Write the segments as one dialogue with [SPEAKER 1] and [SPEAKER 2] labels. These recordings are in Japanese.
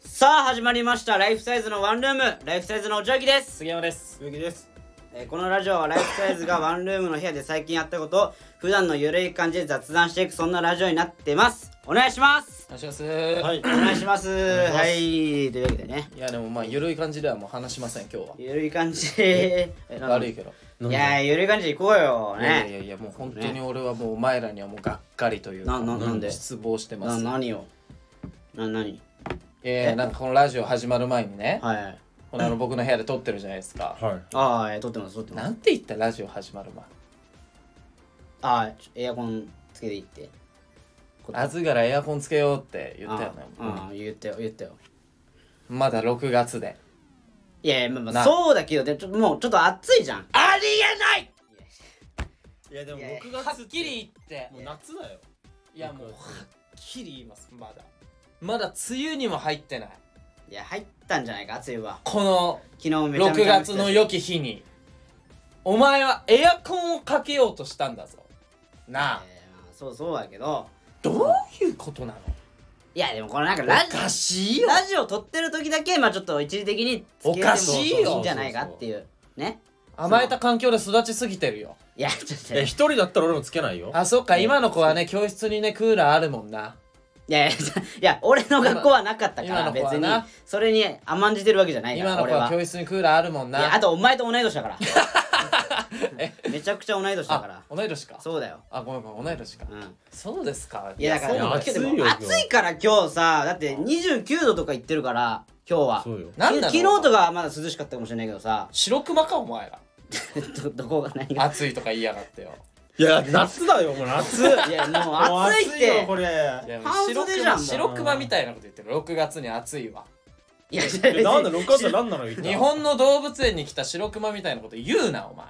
[SPEAKER 1] さあ始まりましたライフサイズのワンルームライフサイズのおじゃぎです、
[SPEAKER 2] 杉山です
[SPEAKER 3] 鈴木です
[SPEAKER 1] えーこのラジオはライフサイズがワンルームの部屋で最近やったことを普段のゆるい感じで雑談していくそんなラジオになってますお願いします
[SPEAKER 2] お願いします
[SPEAKER 3] はい
[SPEAKER 1] お願いしますはいというわけでね
[SPEAKER 2] いやでもまあ緩い感じではもう話しません今日
[SPEAKER 1] ゆるい感じえなん
[SPEAKER 2] は
[SPEAKER 1] だ
[SPEAKER 2] 悪いけど
[SPEAKER 1] いやーゆるい感じでいこうよ
[SPEAKER 2] いやい
[SPEAKER 1] ね
[SPEAKER 2] やいやもう本当に俺はもうお前らにはもうがっかりというか
[SPEAKER 1] なななんで
[SPEAKER 2] 失望してま
[SPEAKER 1] な
[SPEAKER 2] す
[SPEAKER 1] 何をな何
[SPEAKER 2] えーなんかこのラジオ始まる前にね
[SPEAKER 1] はいはい
[SPEAKER 2] このあの僕の部屋で撮ってるじゃないですか
[SPEAKER 3] はい
[SPEAKER 1] ああえー撮ってます撮ってます
[SPEAKER 2] なんて言ったラジオ始まる前
[SPEAKER 1] ああちょエアコンつけていいって
[SPEAKER 2] あずがらエアコンつけようって言ったよね
[SPEAKER 1] ああ言ったよ言ったよ
[SPEAKER 2] まだ6月で
[SPEAKER 1] いやいやまあまあ
[SPEAKER 2] な
[SPEAKER 1] そうだけどでちょっともうちょっと暑いじゃん
[SPEAKER 2] ありえない
[SPEAKER 3] いやでも
[SPEAKER 1] いや
[SPEAKER 3] 6
[SPEAKER 2] は
[SPEAKER 3] 月
[SPEAKER 2] っきり言って
[SPEAKER 3] もう夏だよ
[SPEAKER 2] いやもうはっきり言いますまだまだ梅雨にも入ってない
[SPEAKER 1] いや入ったんじゃないか暑いわ
[SPEAKER 2] この
[SPEAKER 1] 昨日めちゃめ
[SPEAKER 2] 6
[SPEAKER 1] ちゃ
[SPEAKER 2] 月の良き日にお前はエアコンをかけようとしたんだぞなあ
[SPEAKER 1] えーまあそうそうだけど
[SPEAKER 2] どういうことなの
[SPEAKER 1] いやでもこのなんかラ
[SPEAKER 2] お
[SPEAKER 1] ジ
[SPEAKER 2] かしい
[SPEAKER 1] オ
[SPEAKER 2] よ
[SPEAKER 1] ラジオ撮ってる時だけまあちょっと一時的につけて
[SPEAKER 2] お
[SPEAKER 1] も
[SPEAKER 2] かしいよ
[SPEAKER 1] いいんじゃないかっていうね
[SPEAKER 2] 甘えた環境で育ちすぎてるよ
[SPEAKER 1] いやちょっと
[SPEAKER 3] え一人だったら俺もつけないよ
[SPEAKER 2] あそっか今の子はね教室にねクーラーあるもんない
[SPEAKER 1] やいやいや俺の学校はなかったか
[SPEAKER 2] 今
[SPEAKER 1] ら
[SPEAKER 2] の
[SPEAKER 1] 別
[SPEAKER 2] 子は
[SPEAKER 1] に
[SPEAKER 2] な
[SPEAKER 1] それに甘んじてるわけじゃないか
[SPEAKER 2] 今
[SPEAKER 1] ら
[SPEAKER 2] の子
[SPEAKER 1] 俺
[SPEAKER 2] は
[SPEAKER 1] は
[SPEAKER 2] 教室にクーラーあるもん
[SPEAKER 1] いや
[SPEAKER 2] な
[SPEAKER 1] あとお前と同い年だから めちゃくちゃ同い年だから
[SPEAKER 2] あ同い年か
[SPEAKER 1] そうだよ
[SPEAKER 2] あごめんごめん同い年か
[SPEAKER 1] うん
[SPEAKER 2] そうですか
[SPEAKER 1] いやだか
[SPEAKER 2] そう
[SPEAKER 1] ら
[SPEAKER 2] なん
[SPEAKER 3] いや
[SPEAKER 1] で
[SPEAKER 3] 暑
[SPEAKER 1] も
[SPEAKER 3] いよ今日
[SPEAKER 1] 暑いから今日さだって29度とか言ってるから今日は
[SPEAKER 3] そうよ
[SPEAKER 2] なんなの
[SPEAKER 1] 昨日とかはまだ涼しかったかもしれないけど さ
[SPEAKER 2] 白熊かお前ら
[SPEAKER 1] どどこが何が
[SPEAKER 2] 暑いとか言いやがってよ
[SPEAKER 3] いや夏だよもう夏もう
[SPEAKER 1] いやもう暑いっ
[SPEAKER 3] よ
[SPEAKER 1] て
[SPEAKER 3] これ
[SPEAKER 2] いやもう
[SPEAKER 1] 半袖
[SPEAKER 2] 白
[SPEAKER 1] じゃん
[SPEAKER 2] 熊
[SPEAKER 1] もう
[SPEAKER 2] 白熊みたいなこと言ってる6月に暑いわ
[SPEAKER 1] いやい
[SPEAKER 3] え
[SPEAKER 1] や
[SPEAKER 3] なんだ6月なんなの
[SPEAKER 2] 日本の動物園に来た白熊みたいなこと言うなお前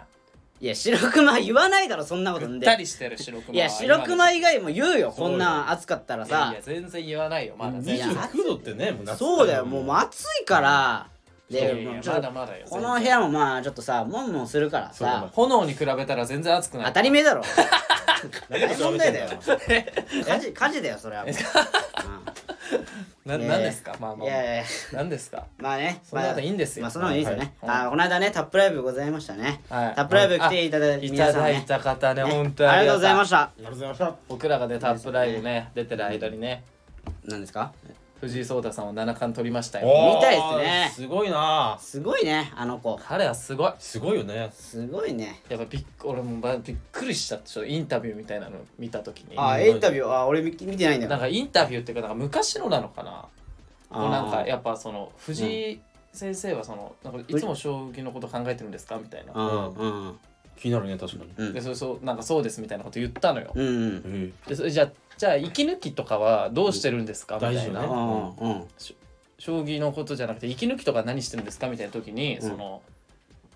[SPEAKER 1] いや白熊言わないだろそんなこと
[SPEAKER 2] ぐ
[SPEAKER 1] ん
[SPEAKER 2] っ
[SPEAKER 1] で
[SPEAKER 2] たりしてる白熊
[SPEAKER 1] いや白熊
[SPEAKER 2] い
[SPEAKER 1] 以外も言うよ
[SPEAKER 3] そう
[SPEAKER 1] こ
[SPEAKER 3] よ
[SPEAKER 1] んなん暑かったら
[SPEAKER 2] やい
[SPEAKER 1] さ
[SPEAKER 2] や全然言わないよまだ全
[SPEAKER 1] いや
[SPEAKER 2] 然
[SPEAKER 3] 29度ってねもう夏
[SPEAKER 1] そうだよもうもう暑いから
[SPEAKER 2] いや
[SPEAKER 1] で
[SPEAKER 2] いや
[SPEAKER 1] もうちょっ
[SPEAKER 2] ま
[SPEAKER 1] と
[SPEAKER 2] だまだよ
[SPEAKER 1] こ
[SPEAKER 2] 全
[SPEAKER 1] の
[SPEAKER 2] 然
[SPEAKER 1] 部屋もまあちょっとさもんもんするから
[SPEAKER 3] そうだ
[SPEAKER 1] さ
[SPEAKER 3] な
[SPEAKER 2] 炎に比べたら全然暑くない
[SPEAKER 1] 当たり前だろ
[SPEAKER 3] 何で比べてん
[SPEAKER 1] 問題だよ火事火事だよそれはもう
[SPEAKER 2] な
[SPEAKER 1] ねえ
[SPEAKER 2] なんですかまあ
[SPEAKER 1] うん
[SPEAKER 2] ま
[SPEAKER 1] い
[SPEAKER 2] あ
[SPEAKER 1] やいや
[SPEAKER 2] なんですか
[SPEAKER 1] まあね
[SPEAKER 2] そんなこといいんですよ
[SPEAKER 1] まあそんなのいいですよね、
[SPEAKER 2] はいはい
[SPEAKER 1] あこの間ねタップライブございましたね、
[SPEAKER 2] はい
[SPEAKER 1] タップライブ来ていただい
[SPEAKER 2] い
[SPEAKER 1] た
[SPEAKER 2] た
[SPEAKER 1] 皆さん
[SPEAKER 2] だい
[SPEAKER 1] ね
[SPEAKER 2] た方ね
[SPEAKER 1] ね
[SPEAKER 2] 本当に
[SPEAKER 1] ありがとうございましたた
[SPEAKER 3] りがとうございました
[SPEAKER 2] 僕らがねタップライブね出てる間にね
[SPEAKER 1] 何ですか
[SPEAKER 2] 藤井聡太さんを七冠取りましたよ
[SPEAKER 3] おー
[SPEAKER 1] 見たいですね
[SPEAKER 3] すごいな
[SPEAKER 1] すごいねあの子
[SPEAKER 2] 彼はすごい
[SPEAKER 3] すごいよね
[SPEAKER 1] すごいね
[SPEAKER 2] やっぱびっ俺もばびっくりしたちょっとインタビューみたいなの見た時に
[SPEAKER 1] あ
[SPEAKER 3] うん
[SPEAKER 1] インタビューあ俺見見てないんだ
[SPEAKER 2] なん
[SPEAKER 1] よ
[SPEAKER 2] かインタビューっていうかなんか昔のなのかな
[SPEAKER 1] あー
[SPEAKER 2] なんかやっぱその藤井先生はそのなんかいつも将棋のこと考えてるんですかみたいな
[SPEAKER 1] うんうん
[SPEAKER 3] 気になるね確かに
[SPEAKER 1] うん
[SPEAKER 2] でそれそうなんかそうですみたいなこと言ったのよ
[SPEAKER 1] うんうん
[SPEAKER 3] え
[SPEAKER 2] でそれじゃあじゃあ息抜きとかはどうしてるんですかみた
[SPEAKER 3] 大
[SPEAKER 2] い
[SPEAKER 3] 事
[SPEAKER 2] な、
[SPEAKER 3] よね
[SPEAKER 1] うんうん
[SPEAKER 2] 将棋のことじゃなくて息抜きとか何してるんですかみたいな時に
[SPEAKER 1] ん
[SPEAKER 2] その、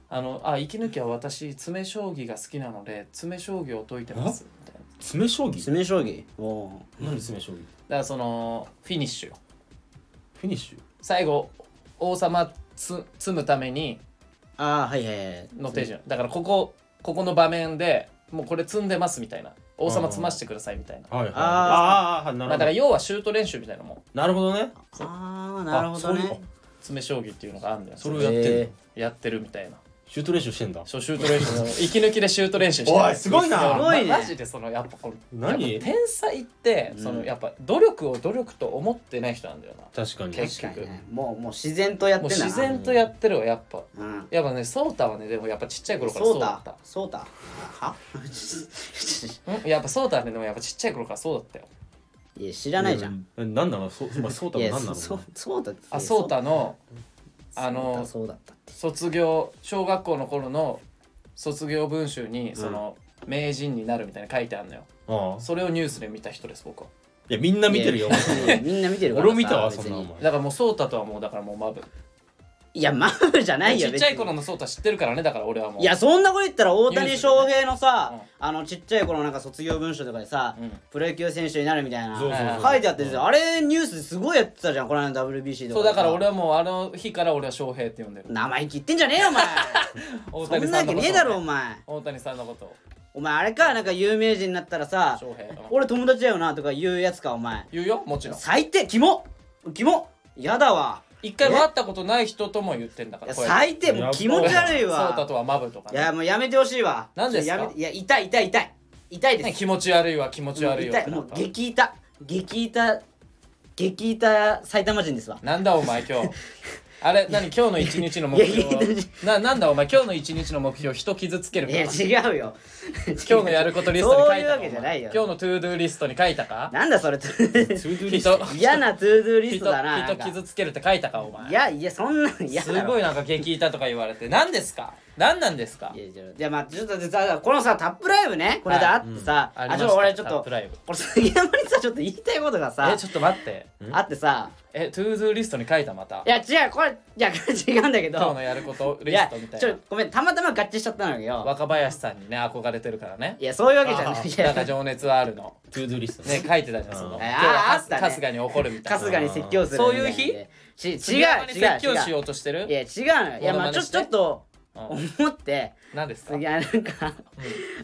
[SPEAKER 2] あのあ息抜きは私詰将棋が好きなので詰将棋を解いてますみたいな
[SPEAKER 3] え詰将棋
[SPEAKER 1] 詰将棋おー
[SPEAKER 3] 何詰将棋
[SPEAKER 2] だからそのフィニッシュよ
[SPEAKER 3] フィニッシュ
[SPEAKER 2] 最後王様つ詰むために
[SPEAKER 1] あーはいはいはい
[SPEAKER 2] の手順だからここここの場面でもうこれ積んでますみたいな王様詰ましてくださいみたいな
[SPEAKER 3] はいはい
[SPEAKER 1] あ
[SPEAKER 3] あー
[SPEAKER 2] ま
[SPEAKER 3] な
[SPEAKER 2] あだから要はシュート練習みたいなもん
[SPEAKER 3] なるほどね
[SPEAKER 1] ああなるほど
[SPEAKER 3] あそうい
[SPEAKER 1] ね
[SPEAKER 3] う
[SPEAKER 2] 詰将棋っていうのがあるんだよ
[SPEAKER 3] それをやってんの
[SPEAKER 1] え
[SPEAKER 2] やってるみたいな
[SPEAKER 3] シュート練習してんだ
[SPEAKER 2] そうシュート練習の息抜きでシュート練習してる
[SPEAKER 3] おいすごいな
[SPEAKER 2] そう
[SPEAKER 1] すごいね
[SPEAKER 2] まマジでそのやっぱこの
[SPEAKER 3] 何
[SPEAKER 2] やっぱ天才ってそのやっぱ努力を努力と思ってない人なんだよな
[SPEAKER 3] 確かに
[SPEAKER 2] 結
[SPEAKER 1] 確かにねもうもう自然とやって
[SPEAKER 2] もう
[SPEAKER 1] だ
[SPEAKER 2] ん
[SPEAKER 1] な
[SPEAKER 2] 自然とやってるわやっぱ
[SPEAKER 1] うん
[SPEAKER 2] やっぱねソータはねでもやっぱちっちゃい頃から
[SPEAKER 1] そ
[SPEAKER 2] そううだった
[SPEAKER 1] だそうだは
[SPEAKER 2] うんやっぱソータはねでもやっぱちっちゃい頃からそうだったよ
[SPEAKER 1] いや知らないじゃん
[SPEAKER 3] えなんなのそうまあそうた
[SPEAKER 1] い
[SPEAKER 3] も
[SPEAKER 1] や
[SPEAKER 3] なんな
[SPEAKER 1] そ
[SPEAKER 3] の
[SPEAKER 1] そそうだ
[SPEAKER 2] あソータのあ
[SPEAKER 1] そうだ
[SPEAKER 2] の
[SPEAKER 1] そうだったって
[SPEAKER 2] 卒業小学校の頃の卒業文集にその、名人になるみたいなの書いてあるのよ
[SPEAKER 3] ああ
[SPEAKER 2] それをニュースで見た人です僕はい
[SPEAKER 3] やみんな見てるよ
[SPEAKER 1] いやいやみんな見てるから
[SPEAKER 3] 俺
[SPEAKER 1] さ
[SPEAKER 3] も見たわそんなお
[SPEAKER 1] 別に
[SPEAKER 3] 前
[SPEAKER 2] だからもうソータとはもうだからもうマブ
[SPEAKER 1] いやマブじゃない
[SPEAKER 2] ち
[SPEAKER 1] よ
[SPEAKER 2] っちゃい頃
[SPEAKER 1] 別に
[SPEAKER 2] のソータ知ってるからねだから俺はもう
[SPEAKER 1] い
[SPEAKER 2] い
[SPEAKER 1] やそんなこと言ったら大
[SPEAKER 2] ニュ
[SPEAKER 1] 谷
[SPEAKER 2] ースでね
[SPEAKER 1] 翔平のさ、
[SPEAKER 2] うん
[SPEAKER 1] あのちっちゃい頃のなんか卒業文書とかでさ、
[SPEAKER 2] うん
[SPEAKER 1] プロ野球選手になるみたいな
[SPEAKER 3] そうそう
[SPEAKER 2] そう
[SPEAKER 1] 書いてあってあれニュースですごいやってたじゃんこの間の WBC とか
[SPEAKER 2] そうだから俺
[SPEAKER 1] は
[SPEAKER 2] はもうあの日から俺は翔平って呼んでる
[SPEAKER 1] 生意気言ってんじゃねえよお前
[SPEAKER 2] 大
[SPEAKER 1] そんなわけねえだろお前
[SPEAKER 2] 大谷さんのことを
[SPEAKER 1] お前あれかなんか有名人になったらさ
[SPEAKER 2] 翔平うん
[SPEAKER 1] 俺友達だよなとか言うやつかお前
[SPEAKER 2] 言うよもちろん
[SPEAKER 1] 最低キモキモやだわ
[SPEAKER 2] 一回も会ったことない人とも言ってんだか
[SPEAKER 1] い
[SPEAKER 2] ら
[SPEAKER 1] や
[SPEAKER 2] こうやっ
[SPEAKER 1] 最
[SPEAKER 2] て
[SPEAKER 1] 低もう気持ち悪い
[SPEAKER 2] そうた
[SPEAKER 1] わ
[SPEAKER 2] とはマブとか
[SPEAKER 1] い
[SPEAKER 2] ね
[SPEAKER 1] やもうやめてほしいわ
[SPEAKER 2] 何ですか
[SPEAKER 1] やめていや痛い痛い痛い痛い
[SPEAKER 2] ね
[SPEAKER 1] です
[SPEAKER 2] 気持ち悪いわ気持ち悪いわ
[SPEAKER 1] 痛いもう激痛激痛激痛埼玉人ですわ
[SPEAKER 2] なんだお前今日あれ何今日の一日の目標
[SPEAKER 1] いやいや
[SPEAKER 2] ななんだお前今日の一日の目標人傷つける
[SPEAKER 1] い
[SPEAKER 2] か
[SPEAKER 1] や
[SPEAKER 2] 今
[SPEAKER 1] 違うよ
[SPEAKER 2] 日のやることリストに書いたか
[SPEAKER 1] そういうわけじゃないよ
[SPEAKER 2] お前今日のトゥードゥーリストに書いたか
[SPEAKER 1] なんだそれ
[SPEAKER 3] ゥ
[SPEAKER 2] リスト
[SPEAKER 1] 嫌なトゥードゥーリス
[SPEAKER 2] 人
[SPEAKER 1] トだななん
[SPEAKER 2] 人
[SPEAKER 1] か
[SPEAKER 2] 傷つけるって書いたかお前
[SPEAKER 1] いやいやそんなの嫌
[SPEAKER 2] す
[SPEAKER 1] だろ
[SPEAKER 2] ごいなんか激痛とか言われて何ですか何なんですか
[SPEAKER 1] いやいやじゃあまあちょっとでさこのさタップライブねこれであってさ、
[SPEAKER 2] あり
[SPEAKER 1] あ
[SPEAKER 2] ま
[SPEAKER 1] ち
[SPEAKER 2] し
[SPEAKER 1] ょったと俺ちょっ
[SPEAKER 2] タッ
[SPEAKER 1] と
[SPEAKER 2] プライブ
[SPEAKER 1] 俺杉山にさちょっと言いたいことがさ
[SPEAKER 2] えちょっと待って
[SPEAKER 1] あってさ
[SPEAKER 2] えトゥードゥーリストに書いたま
[SPEAKER 1] い
[SPEAKER 2] た
[SPEAKER 1] や違うこれいやこれ違うんだけ
[SPEAKER 2] 今日
[SPEAKER 1] ど
[SPEAKER 2] のやること
[SPEAKER 1] い
[SPEAKER 2] リス
[SPEAKER 1] や
[SPEAKER 2] トみたい
[SPEAKER 1] ちょ
[SPEAKER 2] な
[SPEAKER 1] ごめんたまたま合致しちゃったのよ
[SPEAKER 2] 若林さんにね憧れてるからね
[SPEAKER 1] いやそういうわけじゃ
[SPEAKER 2] あ
[SPEAKER 1] ないい
[SPEAKER 2] ーなんか
[SPEAKER 1] や
[SPEAKER 2] 情熱はあるの
[SPEAKER 3] トゥードゥーリスト
[SPEAKER 2] ね書いてたじゃんその今
[SPEAKER 3] あー
[SPEAKER 2] 日は
[SPEAKER 1] あったね
[SPEAKER 2] 春日に怒るみたいな
[SPEAKER 1] 春日に説教する
[SPEAKER 2] そういう日
[SPEAKER 1] みたいなんでし違う
[SPEAKER 2] 杉山
[SPEAKER 1] 違
[SPEAKER 2] に
[SPEAKER 1] う
[SPEAKER 2] 説教し
[SPEAKER 1] 違う
[SPEAKER 2] ようとしてる
[SPEAKER 1] いや違うのよいやまあ
[SPEAKER 2] モノマ
[SPEAKER 1] ち
[SPEAKER 2] ネ
[SPEAKER 1] ょ
[SPEAKER 2] して
[SPEAKER 1] ちょっと
[SPEAKER 2] うん
[SPEAKER 1] 思って
[SPEAKER 2] 何ですか
[SPEAKER 1] 杉山なんか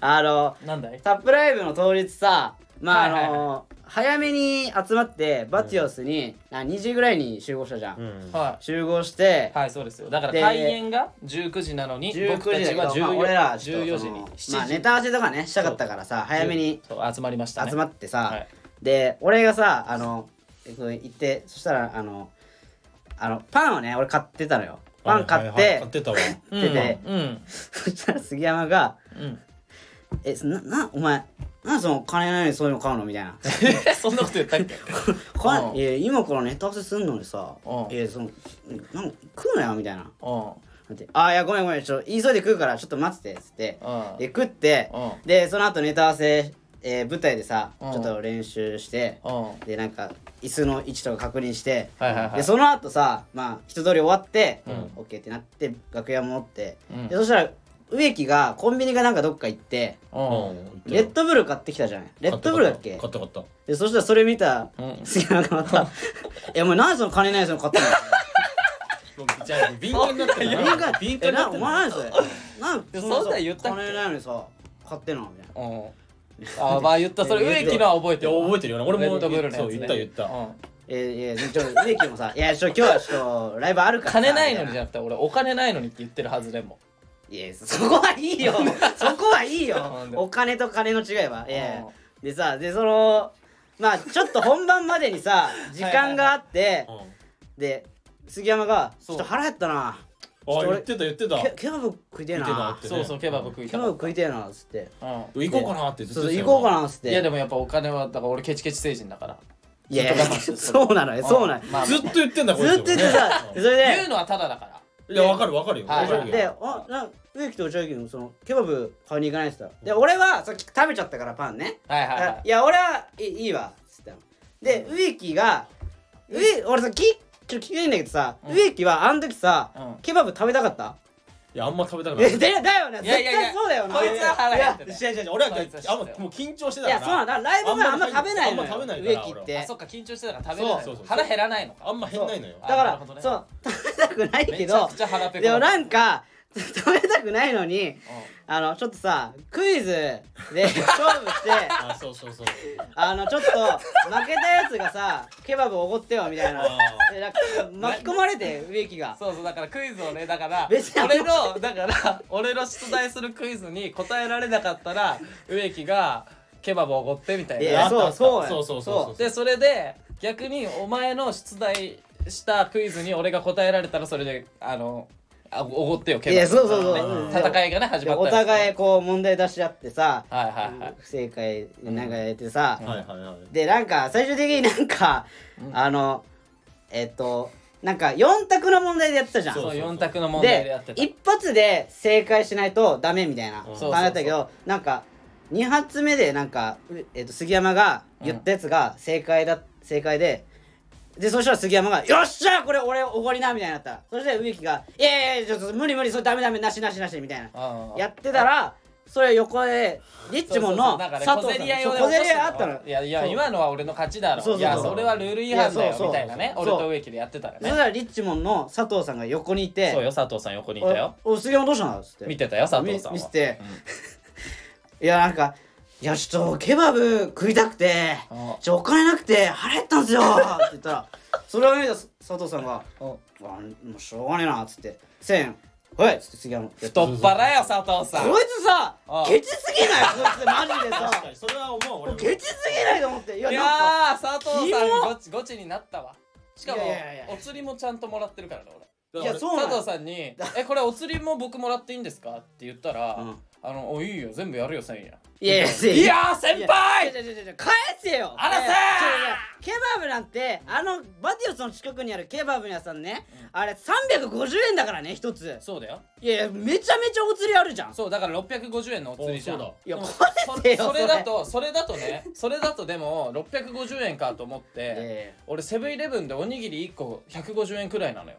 [SPEAKER 1] あの
[SPEAKER 2] なんだい
[SPEAKER 1] タップライブの当日さまああの、
[SPEAKER 2] はいはい
[SPEAKER 1] 早めに集まってバティオスに、あ2時ぐらいに集合したじゃん、
[SPEAKER 3] うん
[SPEAKER 2] は
[SPEAKER 1] 集合して
[SPEAKER 2] い、はいそうですよだから
[SPEAKER 1] で
[SPEAKER 2] 開演が19時なのに
[SPEAKER 1] 19
[SPEAKER 2] 僕た
[SPEAKER 1] 時
[SPEAKER 2] ち
[SPEAKER 1] だ
[SPEAKER 2] は
[SPEAKER 1] けど、まあ、俺ら
[SPEAKER 2] 14
[SPEAKER 1] ちょっと
[SPEAKER 2] 14時
[SPEAKER 1] そ
[SPEAKER 2] に
[SPEAKER 1] の
[SPEAKER 2] 7
[SPEAKER 1] まあ
[SPEAKER 2] 時
[SPEAKER 1] ネタ合わせとかねしたかったからさ早めに
[SPEAKER 2] そう集まりましたね
[SPEAKER 1] 集まってさ、
[SPEAKER 2] はい
[SPEAKER 1] で俺がさあのえこう行ってそしたらあのあのパンをね俺買ってたのよパン買っ
[SPEAKER 3] はいはいはい
[SPEAKER 1] て
[SPEAKER 3] 買ってたわ
[SPEAKER 2] うん
[SPEAKER 1] てて
[SPEAKER 2] うん
[SPEAKER 1] そしたら杉山が
[SPEAKER 2] うん
[SPEAKER 1] 「えななお前なんでその金ないのにそういうの買うの?」みたいな
[SPEAKER 2] えそんなこと 言ったっけ
[SPEAKER 1] か
[SPEAKER 2] うん
[SPEAKER 1] いや今からネタ合わせすんのにさ
[SPEAKER 2] うん
[SPEAKER 1] いやそのなんか食うなよみたいな
[SPEAKER 2] うん
[SPEAKER 1] であいやごめんごめんちょっと急いで食うからちょっと待ってて」っつって
[SPEAKER 2] うん
[SPEAKER 1] で食って
[SPEAKER 2] う
[SPEAKER 1] でその後ネタ合わせ、えー舞台でさち
[SPEAKER 2] うん
[SPEAKER 1] ょっと練習して
[SPEAKER 2] うん
[SPEAKER 1] でなんか椅子の位置とか確認して
[SPEAKER 2] はいはいはい
[SPEAKER 1] でその後さまあ一通り終わって
[SPEAKER 2] うん
[SPEAKER 1] OK ってなって楽屋戻って
[SPEAKER 2] うん
[SPEAKER 1] でそしたら植木がコンビニかなんかどっか行って
[SPEAKER 2] うん
[SPEAKER 1] レッドブル買ってきたじゃないレッドブルだっけ
[SPEAKER 3] 買った買った
[SPEAKER 1] でそしたらそれ見た
[SPEAKER 2] うん
[SPEAKER 1] 杉山がまた「えお前何でその金ないやつの買ったの?」
[SPEAKER 3] じゃあ敏感になって
[SPEAKER 1] い
[SPEAKER 3] る
[SPEAKER 1] や敏感
[SPEAKER 3] 敏
[SPEAKER 1] え
[SPEAKER 3] 感にな
[SPEAKER 1] な
[SPEAKER 3] っ
[SPEAKER 1] お
[SPEAKER 3] て
[SPEAKER 1] 前
[SPEAKER 3] る
[SPEAKER 1] 何それなん
[SPEAKER 2] でそんなん言ったっけ
[SPEAKER 1] 金ないのにさ買ってんのみたいな
[SPEAKER 2] うんあまあ言ったそれ
[SPEAKER 1] え
[SPEAKER 2] 植木のは覚え
[SPEAKER 3] い
[SPEAKER 2] て
[SPEAKER 3] や
[SPEAKER 2] るわ
[SPEAKER 3] 覚えてるよな俺も
[SPEAKER 2] レッドブルのやつ、ね、
[SPEAKER 3] そう言った言った
[SPEAKER 2] うん
[SPEAKER 1] えー、いやちょっと植木もさ「いやちょ今日はちょっとライブあるからさ」
[SPEAKER 2] 金ないのに
[SPEAKER 1] み
[SPEAKER 2] じ
[SPEAKER 1] た
[SPEAKER 2] ゃ
[SPEAKER 1] い
[SPEAKER 2] なくて俺お金ないのにって言ってるはずでも
[SPEAKER 1] ないやそこはいいよそこはいいよ
[SPEAKER 2] うん
[SPEAKER 1] お金と金の違いはいや
[SPEAKER 2] うん
[SPEAKER 1] でさでそのまあちょっと本番までにさ時間があってで杉山が「ちょ
[SPEAKER 2] そ
[SPEAKER 1] っ
[SPEAKER 2] う
[SPEAKER 1] と腹減ったな
[SPEAKER 3] あ言ってた言ってた
[SPEAKER 1] ケケバブ食いてえ
[SPEAKER 3] 食いてえな
[SPEAKER 1] な
[SPEAKER 3] っ
[SPEAKER 2] そうそうケバブ食い
[SPEAKER 1] ケ
[SPEAKER 2] た
[SPEAKER 1] バブ食いてえな」っつって
[SPEAKER 2] う
[SPEAKER 3] 行こうかなって
[SPEAKER 1] 「
[SPEAKER 3] ず
[SPEAKER 1] ち
[SPEAKER 3] っ
[SPEAKER 1] ょっ
[SPEAKER 3] と
[SPEAKER 1] と行こうか
[SPEAKER 3] な
[SPEAKER 1] な」っつっ
[SPEAKER 2] ん
[SPEAKER 1] て
[SPEAKER 2] いやでもやっぱお金はだから俺ケチケチ成人だから
[SPEAKER 1] いやいや
[SPEAKER 2] ずっと我慢してる
[SPEAKER 1] そうなのよそうなのよ
[SPEAKER 2] まあまあ
[SPEAKER 3] ずっと言ってんだこいつ
[SPEAKER 1] ずっと言ってさ
[SPEAKER 3] う
[SPEAKER 1] で
[SPEAKER 3] ん
[SPEAKER 1] それ
[SPEAKER 2] 言う
[SPEAKER 1] で
[SPEAKER 2] のはただだから
[SPEAKER 3] いやわかるわかるよ
[SPEAKER 2] はい
[SPEAKER 3] わかる
[SPEAKER 1] で
[SPEAKER 3] よ
[SPEAKER 1] 「あな植木と内垣のそのケバブ買いに行かない」っつったらで俺はさっき食べちゃったからパンね
[SPEAKER 2] はいはい
[SPEAKER 1] あ
[SPEAKER 2] はい
[SPEAKER 1] いや俺はいいいいわっつったので植木が植俺さきちょっと聞けないんだけどさ、
[SPEAKER 2] うん
[SPEAKER 1] 植木はあの時さ、
[SPEAKER 2] うん
[SPEAKER 1] ケバブ食べたかった
[SPEAKER 3] いやあんま食べたくない
[SPEAKER 1] えだだよね
[SPEAKER 2] いやいやいや
[SPEAKER 1] 絶対そうだよな
[SPEAKER 2] こいつは腹減って
[SPEAKER 3] い
[SPEAKER 2] ね
[SPEAKER 3] や違う違う俺は
[SPEAKER 2] こいつは知ってた
[SPEAKER 3] あんま
[SPEAKER 2] よ
[SPEAKER 3] もう緊張して
[SPEAKER 1] い
[SPEAKER 3] た
[SPEAKER 1] やそうな
[SPEAKER 3] か
[SPEAKER 1] ん
[SPEAKER 3] ら
[SPEAKER 1] だライブ前あんま食べないのよ
[SPEAKER 3] あんま食べないか
[SPEAKER 1] 植
[SPEAKER 3] ら
[SPEAKER 1] 木っ
[SPEAKER 2] あ
[SPEAKER 1] て
[SPEAKER 2] そっか緊張してたから食べれない
[SPEAKER 3] そうそうそう
[SPEAKER 2] 腹減らないのか
[SPEAKER 3] あんま変ないのよ
[SPEAKER 1] だか
[SPEAKER 2] な
[SPEAKER 1] ら
[SPEAKER 2] る、ほどね
[SPEAKER 1] そう 食べたくないけ
[SPEAKER 2] めちゃ
[SPEAKER 1] ど
[SPEAKER 2] くちゃ腹ペコ
[SPEAKER 1] でも
[SPEAKER 2] だ
[SPEAKER 1] なんか食べたくないのに
[SPEAKER 2] う
[SPEAKER 1] あのちょっとさクイズで勝負して
[SPEAKER 3] あそうそうそう
[SPEAKER 1] あのちょっと負けたやつがさケバブおごってよみたいな
[SPEAKER 3] あ
[SPEAKER 1] でなんか巻き込まれて植木が
[SPEAKER 2] んそうそうだからクイズをねだから
[SPEAKER 1] 別に
[SPEAKER 2] 俺のだから俺の出題するクイズに答えられなかったら植木がケバブおごってみ たい
[SPEAKER 1] い
[SPEAKER 2] な
[SPEAKER 1] や
[SPEAKER 3] あった
[SPEAKER 1] そう
[SPEAKER 3] あった
[SPEAKER 1] そうや
[SPEAKER 3] そうそうそうそう
[SPEAKER 2] でそれで逆にお前の出題したクイズに俺が答えられたらそれであのあおごってよケバブ
[SPEAKER 1] いやそうそうそう
[SPEAKER 2] あの
[SPEAKER 1] うん
[SPEAKER 2] ね戦いがね始まった
[SPEAKER 1] お
[SPEAKER 2] りして
[SPEAKER 1] 互いこう問題出し合ってさ、
[SPEAKER 2] はいはいはい
[SPEAKER 1] 不正解なんかやってさ、
[SPEAKER 3] はいはいはい
[SPEAKER 1] でなんか最終的になんか、あのえっとなんか4択の問題でやってたじゃん
[SPEAKER 2] そう
[SPEAKER 3] そうそう
[SPEAKER 2] 4択の問題でやってた
[SPEAKER 1] 一発で正解しないとダメみたいな
[SPEAKER 3] うん
[SPEAKER 1] 考えだったけどなんか2発目でなんか、うえっと杉山が言ったやつが正解だ、正解ででそしたら杉山が「よっしゃこれ俺おごりな」みたいになったらそして植木が「いやいやいやちょっと無理無理それダメダメなしなしなし」みたいな
[SPEAKER 2] ああ
[SPEAKER 1] やってたらそれ横でリッチモンの
[SPEAKER 2] なんかね
[SPEAKER 1] 佐
[SPEAKER 2] 小
[SPEAKER 1] 藤さ
[SPEAKER 2] 競
[SPEAKER 1] ん
[SPEAKER 2] り合いを
[SPEAKER 1] そう
[SPEAKER 2] ね
[SPEAKER 1] 小競り合いあ
[SPEAKER 2] 起
[SPEAKER 1] っ
[SPEAKER 2] こして
[SPEAKER 1] た
[SPEAKER 2] る
[SPEAKER 1] の
[SPEAKER 2] いやいや
[SPEAKER 1] そう
[SPEAKER 2] 今のは俺の勝ちだろ
[SPEAKER 1] そうそうそう
[SPEAKER 2] いやそれはルール違反だ
[SPEAKER 1] いや
[SPEAKER 2] よ
[SPEAKER 1] そうそう
[SPEAKER 2] みたいなね
[SPEAKER 1] そう
[SPEAKER 2] 俺と植木でやってたから
[SPEAKER 1] そし
[SPEAKER 2] ね
[SPEAKER 1] たらリッチモンの佐藤さんが横にいて
[SPEAKER 2] そうよ佐藤さん横にいたよ
[SPEAKER 1] おお杉山どうしたの?」っつって
[SPEAKER 2] 見てたよ佐藤さん は
[SPEAKER 1] 見見せていやなんかいやちょっとケバブ食いたくて
[SPEAKER 2] あ
[SPEAKER 1] ちょお金なくて腹減ったんです よ」って言ったらそれを見た佐藤さんが「あもうしょうがねえな」っつって「1,000円はい」っつって次あのやった
[SPEAKER 2] 太っ腹よ佐藤さん
[SPEAKER 1] こいつさ
[SPEAKER 2] あ
[SPEAKER 1] ケチすぎないこいつ マジで
[SPEAKER 3] 確か
[SPEAKER 1] さ
[SPEAKER 3] にそれは思う俺も
[SPEAKER 1] ケチすぎないと思っていや
[SPEAKER 2] いや
[SPEAKER 1] なんか
[SPEAKER 2] ー佐藤さんごちごちになったわしかも
[SPEAKER 1] いやいやいや
[SPEAKER 2] お釣りもちゃんともらってるからね俺
[SPEAKER 1] いやそうな
[SPEAKER 2] 佐
[SPEAKER 1] の
[SPEAKER 2] 藤さん に「えこれお釣りも僕もらっていいんですか?」って言ったら「
[SPEAKER 1] うん
[SPEAKER 2] あのおいいよ全部やるよ1000円」
[SPEAKER 1] いやいや
[SPEAKER 2] いやー先
[SPEAKER 1] いや
[SPEAKER 2] 輩
[SPEAKER 1] いやいやいや返せよ
[SPEAKER 2] あらせー
[SPEAKER 1] いやいやいやケバブなんてあのバティオスの近くにあるケバブ屋さんね、あれ350円だからね一つ
[SPEAKER 2] そうだよ
[SPEAKER 1] いやいやめちゃめちゃお釣りあるじゃん
[SPEAKER 2] そうだから650円のお釣りじゃん
[SPEAKER 3] おそう
[SPEAKER 1] いや
[SPEAKER 2] でも
[SPEAKER 1] 返せよ
[SPEAKER 2] それだとそれだとねそれだとでも650円かと思って、
[SPEAKER 1] え
[SPEAKER 2] 俺セブンイレブンでおにぎり1個150円くらいなのよ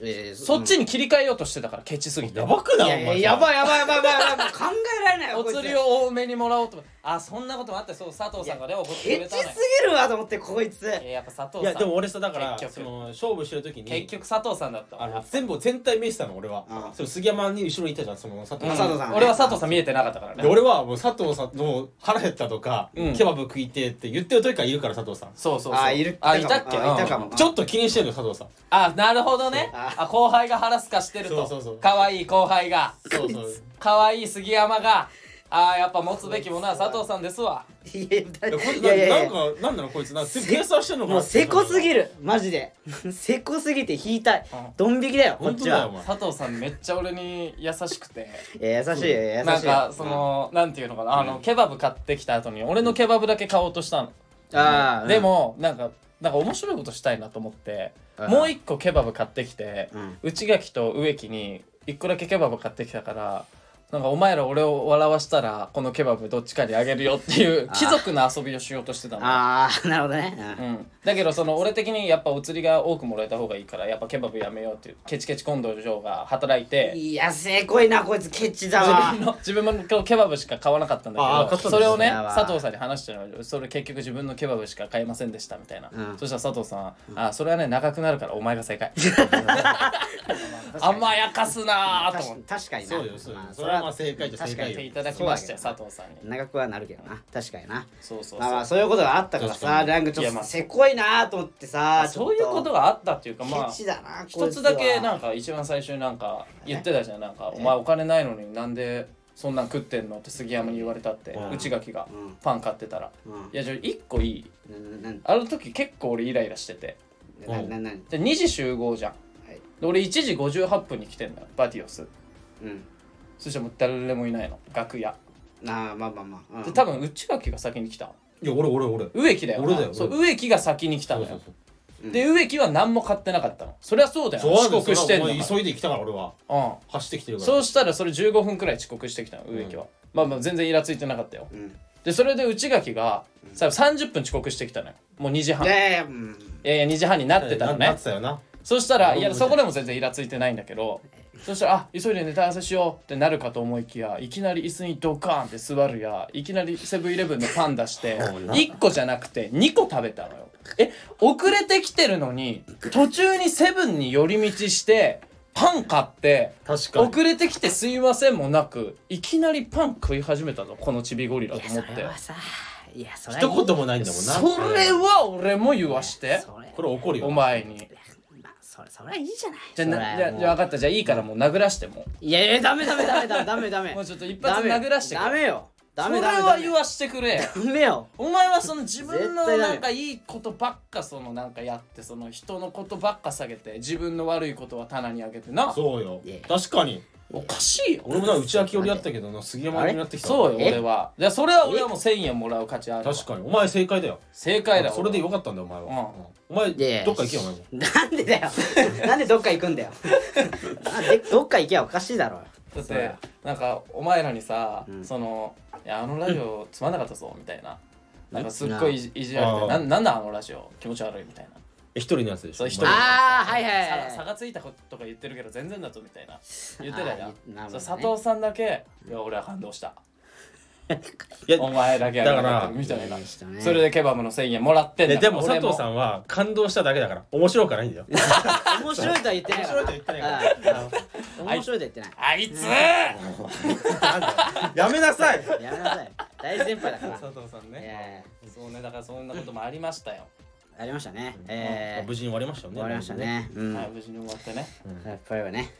[SPEAKER 1] えええ
[SPEAKER 2] そっちに切り替えようとしてたからケチすぎて
[SPEAKER 3] やばく
[SPEAKER 1] い
[SPEAKER 3] ない
[SPEAKER 1] やい
[SPEAKER 3] お前
[SPEAKER 1] ややば
[SPEAKER 3] い
[SPEAKER 1] いやばいやばいやばいやばい考えられないよ
[SPEAKER 2] お釣り
[SPEAKER 1] こ
[SPEAKER 2] を多めにもらおうと思ってあそんなこともあってそう佐藤さんがねおごっ
[SPEAKER 1] いつ
[SPEAKER 2] てく
[SPEAKER 1] ケ
[SPEAKER 2] れ
[SPEAKER 1] チ
[SPEAKER 2] たのよ
[SPEAKER 1] すぎるわと思ってこいつ
[SPEAKER 2] いややっぱ佐藤さん
[SPEAKER 3] いやでも俺さだから
[SPEAKER 2] 結局
[SPEAKER 3] その勝負してる時に
[SPEAKER 2] 結局佐藤さんだった
[SPEAKER 3] あ
[SPEAKER 2] わ
[SPEAKER 3] の全部全体見せたの俺は
[SPEAKER 1] うん
[SPEAKER 3] その杉山に後ろにいたじゃんその佐
[SPEAKER 2] うん
[SPEAKER 3] 藤
[SPEAKER 1] 佐藤さんね
[SPEAKER 2] 俺は佐藤さん見えてなかったから
[SPEAKER 3] で
[SPEAKER 2] ね
[SPEAKER 3] 俺はもう佐藤さんの腹減ったとか、
[SPEAKER 2] うん
[SPEAKER 3] ケバブ食いてえって言ってる時からいるから佐藤さん
[SPEAKER 2] そうそうそう
[SPEAKER 1] あいる
[SPEAKER 2] あいたっけ
[SPEAKER 1] あいたかも
[SPEAKER 2] うん
[SPEAKER 1] あ
[SPEAKER 3] ちょっと気にしてるの佐藤さん
[SPEAKER 2] あなるほどね
[SPEAKER 1] そうあ
[SPEAKER 2] あ後輩が腹すかしてると
[SPEAKER 3] そうそうそう
[SPEAKER 2] 可愛い後輩が
[SPEAKER 3] そうそう
[SPEAKER 2] 可愛い杉山があーやっぱ持つべきものは佐藤さんですわ
[SPEAKER 1] いやだ
[SPEAKER 3] いやこい
[SPEAKER 1] い
[SPEAKER 3] つ
[SPEAKER 1] やいやい
[SPEAKER 3] な
[SPEAKER 1] や
[SPEAKER 3] んかなんなのこいつなんか計算してんのか
[SPEAKER 1] もう
[SPEAKER 3] な
[SPEAKER 1] せこすぎ
[SPEAKER 3] る
[SPEAKER 1] るマジでせこすぎて引いたい
[SPEAKER 2] うん
[SPEAKER 1] ドン引きだよこっ
[SPEAKER 3] 本当
[SPEAKER 1] ち
[SPEAKER 3] だよお
[SPEAKER 1] は
[SPEAKER 3] 前
[SPEAKER 2] 佐藤さんめっちゃ俺に優しくて
[SPEAKER 1] いや優しいよ優しいよ
[SPEAKER 2] なんかそのなんていうのかなあのケバブ買ってきた後に俺のケバブだけ買おうとしたの
[SPEAKER 1] ああ
[SPEAKER 2] で、もなんかなんか面白いことしたいなと思って
[SPEAKER 1] うん
[SPEAKER 2] もう一個ケバブ買ってきて
[SPEAKER 1] うん
[SPEAKER 2] 内垣と植木に一個だけケバブ買ってきたからなんかお前ら俺を笑わしたらこのケバブどっちかにあげるよっていう貴族の遊びをしようとしてたの。
[SPEAKER 1] ああなるほどね、
[SPEAKER 2] う
[SPEAKER 1] うん
[SPEAKER 2] ん、だけどその俺的にやっぱお釣りが多くもらえた方がいいからやっぱケバブやめようっていうケチケチコンドル嬢が働いて
[SPEAKER 1] いやせこいなこいつケチだ
[SPEAKER 2] 自
[SPEAKER 1] わ
[SPEAKER 2] 分の自分も今日ケバブしか買わなかったん
[SPEAKER 3] あ
[SPEAKER 2] だ
[SPEAKER 3] ー
[SPEAKER 2] けど
[SPEAKER 3] 買ったんです
[SPEAKER 2] それをね
[SPEAKER 1] それは
[SPEAKER 2] 佐藤さんに話してるのそれ結局自分のケバブしか買えませんでしたみたいな、
[SPEAKER 1] うん
[SPEAKER 2] そしたら佐藤さんは「あーそれはね長くなるからお前が正 解」甘やかすなーと
[SPEAKER 1] 確
[SPEAKER 2] 思
[SPEAKER 1] か
[SPEAKER 2] っ
[SPEAKER 1] に確かにな
[SPEAKER 3] そうよそうよそれはまあ正解じゃ
[SPEAKER 1] 確
[SPEAKER 3] 正
[SPEAKER 1] か
[SPEAKER 3] 解
[SPEAKER 2] て
[SPEAKER 1] に
[SPEAKER 2] い
[SPEAKER 3] よ
[SPEAKER 2] ただきましたよ
[SPEAKER 1] そうだ
[SPEAKER 2] 佐
[SPEAKER 1] けど
[SPEAKER 2] 藤さんに
[SPEAKER 1] 長くはなるけどな確かにな
[SPEAKER 2] そうそうそう、
[SPEAKER 1] まあまあそういうことがあったから
[SPEAKER 3] 確か
[SPEAKER 1] さ
[SPEAKER 3] に
[SPEAKER 1] なんかちょ
[SPEAKER 2] いや
[SPEAKER 1] っ
[SPEAKER 2] ま
[SPEAKER 1] と
[SPEAKER 2] あ
[SPEAKER 1] せこいなと思ってさちょっ
[SPEAKER 2] そういうことがあったっていうかまあ
[SPEAKER 1] ケチだなこ
[SPEAKER 2] 一
[SPEAKER 1] いつ
[SPEAKER 2] つ
[SPEAKER 1] は
[SPEAKER 2] だけなんか一番最初になんか言ってたじゃんなんか「お前お金ないのになんでそんなん食ってんの?」って杉山に言われたって
[SPEAKER 3] うん
[SPEAKER 2] 内垣が
[SPEAKER 1] うん
[SPEAKER 2] パン買ってたら
[SPEAKER 1] う
[SPEAKER 2] 「いやじゃあ1個いい?」
[SPEAKER 1] んなな
[SPEAKER 2] あの時結構俺イライラしてて
[SPEAKER 1] なななな
[SPEAKER 2] で2時集合じゃん
[SPEAKER 1] はい
[SPEAKER 2] で俺1時58分に来てんだよバティオス
[SPEAKER 1] うん
[SPEAKER 2] そしたらもう誰もいないの楽屋
[SPEAKER 1] なあまあまあまあ、うん
[SPEAKER 2] で多分内垣が先に来た
[SPEAKER 3] いや俺俺俺
[SPEAKER 2] 植木だよな
[SPEAKER 3] 俺だよ
[SPEAKER 2] そう
[SPEAKER 3] 俺
[SPEAKER 2] 植木が先に来た
[SPEAKER 3] そう
[SPEAKER 2] の
[SPEAKER 3] そう
[SPEAKER 2] よ
[SPEAKER 3] そう
[SPEAKER 2] で植木は何も買ってなかったのそりゃそうだよ遅刻してん
[SPEAKER 3] そ
[SPEAKER 2] の
[SPEAKER 3] うなんですよお前急いで来たから俺は
[SPEAKER 2] うん
[SPEAKER 3] 走ってきてるから
[SPEAKER 2] そうしたらそれ15分くらい遅刻してきたの植木は、まあまあ全然イラついてなかったよ
[SPEAKER 1] うん
[SPEAKER 2] でそれで内垣がさ30分遅刻してきたのよもう2時半い
[SPEAKER 1] でうん
[SPEAKER 2] やいや2時半になってたの
[SPEAKER 3] なな
[SPEAKER 2] ね
[SPEAKER 3] ってたよな
[SPEAKER 2] そしたらい
[SPEAKER 3] 俺
[SPEAKER 2] や
[SPEAKER 3] も
[SPEAKER 2] そこでも全然イラついてないんだけどそしたらあ急いでネタ合わせしようってなるかと思いきやいきなり椅子にドカーンって座るやいきなりセブンイレブンのパン出して
[SPEAKER 3] そうな
[SPEAKER 2] 1個じゃなくて2個食べたのよえ遅れてきてるのに途中にセブンに寄り道してパン買って
[SPEAKER 3] 確かに
[SPEAKER 2] 遅れてきてすいませんもなくいきなりパン食い始めたのこのちびゴリラと思っ
[SPEAKER 1] い
[SPEAKER 2] て
[SPEAKER 1] やそれはさいやそれはいい
[SPEAKER 3] 一言もないんだもんな
[SPEAKER 2] それは俺も言わして
[SPEAKER 1] それ
[SPEAKER 3] これ怒るよ
[SPEAKER 2] お前に
[SPEAKER 1] まあそれそれはいいじゃない
[SPEAKER 2] じゃあなじゃ
[SPEAKER 1] それはもう
[SPEAKER 2] あじゃあ分かったじゃあいいからもう殴らしても
[SPEAKER 1] いやいやダメダメダメダメダメダメ
[SPEAKER 2] もうちょっと一発殴らしてくれ
[SPEAKER 1] ダメよダメ
[SPEAKER 2] そ
[SPEAKER 1] ダメダ
[SPEAKER 2] れ
[SPEAKER 1] メ
[SPEAKER 2] は言わしてくれ
[SPEAKER 1] ダメよ
[SPEAKER 2] お前はその自分の
[SPEAKER 1] 絶対ダメ
[SPEAKER 2] なんかいいことばっかそのなんかやってその人のことばっか下げて自分の悪いことは棚にあげてな
[SPEAKER 3] そうよ
[SPEAKER 1] いや
[SPEAKER 3] 確かに
[SPEAKER 2] おかしいよ
[SPEAKER 3] 俺もな内秋寄りだったけどな杉山寄りになってきた
[SPEAKER 2] そうよ
[SPEAKER 1] え
[SPEAKER 2] 俺はじゃあそれは俺はもう1000円もらう価値あるわ
[SPEAKER 3] 確かにお前正解だよ
[SPEAKER 2] 正解だ
[SPEAKER 3] それでよ
[SPEAKER 2] か
[SPEAKER 3] かったんだよお前は
[SPEAKER 2] うん
[SPEAKER 3] うんお前
[SPEAKER 1] いやいや
[SPEAKER 3] どっか行けよお前も
[SPEAKER 1] なんで だよなんでどっか行くん だよなんでどっか行けばおかしいだろ
[SPEAKER 2] だっ
[SPEAKER 1] そり
[SPEAKER 2] て
[SPEAKER 1] ゃ
[SPEAKER 2] なんかお前らにさ、
[SPEAKER 1] うん
[SPEAKER 2] その「いやあのラジオつまんなかったぞ」みたいななんかすっごいいじいじられ
[SPEAKER 3] あ
[SPEAKER 2] て
[SPEAKER 3] ー
[SPEAKER 2] 「なんなんだあのラジオ気持ち悪い」みたいな
[SPEAKER 3] え一人のやつでし
[SPEAKER 2] そ
[SPEAKER 3] ょ
[SPEAKER 2] う一人
[SPEAKER 3] お前
[SPEAKER 1] あーはいはいはい
[SPEAKER 2] さ差がついたこととか言ってるけど全然だとみたいな言ってたじゃ
[SPEAKER 1] あ
[SPEAKER 2] ん
[SPEAKER 1] ーなるほどね
[SPEAKER 2] そう佐藤さんだけ「いや俺は感動した」
[SPEAKER 3] いや
[SPEAKER 2] お前だけやらなかった
[SPEAKER 3] だから
[SPEAKER 2] みたいな、
[SPEAKER 1] いい人ね
[SPEAKER 2] それでケバブの1000円もらってんだ
[SPEAKER 3] え
[SPEAKER 2] から
[SPEAKER 3] でも佐藤さ
[SPEAKER 2] ん
[SPEAKER 3] んは感動しただけだから面白くはないんだよ
[SPEAKER 1] 面白いとは言ってない
[SPEAKER 3] 面白いとは言
[SPEAKER 1] ってない面白いとは言ってない
[SPEAKER 2] あいつ
[SPEAKER 3] やめなさい
[SPEAKER 1] やめなさい大先輩だ から
[SPEAKER 2] 佐藤さんね
[SPEAKER 1] え
[SPEAKER 2] そうねだからそんなこともありましたよ、
[SPEAKER 1] ーありましたねえー
[SPEAKER 3] 無事に終わりましたよ
[SPEAKER 1] 終
[SPEAKER 3] ね
[SPEAKER 1] わりましたねうん
[SPEAKER 2] はい無事に終わってね
[SPEAKER 1] やっぱりはね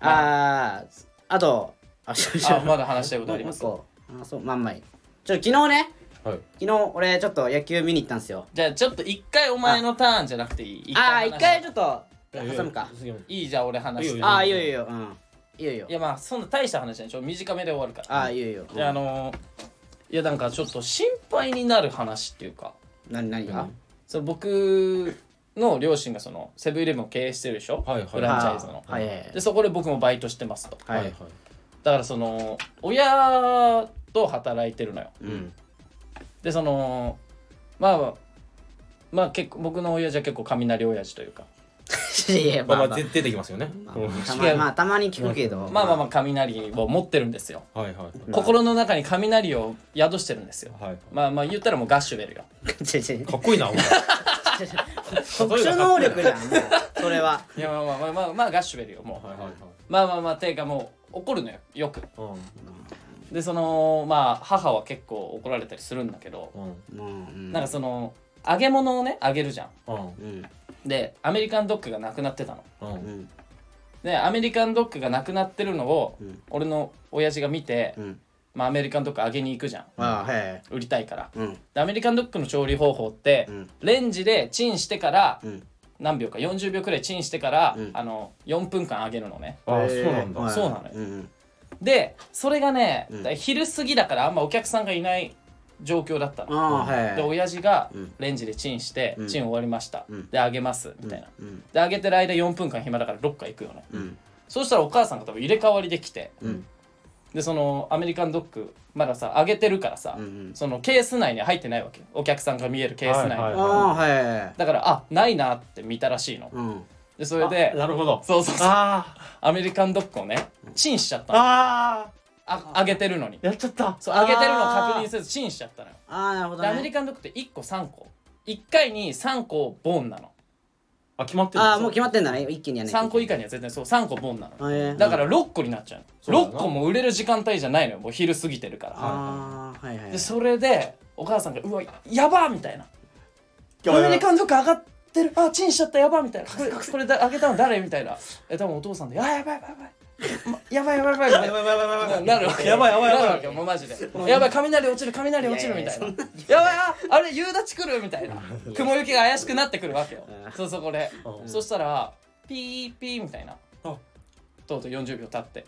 [SPEAKER 1] あーあとあそうそう
[SPEAKER 2] あまだ話したいことあります
[SPEAKER 1] もう一個あそうまんまいちょっと昨日ね
[SPEAKER 3] はい
[SPEAKER 1] 昨日俺ちょっと野球見に行ったんですよ
[SPEAKER 2] じゃあちょっと一回お前のターンじゃなくていい
[SPEAKER 1] ああー一回
[SPEAKER 2] 話
[SPEAKER 1] ちょっと挟むか
[SPEAKER 3] 杉山
[SPEAKER 2] いいじゃあ俺話して
[SPEAKER 3] いいよ
[SPEAKER 1] ああいいよいいようんいいよいいよ
[SPEAKER 2] いやまあそんな大した話じゃないちょっと短めで終わるから
[SPEAKER 1] ああいいよいいよ
[SPEAKER 2] であのーいやなんかちょっと心配になる話っていうか
[SPEAKER 1] 何何が
[SPEAKER 2] その僕の両親がそのセブンイレブンを経営してるでしょ、
[SPEAKER 3] はいはい
[SPEAKER 2] フランチャイズの
[SPEAKER 1] あーはいはい
[SPEAKER 2] でそこで僕もバイトしてますと
[SPEAKER 1] はい
[SPEAKER 3] はいはい
[SPEAKER 2] だからその親と働いてるのよ
[SPEAKER 1] うん
[SPEAKER 2] でそのまあまあ結構僕の親父は結構雷親父というか
[SPEAKER 1] いや
[SPEAKER 3] ま
[SPEAKER 1] ま
[SPEAKER 3] あ
[SPEAKER 1] あ
[SPEAKER 3] ま
[SPEAKER 1] ま
[SPEAKER 3] あ
[SPEAKER 1] あ
[SPEAKER 3] 出てきますよね
[SPEAKER 1] ま
[SPEAKER 3] うん
[SPEAKER 1] あたままあたまに聞くけど
[SPEAKER 2] まあまあまあ雷を持ってるんですよ
[SPEAKER 3] はいはい
[SPEAKER 2] 心の中に雷を宿してるんですよ
[SPEAKER 3] はい
[SPEAKER 2] まあまあ言ったらもうガッシュベルよ
[SPEAKER 1] 違う違う
[SPEAKER 3] かっこいいなお前
[SPEAKER 1] 特殊能力じゃんもうそれはい
[SPEAKER 2] やまあまあまあまあ、まあ、ガッシュベルよもう、
[SPEAKER 3] はいはいはい
[SPEAKER 2] まあまあまあていうかもう怒るのよよく
[SPEAKER 3] う
[SPEAKER 2] でそのまあ母は結構怒られたりするんだけど、
[SPEAKER 3] んうん
[SPEAKER 1] もううん
[SPEAKER 2] なんかその揚げ物をね揚げるじゃん
[SPEAKER 3] うん
[SPEAKER 1] うん
[SPEAKER 2] でアメリカンドッグがなくなってたの
[SPEAKER 3] うん
[SPEAKER 1] うん
[SPEAKER 2] でアメリカンドッグがなくなってるのを、
[SPEAKER 1] うん
[SPEAKER 2] 俺の親父が見て、
[SPEAKER 1] うん
[SPEAKER 2] まあ、アメリカンドッグ揚げに行くじゃん
[SPEAKER 1] ああはい
[SPEAKER 2] 売りたいから
[SPEAKER 1] うん
[SPEAKER 2] でアメリカンドッグの調理方法って、
[SPEAKER 1] うん
[SPEAKER 2] レンジでチンしてから
[SPEAKER 1] うん
[SPEAKER 2] 何秒か40秒くらいチンしてから、
[SPEAKER 1] うん
[SPEAKER 2] あの4分間揚げるのね
[SPEAKER 3] ああそうなんだ
[SPEAKER 1] はい
[SPEAKER 2] そうなのよ
[SPEAKER 1] うん
[SPEAKER 2] でそれがね、
[SPEAKER 1] うん
[SPEAKER 2] だから昼過ぎだからあんまお客さんがいない状況だったの
[SPEAKER 1] ああはい
[SPEAKER 2] で親父が
[SPEAKER 1] うん
[SPEAKER 2] レンジでチンして、
[SPEAKER 1] うん
[SPEAKER 2] チン終わりました、
[SPEAKER 1] うん
[SPEAKER 2] で揚げますみたいな、
[SPEAKER 1] うん
[SPEAKER 2] で揚げてる間4分間暇だからどっか行くよね
[SPEAKER 1] うん
[SPEAKER 2] そうしたらお母さんが多分入れ替わりできて、
[SPEAKER 1] うん
[SPEAKER 2] でそのアメリカンドッグまださ揚げてるからさ、
[SPEAKER 1] うんうん
[SPEAKER 2] そのケース内には入ってないわけお客さんが見えるケース内に、
[SPEAKER 3] はい
[SPEAKER 1] ああはい
[SPEAKER 2] だからあないなって見たらしいの
[SPEAKER 1] うん
[SPEAKER 2] でそれで
[SPEAKER 3] あなるほど
[SPEAKER 2] そうそうそう
[SPEAKER 3] あ
[SPEAKER 2] アメリカンドッグをねチンしちゃったの
[SPEAKER 3] ああ
[SPEAKER 2] あ揚げてるのに
[SPEAKER 3] やっちゃった
[SPEAKER 2] そう揚げてるのを確認
[SPEAKER 3] す
[SPEAKER 2] せずチンしちゃったのよ
[SPEAKER 1] ああなるほど
[SPEAKER 2] でアメリ
[SPEAKER 1] ね
[SPEAKER 2] カンドッグって1個3個1回に3個ボンなの
[SPEAKER 3] あ決まってる
[SPEAKER 1] ああもう決まってんだね一気にやね
[SPEAKER 2] 3個以下には絶対そう3個ボンなの
[SPEAKER 1] へえ
[SPEAKER 2] だから6個になっちゃう
[SPEAKER 3] そうだ
[SPEAKER 2] の
[SPEAKER 3] な
[SPEAKER 2] 6個も売れる時間帯じゃないのよもう昼過ぎてるから
[SPEAKER 1] ああはいはい
[SPEAKER 2] でそれでお母さんが「うわやば!」みたいな「
[SPEAKER 3] や
[SPEAKER 2] ア
[SPEAKER 3] ばい
[SPEAKER 2] メリカンドッグ上がってるあチンしちゃったやば!」みたいな「これこれだ開けたの誰?」みたいな「え多分お父さんで「あやばいやばいやばい」ま 「やばいやばいやばい」みたいな。
[SPEAKER 3] やばいやばいやばい
[SPEAKER 2] なるわけ
[SPEAKER 3] やばいやばいやばい
[SPEAKER 2] なるわけもうマジでやばい雷落ちる雷落ちるみた いなやばいああれ夕立来るみたいな雲行きが怪しくなってくるわけよ
[SPEAKER 1] うん
[SPEAKER 2] そうそこで
[SPEAKER 3] うん
[SPEAKER 2] そしたらピーピーみたいな
[SPEAKER 3] あ
[SPEAKER 2] とうとう40秒経って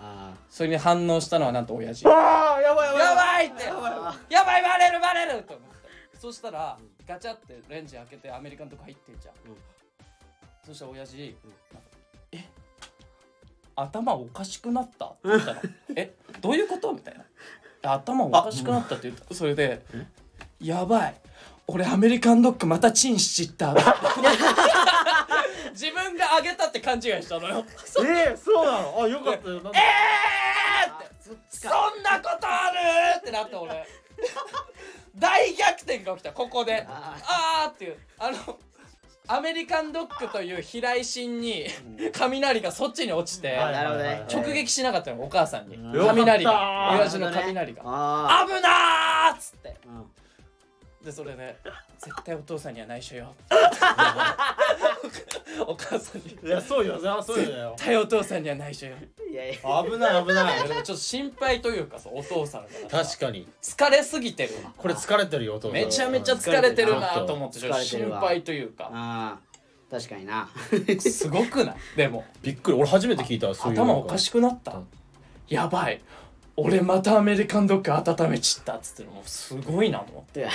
[SPEAKER 1] あ
[SPEAKER 2] それに反応したのはなんと親父
[SPEAKER 3] ああやばいやばい
[SPEAKER 2] やばいってやばいバレるバレると思ってそしたらガチャってレンジ開けてアメリカンとか入ってんじゃん、
[SPEAKER 1] うん
[SPEAKER 2] そしたら親父、
[SPEAKER 1] うん
[SPEAKER 2] え頭おかしくなったって言った のえどういうことみたいな頭おかしくなったって言ったそれでやばい俺アメリカンドッグまたチンしちった 自分があげたって勘違いしたのよそ
[SPEAKER 3] えーそうなのあよかったよなんだ
[SPEAKER 2] えーって
[SPEAKER 1] そっち
[SPEAKER 2] そ
[SPEAKER 1] か
[SPEAKER 2] んなことあるってなった俺大逆転が起きたここで
[SPEAKER 1] あ
[SPEAKER 2] あーっていうあのアメリカンドッグという飛来心に雷がそっちに落ちて
[SPEAKER 1] なるほどね
[SPEAKER 2] 直撃しなかったのお母さんに
[SPEAKER 1] うん
[SPEAKER 2] 雷
[SPEAKER 3] よか
[SPEAKER 2] が
[SPEAKER 3] った
[SPEAKER 2] 親父の雷が「
[SPEAKER 1] あ
[SPEAKER 2] 危なー!」っつって
[SPEAKER 1] あうん
[SPEAKER 2] でそれで「絶対お父さんには内緒 よ」お母さんに
[SPEAKER 3] いやそうよそうよ
[SPEAKER 2] 「絶対お父さんには内緒よ」
[SPEAKER 1] いやいや
[SPEAKER 3] 危ない危ない
[SPEAKER 2] でもちょっと心配というかそうお父さんが
[SPEAKER 3] 確かに
[SPEAKER 2] 疲れすぎてる
[SPEAKER 3] これ疲れてるよお父さん
[SPEAKER 2] めちゃめちゃ疲れてるなと思ってちょっと
[SPEAKER 1] 疲れて
[SPEAKER 2] 心
[SPEAKER 1] るわ
[SPEAKER 2] 配という か
[SPEAKER 1] ああ確かにな
[SPEAKER 2] すごくないでも
[SPEAKER 3] びっくり俺初めて聞いたそういう
[SPEAKER 2] 頭おかしくなったやばい俺またアメリカンドッグ温めちったっつってのもうすごいなと思って
[SPEAKER 1] いや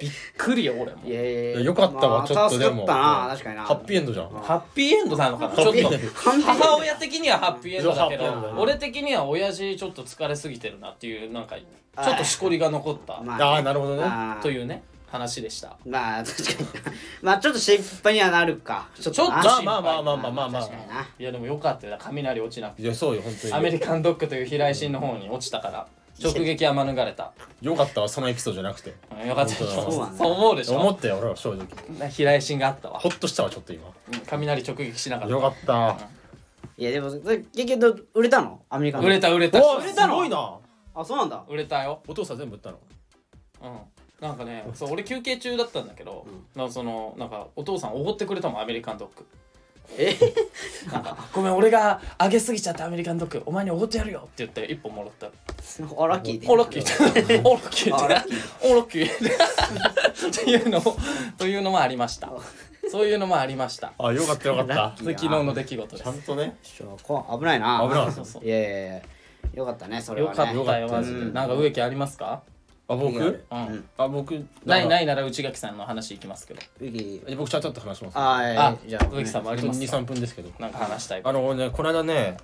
[SPEAKER 2] びっくりよ俺も
[SPEAKER 1] いやいやいや
[SPEAKER 3] よかったわ
[SPEAKER 1] まあ
[SPEAKER 3] ちょっとで
[SPEAKER 1] 助
[SPEAKER 3] も
[SPEAKER 1] かったな確かにな
[SPEAKER 3] ハッピーエンドじゃん
[SPEAKER 2] ハッピーエンドなのかなちょっ
[SPEAKER 3] ハッピーエ
[SPEAKER 2] と
[SPEAKER 3] ンド
[SPEAKER 2] 母親的にはハッピーエンドだけ
[SPEAKER 3] ハッピーエンドだ
[SPEAKER 2] ど
[SPEAKER 3] ね
[SPEAKER 2] 俺的には親父ちょっと疲れすぎてるなっていうなんかちょっとしこりが残った
[SPEAKER 1] ま
[SPEAKER 3] ああなるほどね
[SPEAKER 1] ああ
[SPEAKER 2] というね話でした
[SPEAKER 1] まあ確かになまあちょっと心配にはなるかちょ
[SPEAKER 2] ちょっと
[SPEAKER 1] な
[SPEAKER 2] ま
[SPEAKER 3] まあまあまあまあまあまあ
[SPEAKER 1] 確かにない
[SPEAKER 2] やでもよかったよな雷落ちなくて
[SPEAKER 3] いやそうよ本当に
[SPEAKER 2] アメリカンドッグという飛来心の方に落ちたから直撃は免れた、
[SPEAKER 3] よかったわそのエピソードじゃなくて
[SPEAKER 2] うんよかったでしょ
[SPEAKER 3] 本
[SPEAKER 1] 当だ
[SPEAKER 2] そう思うでし
[SPEAKER 3] 思
[SPEAKER 2] ょ
[SPEAKER 3] ったよ俺は正直
[SPEAKER 2] 飛来心があったわ
[SPEAKER 3] ほっとしたわちょっと今
[SPEAKER 2] うん雷直撃しなかっ
[SPEAKER 3] よかった
[SPEAKER 1] いやでもそれ結局ど売れたのアメリカ
[SPEAKER 2] た
[SPEAKER 1] の
[SPEAKER 2] 売れた売れた
[SPEAKER 3] お
[SPEAKER 1] 売れたの
[SPEAKER 3] すごいな
[SPEAKER 1] あそうなんだ
[SPEAKER 2] 売れたよ
[SPEAKER 3] お父さん全部売ったの
[SPEAKER 2] うんなんかねそう俺休憩中だったんだけど、なんかそのなんかお父さんおごってくれたもんアメリカンドッ グ
[SPEAKER 1] え
[SPEAKER 2] なんか「ごめん俺が上げすぎちゃったアメリカンドッグお前におごってやるよ」って言って一本もらった
[SPEAKER 1] オラッキーで
[SPEAKER 2] オロッキ ーオロッキー
[SPEAKER 1] あラッ
[SPEAKER 2] オロッキーというのもというのもありましたそういうのもありました
[SPEAKER 3] あよかったよか った
[SPEAKER 2] 昨日の出来事で
[SPEAKER 3] ち
[SPEAKER 2] す
[SPEAKER 3] ゃんとね
[SPEAKER 1] ちょこ危ないな
[SPEAKER 3] 危なかっ
[SPEAKER 2] そう
[SPEAKER 3] た
[SPEAKER 2] そう
[SPEAKER 1] いやいやいやよかったねそれ
[SPEAKER 2] よ
[SPEAKER 1] は
[SPEAKER 2] か
[SPEAKER 1] ね
[SPEAKER 2] ったよ
[SPEAKER 3] よか
[SPEAKER 2] マ
[SPEAKER 3] った
[SPEAKER 2] ジでなんか植木ありますか
[SPEAKER 3] あ僕
[SPEAKER 2] うん、
[SPEAKER 3] あ僕
[SPEAKER 2] ないないいなら内垣さんの話いきますけど
[SPEAKER 1] ウィキ
[SPEAKER 3] 僕ちゃんと話します
[SPEAKER 1] あーいや
[SPEAKER 2] あ
[SPEAKER 1] いやじゃあ
[SPEAKER 2] 植木さんもあります
[SPEAKER 3] 二
[SPEAKER 2] か
[SPEAKER 3] 三分ですけど
[SPEAKER 2] なんか話したい
[SPEAKER 3] あのねこの間ね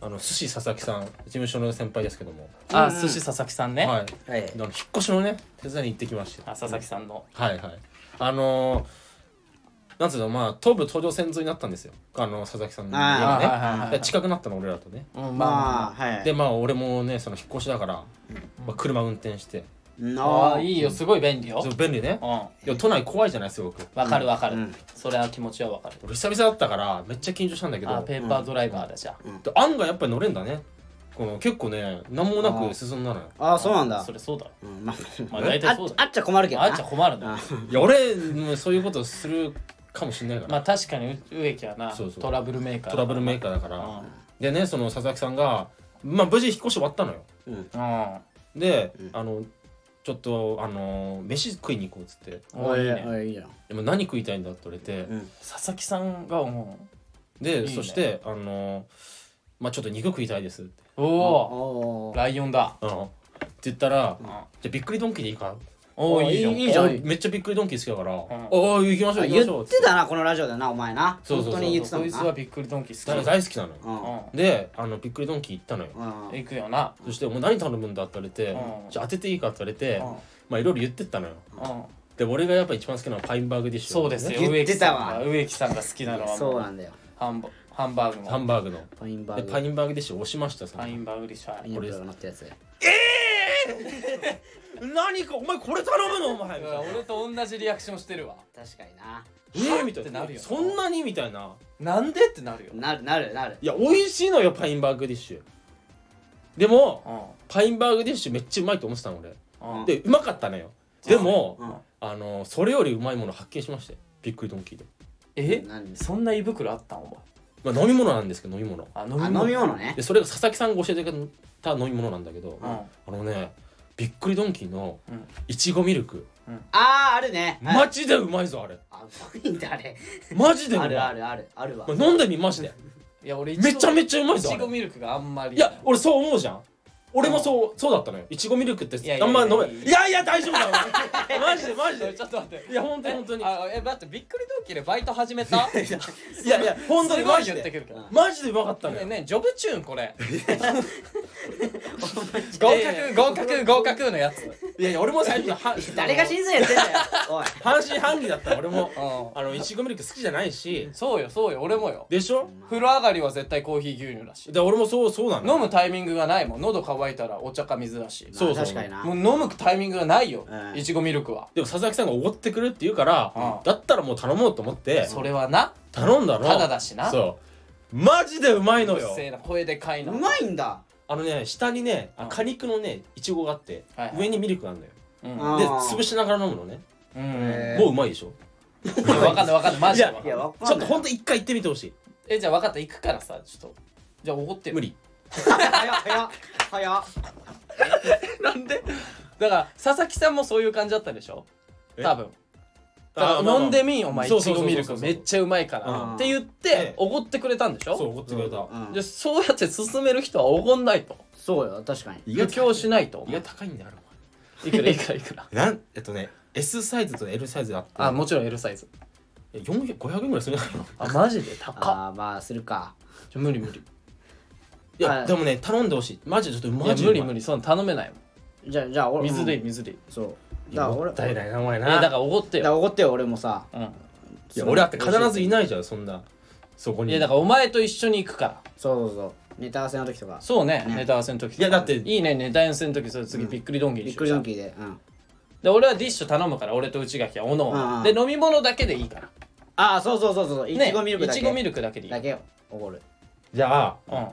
[SPEAKER 3] あの寿司佐々木さん事務所の先輩ですけども
[SPEAKER 2] あ寿司佐々木さんね、
[SPEAKER 3] はい
[SPEAKER 1] はい
[SPEAKER 3] あの引っ越しのね手伝いに行ってきました
[SPEAKER 2] あ佐々木さんの
[SPEAKER 3] はいはいあのーなんつうのまあ東武東上線沿いになったんですよあの佐々木さんの
[SPEAKER 1] あー
[SPEAKER 3] 家がね
[SPEAKER 2] あ
[SPEAKER 3] で近くなったの俺らとね
[SPEAKER 2] うん
[SPEAKER 1] まあはい
[SPEAKER 3] でまあ俺もねその引っ越しだから、まあ、車運転して
[SPEAKER 1] うん
[SPEAKER 2] あ
[SPEAKER 1] あ
[SPEAKER 2] あい
[SPEAKER 1] い
[SPEAKER 2] いよすごい便利よ
[SPEAKER 3] そう便利ね
[SPEAKER 2] うんわ
[SPEAKER 3] いや都内怖いじゃないすごく
[SPEAKER 2] かるわかる、
[SPEAKER 1] うん
[SPEAKER 2] それは気持ちはわかる
[SPEAKER 3] 俺久々だったからめっちゃ緊張したんだけ
[SPEAKER 2] あ
[SPEAKER 3] ど
[SPEAKER 2] ペーパードライバーだじゃあ
[SPEAKER 3] で案外やっぱり乗れんだねこの結構ね何もなく進んだのよ
[SPEAKER 1] あそうなんだ
[SPEAKER 2] それそうだろ
[SPEAKER 1] うんまあ
[SPEAKER 2] まあ大体そうだよ
[SPEAKER 1] ああっちゃ困るけど
[SPEAKER 2] あ
[SPEAKER 1] な
[SPEAKER 2] っちゃ困るな。
[SPEAKER 3] いや俺もそういうことするかもしれないから、
[SPEAKER 2] まあ確かに植木はな
[SPEAKER 3] そうそう
[SPEAKER 2] トラブルメーカー
[SPEAKER 3] トラブルメーカーだから、でねその佐々木さんがまあ無事引っ越し終わったのよ
[SPEAKER 2] ー
[SPEAKER 3] で、あのちょっとあの飯食いに行こうっつって
[SPEAKER 2] うんおいいね
[SPEAKER 1] おいいいじゃん
[SPEAKER 3] でも何食いたいんだって言われて、
[SPEAKER 1] うん
[SPEAKER 2] 佐々木さんがもい
[SPEAKER 3] で
[SPEAKER 2] いね
[SPEAKER 3] そしてあのまあちょっと肉食いたいですって、
[SPEAKER 2] うお
[SPEAKER 1] お
[SPEAKER 2] お
[SPEAKER 1] ー
[SPEAKER 2] ライオンだ
[SPEAKER 3] って言ったら、じゃあびっくりドンキーでいいか
[SPEAKER 2] おおいいじゃん
[SPEAKER 1] いいじゃん
[SPEAKER 3] あめっちゃびっくりドンキー好きだから、
[SPEAKER 2] ん
[SPEAKER 3] ああ行きましょう
[SPEAKER 1] あ
[SPEAKER 3] 行きまし
[SPEAKER 1] 言
[SPEAKER 3] ょう
[SPEAKER 1] ってたなこのラジオでなお前な
[SPEAKER 3] そう
[SPEAKER 1] 本
[SPEAKER 3] そうそう
[SPEAKER 1] 当に言ってたも
[SPEAKER 2] こ
[SPEAKER 1] ん
[SPEAKER 2] いつ
[SPEAKER 1] な
[SPEAKER 2] はびっくりドンキー好
[SPEAKER 3] だか
[SPEAKER 2] き
[SPEAKER 3] ら大好きなのよ、
[SPEAKER 1] うん
[SPEAKER 3] であのびっくりドンキー行ったのよ、
[SPEAKER 1] うん
[SPEAKER 2] うん行くよな
[SPEAKER 3] そして「もう何頼むんだ?」って言われて
[SPEAKER 2] う
[SPEAKER 3] 「
[SPEAKER 2] ん
[SPEAKER 3] じゃあ当てていいか?」って言われて、
[SPEAKER 2] うん
[SPEAKER 3] まあいろいろ言ってったのよ
[SPEAKER 2] うん
[SPEAKER 3] で俺がやっぱ一番好きなのはパインバーグディッシュ、
[SPEAKER 2] そうですよ
[SPEAKER 1] 言
[SPEAKER 2] 植
[SPEAKER 1] っ
[SPEAKER 2] 木
[SPEAKER 1] て
[SPEAKER 2] さ
[SPEAKER 1] た
[SPEAKER 2] ん
[SPEAKER 1] わ
[SPEAKER 2] が植木さんが好きなのは
[SPEAKER 1] そう
[SPEAKER 2] もう
[SPEAKER 1] なんだよ
[SPEAKER 2] ハンバハンバーグも
[SPEAKER 3] ハンバーグの
[SPEAKER 1] パインバ
[SPEAKER 3] で
[SPEAKER 1] ーグ
[SPEAKER 3] パインバーグディッシュ押しましたさ
[SPEAKER 2] パインバーグリッシャ
[SPEAKER 1] パ
[SPEAKER 2] ー
[SPEAKER 1] インバーグが乗ったやつ
[SPEAKER 3] 何かお前これ頼むのお前みたいな
[SPEAKER 2] 俺と同じリアクションしてるわ
[SPEAKER 1] 確かにな
[SPEAKER 3] えみたい
[SPEAKER 2] ってなるよ
[SPEAKER 3] そんなにみたいな
[SPEAKER 2] なんでってなるよ
[SPEAKER 1] なるなるなる
[SPEAKER 3] いや美味しいのよパインバーグディッシュでも
[SPEAKER 2] う
[SPEAKER 3] パインバーグディッシュめっちゃうまいと思ってたの俺
[SPEAKER 2] んうん
[SPEAKER 3] でうまかったのよでも、
[SPEAKER 1] うん
[SPEAKER 3] あのそれよりうまいもの発見しましてびっくりドンキーで、
[SPEAKER 2] え
[SPEAKER 1] 何
[SPEAKER 2] そんな胃袋あったんお前
[SPEAKER 3] まあ、飲み物なんですけど飲み物
[SPEAKER 2] あ飲
[SPEAKER 1] あ飲み物ね
[SPEAKER 3] でそれが佐々木さんが教えてくれた飲み物なんだけど、
[SPEAKER 2] うん
[SPEAKER 3] あのねびっくりドンキーの
[SPEAKER 2] うん
[SPEAKER 3] いちごミルク、
[SPEAKER 1] あーあるねはい
[SPEAKER 3] マジでうまいぞあれ
[SPEAKER 1] あうまいんだあれ
[SPEAKER 3] マジでうま
[SPEAKER 1] あ
[SPEAKER 3] い
[SPEAKER 1] るあるあるあるわ
[SPEAKER 3] まあ飲んでみまして
[SPEAKER 2] いや俺
[SPEAKER 3] めちゃ
[SPEAKER 2] め
[SPEAKER 3] めちゃうまい
[SPEAKER 2] い
[SPEAKER 3] ぞ
[SPEAKER 2] ち
[SPEAKER 3] あれ
[SPEAKER 2] ごミルクがあんまり
[SPEAKER 3] いや俺そう思うじゃん俺もそうそうだったのよいちごミルクっ
[SPEAKER 2] いやい
[SPEAKER 3] て
[SPEAKER 2] や
[SPEAKER 3] あんま飲め
[SPEAKER 2] いやいや
[SPEAKER 3] いやいや大丈夫だよマジでマジで
[SPEAKER 2] ちょっと待って
[SPEAKER 3] いや本当に本当にい
[SPEAKER 2] あえ待ってびっくりドンキーでバイト始めた
[SPEAKER 3] やいや本当
[SPEAKER 2] す
[SPEAKER 3] に
[SPEAKER 2] ご
[SPEAKER 3] マ
[SPEAKER 2] い
[SPEAKER 3] ジ
[SPEAKER 2] 言ってく
[SPEAKER 3] で
[SPEAKER 2] るけど
[SPEAKER 3] マジでうまかったの
[SPEAKER 2] ね
[SPEAKER 3] よ
[SPEAKER 2] ねジョブチューンこれ 合格合格合格のやつ
[SPEAKER 3] いやいや俺も最初は
[SPEAKER 1] 誰が
[SPEAKER 3] 信
[SPEAKER 1] 審査やってんだよおい
[SPEAKER 3] 半信半疑だった俺も
[SPEAKER 2] う
[SPEAKER 3] あのいちごミルク好きじゃないし
[SPEAKER 2] んそうよそうよ俺もよ
[SPEAKER 3] でしょ
[SPEAKER 2] 風呂上がりは絶対コーヒー牛乳だし
[SPEAKER 3] で俺もそうそうなの
[SPEAKER 2] 飲むタイミングがないもん喉乾いたらお茶か水だし
[SPEAKER 3] そうそう
[SPEAKER 1] 確かにな
[SPEAKER 2] もう飲むタイミングがないよ
[SPEAKER 1] うん
[SPEAKER 2] いちごミルクは
[SPEAKER 3] でも佐々木さんがおごってくれるって言うから、
[SPEAKER 2] うん
[SPEAKER 3] だったらもう頼もうと思って
[SPEAKER 2] それはな
[SPEAKER 3] 頼んだの
[SPEAKER 2] ただだしな
[SPEAKER 3] そうマジでうまいうの
[SPEAKER 2] っ
[SPEAKER 3] よ
[SPEAKER 2] せえな声でかいうな
[SPEAKER 1] まいんだ
[SPEAKER 3] あのね下にねあ
[SPEAKER 2] うん
[SPEAKER 3] 果肉のねいちごがあって、
[SPEAKER 2] はいはい
[SPEAKER 3] 上にミルクがあるのよ
[SPEAKER 2] うん
[SPEAKER 1] あ
[SPEAKER 3] で
[SPEAKER 1] ー
[SPEAKER 3] 潰しながら飲むのね
[SPEAKER 2] うん
[SPEAKER 1] えー
[SPEAKER 3] もううまいでしょ
[SPEAKER 2] 分かんない分かんないマジでわ
[SPEAKER 1] い
[SPEAKER 2] かんない
[SPEAKER 1] やわかん
[SPEAKER 3] ち
[SPEAKER 1] な
[SPEAKER 3] ょっ
[SPEAKER 1] い
[SPEAKER 3] とほんと一回行ってみてほし
[SPEAKER 2] えじゃあ分かった行くからさちょっとじゃあ怒って
[SPEAKER 3] い
[SPEAKER 2] よ
[SPEAKER 3] 無理
[SPEAKER 1] 早っ早っ早っ
[SPEAKER 2] なんでだから佐々木さんもそういう感じだったでしょ
[SPEAKER 3] え
[SPEAKER 2] 多分だ
[SPEAKER 3] あ
[SPEAKER 2] から
[SPEAKER 3] まあまあ
[SPEAKER 2] 飲んでみんお前い
[SPEAKER 3] そう
[SPEAKER 2] ち
[SPEAKER 3] そうそ
[SPEAKER 2] ご
[SPEAKER 3] うそ
[SPEAKER 2] ミ
[SPEAKER 3] う
[SPEAKER 2] ルクめっちゃうまいから
[SPEAKER 3] うん
[SPEAKER 2] って言っ
[SPEAKER 3] え
[SPEAKER 2] て
[SPEAKER 3] え
[SPEAKER 2] おごってくれたんでし
[SPEAKER 3] そう
[SPEAKER 2] ょ
[SPEAKER 3] 怒ってくれた、
[SPEAKER 1] うん
[SPEAKER 2] でそうやって勧める人はおごんないと
[SPEAKER 1] そうよ確かに
[SPEAKER 3] 意
[SPEAKER 2] 余
[SPEAKER 3] 外と
[SPEAKER 2] 興しないと
[SPEAKER 3] 意外と高いんだよあれ
[SPEAKER 2] いくらいくらいくら
[SPEAKER 3] お前なんえっとね S サイズと L サ イズあって
[SPEAKER 2] あもちろん L サイズ
[SPEAKER 3] え400 500円ぐらいするんだろ
[SPEAKER 2] あマジで高っ
[SPEAKER 1] ああまあするか
[SPEAKER 2] ちょ無理無理
[SPEAKER 3] いや、
[SPEAKER 1] はい
[SPEAKER 3] でもね頼んでほしいマジでちょっと
[SPEAKER 2] い
[SPEAKER 3] マ
[SPEAKER 2] や
[SPEAKER 3] ジ
[SPEAKER 2] 無理無
[SPEAKER 3] 理
[SPEAKER 2] 理そんな頼めないもん
[SPEAKER 1] じゃあじゃあ俺
[SPEAKER 2] 水でいい
[SPEAKER 1] うん
[SPEAKER 2] 水でいい
[SPEAKER 1] そう
[SPEAKER 3] い
[SPEAKER 1] だか
[SPEAKER 3] や
[SPEAKER 1] ら
[SPEAKER 3] も
[SPEAKER 1] 俺
[SPEAKER 3] ったいないなお前
[SPEAKER 2] え
[SPEAKER 3] な
[SPEAKER 2] だか
[SPEAKER 3] い
[SPEAKER 2] らおごって
[SPEAKER 1] だから
[SPEAKER 2] よ
[SPEAKER 1] 怒ってよ俺もさ
[SPEAKER 2] うん
[SPEAKER 3] や俺だって必ずいないじゃんそんなそこに
[SPEAKER 2] いやだからお前と一緒に行くから
[SPEAKER 1] そうそうそうネタ合わせの時とか
[SPEAKER 2] そうね
[SPEAKER 1] ね
[SPEAKER 2] ネタ合わせの時とか
[SPEAKER 3] いやだって
[SPEAKER 2] いいねネタ合わせの時それ次びっくりドンキーに
[SPEAKER 1] びっ
[SPEAKER 2] し
[SPEAKER 1] く
[SPEAKER 2] よう
[SPEAKER 1] り
[SPEAKER 2] じゃ
[SPEAKER 1] ド
[SPEAKER 2] あ
[SPEAKER 1] ンキーでうん
[SPEAKER 2] で俺はディッシュ頼むから俺と内垣はおのお
[SPEAKER 1] うんう
[SPEAKER 2] の
[SPEAKER 1] ん
[SPEAKER 2] で飲み物だけでいいから
[SPEAKER 1] ああそうそうそうそうそうい
[SPEAKER 2] ね
[SPEAKER 1] ちごミルクだ
[SPEAKER 2] いちごミ
[SPEAKER 1] け
[SPEAKER 2] ルクだけでいい
[SPEAKER 1] だけよおごる
[SPEAKER 3] じゃあ
[SPEAKER 2] うん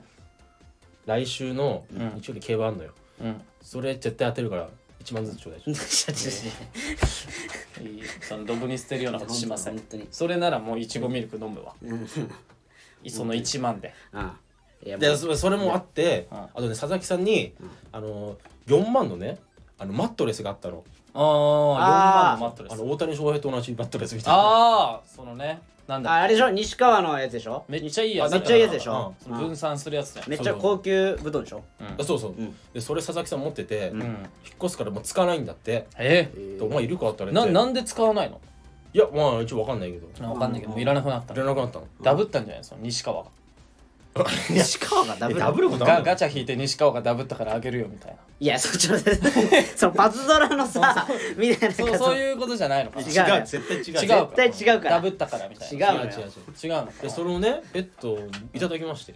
[SPEAKER 3] 来週の
[SPEAKER 2] ん
[SPEAKER 3] 日曜日競馬あんのよ、
[SPEAKER 2] うん
[SPEAKER 3] それ絶対当てるから1万ずつちょうだい
[SPEAKER 2] いいそのドブに捨てるようなことしません
[SPEAKER 1] 本当に
[SPEAKER 2] それならもういちごミルク飲むわその1万で
[SPEAKER 1] あいやも
[SPEAKER 3] で
[SPEAKER 1] う
[SPEAKER 3] そそれもあって
[SPEAKER 2] うん
[SPEAKER 3] あとね佐々木さんにあの4万のねあのマットレスがあったの
[SPEAKER 2] ああ4万
[SPEAKER 1] あー
[SPEAKER 2] のマットレス
[SPEAKER 3] あの大谷翔平と同じマットレスみたいな
[SPEAKER 2] ああそのねなん
[SPEAKER 1] あ
[SPEAKER 2] だ
[SPEAKER 1] あれでしょ西川のやつでしょ
[SPEAKER 2] めっちゃいいや
[SPEAKER 1] あ
[SPEAKER 2] つ
[SPEAKER 1] めっちゃいいやつでしょ
[SPEAKER 2] その分散するやつだよ
[SPEAKER 1] めっちゃ高級布団でしょ
[SPEAKER 2] うん
[SPEAKER 3] あそうそう、
[SPEAKER 1] ん
[SPEAKER 3] でそれ佐々木さん持ってて、
[SPEAKER 2] う
[SPEAKER 3] 引っ
[SPEAKER 2] ん
[SPEAKER 3] 越すからもう使わないんだって、
[SPEAKER 2] え
[SPEAKER 1] え
[SPEAKER 3] でお前いるかって言
[SPEAKER 2] ーな
[SPEAKER 3] われて
[SPEAKER 2] なんで使わないの
[SPEAKER 3] いやまあ一応わかんないけど
[SPEAKER 2] わかんないけどいらなくなった
[SPEAKER 3] いら
[SPEAKER 2] の
[SPEAKER 3] なくなったの
[SPEAKER 2] ダブったんじゃないのその西川が
[SPEAKER 1] 西川がダブ
[SPEAKER 3] え
[SPEAKER 1] ル
[SPEAKER 3] ダブルことあ
[SPEAKER 2] ガ
[SPEAKER 3] んの
[SPEAKER 2] ガチャ引いて西川がダブったからあげるよみたいない
[SPEAKER 1] やそっちの そのパズドラのさみたいな
[SPEAKER 2] そうそう
[SPEAKER 1] う
[SPEAKER 2] いうことじゃないのか
[SPEAKER 1] 違
[SPEAKER 2] な
[SPEAKER 1] う
[SPEAKER 3] 違う絶対違う
[SPEAKER 2] 違う
[SPEAKER 3] 違う
[SPEAKER 1] 絶対違うから
[SPEAKER 2] ダブったからみたい
[SPEAKER 1] 違
[SPEAKER 2] な
[SPEAKER 1] うのよ
[SPEAKER 3] 違う違
[SPEAKER 2] 違
[SPEAKER 3] う
[SPEAKER 2] うのか
[SPEAKER 3] で
[SPEAKER 2] な
[SPEAKER 3] それをねベッドをいただきまして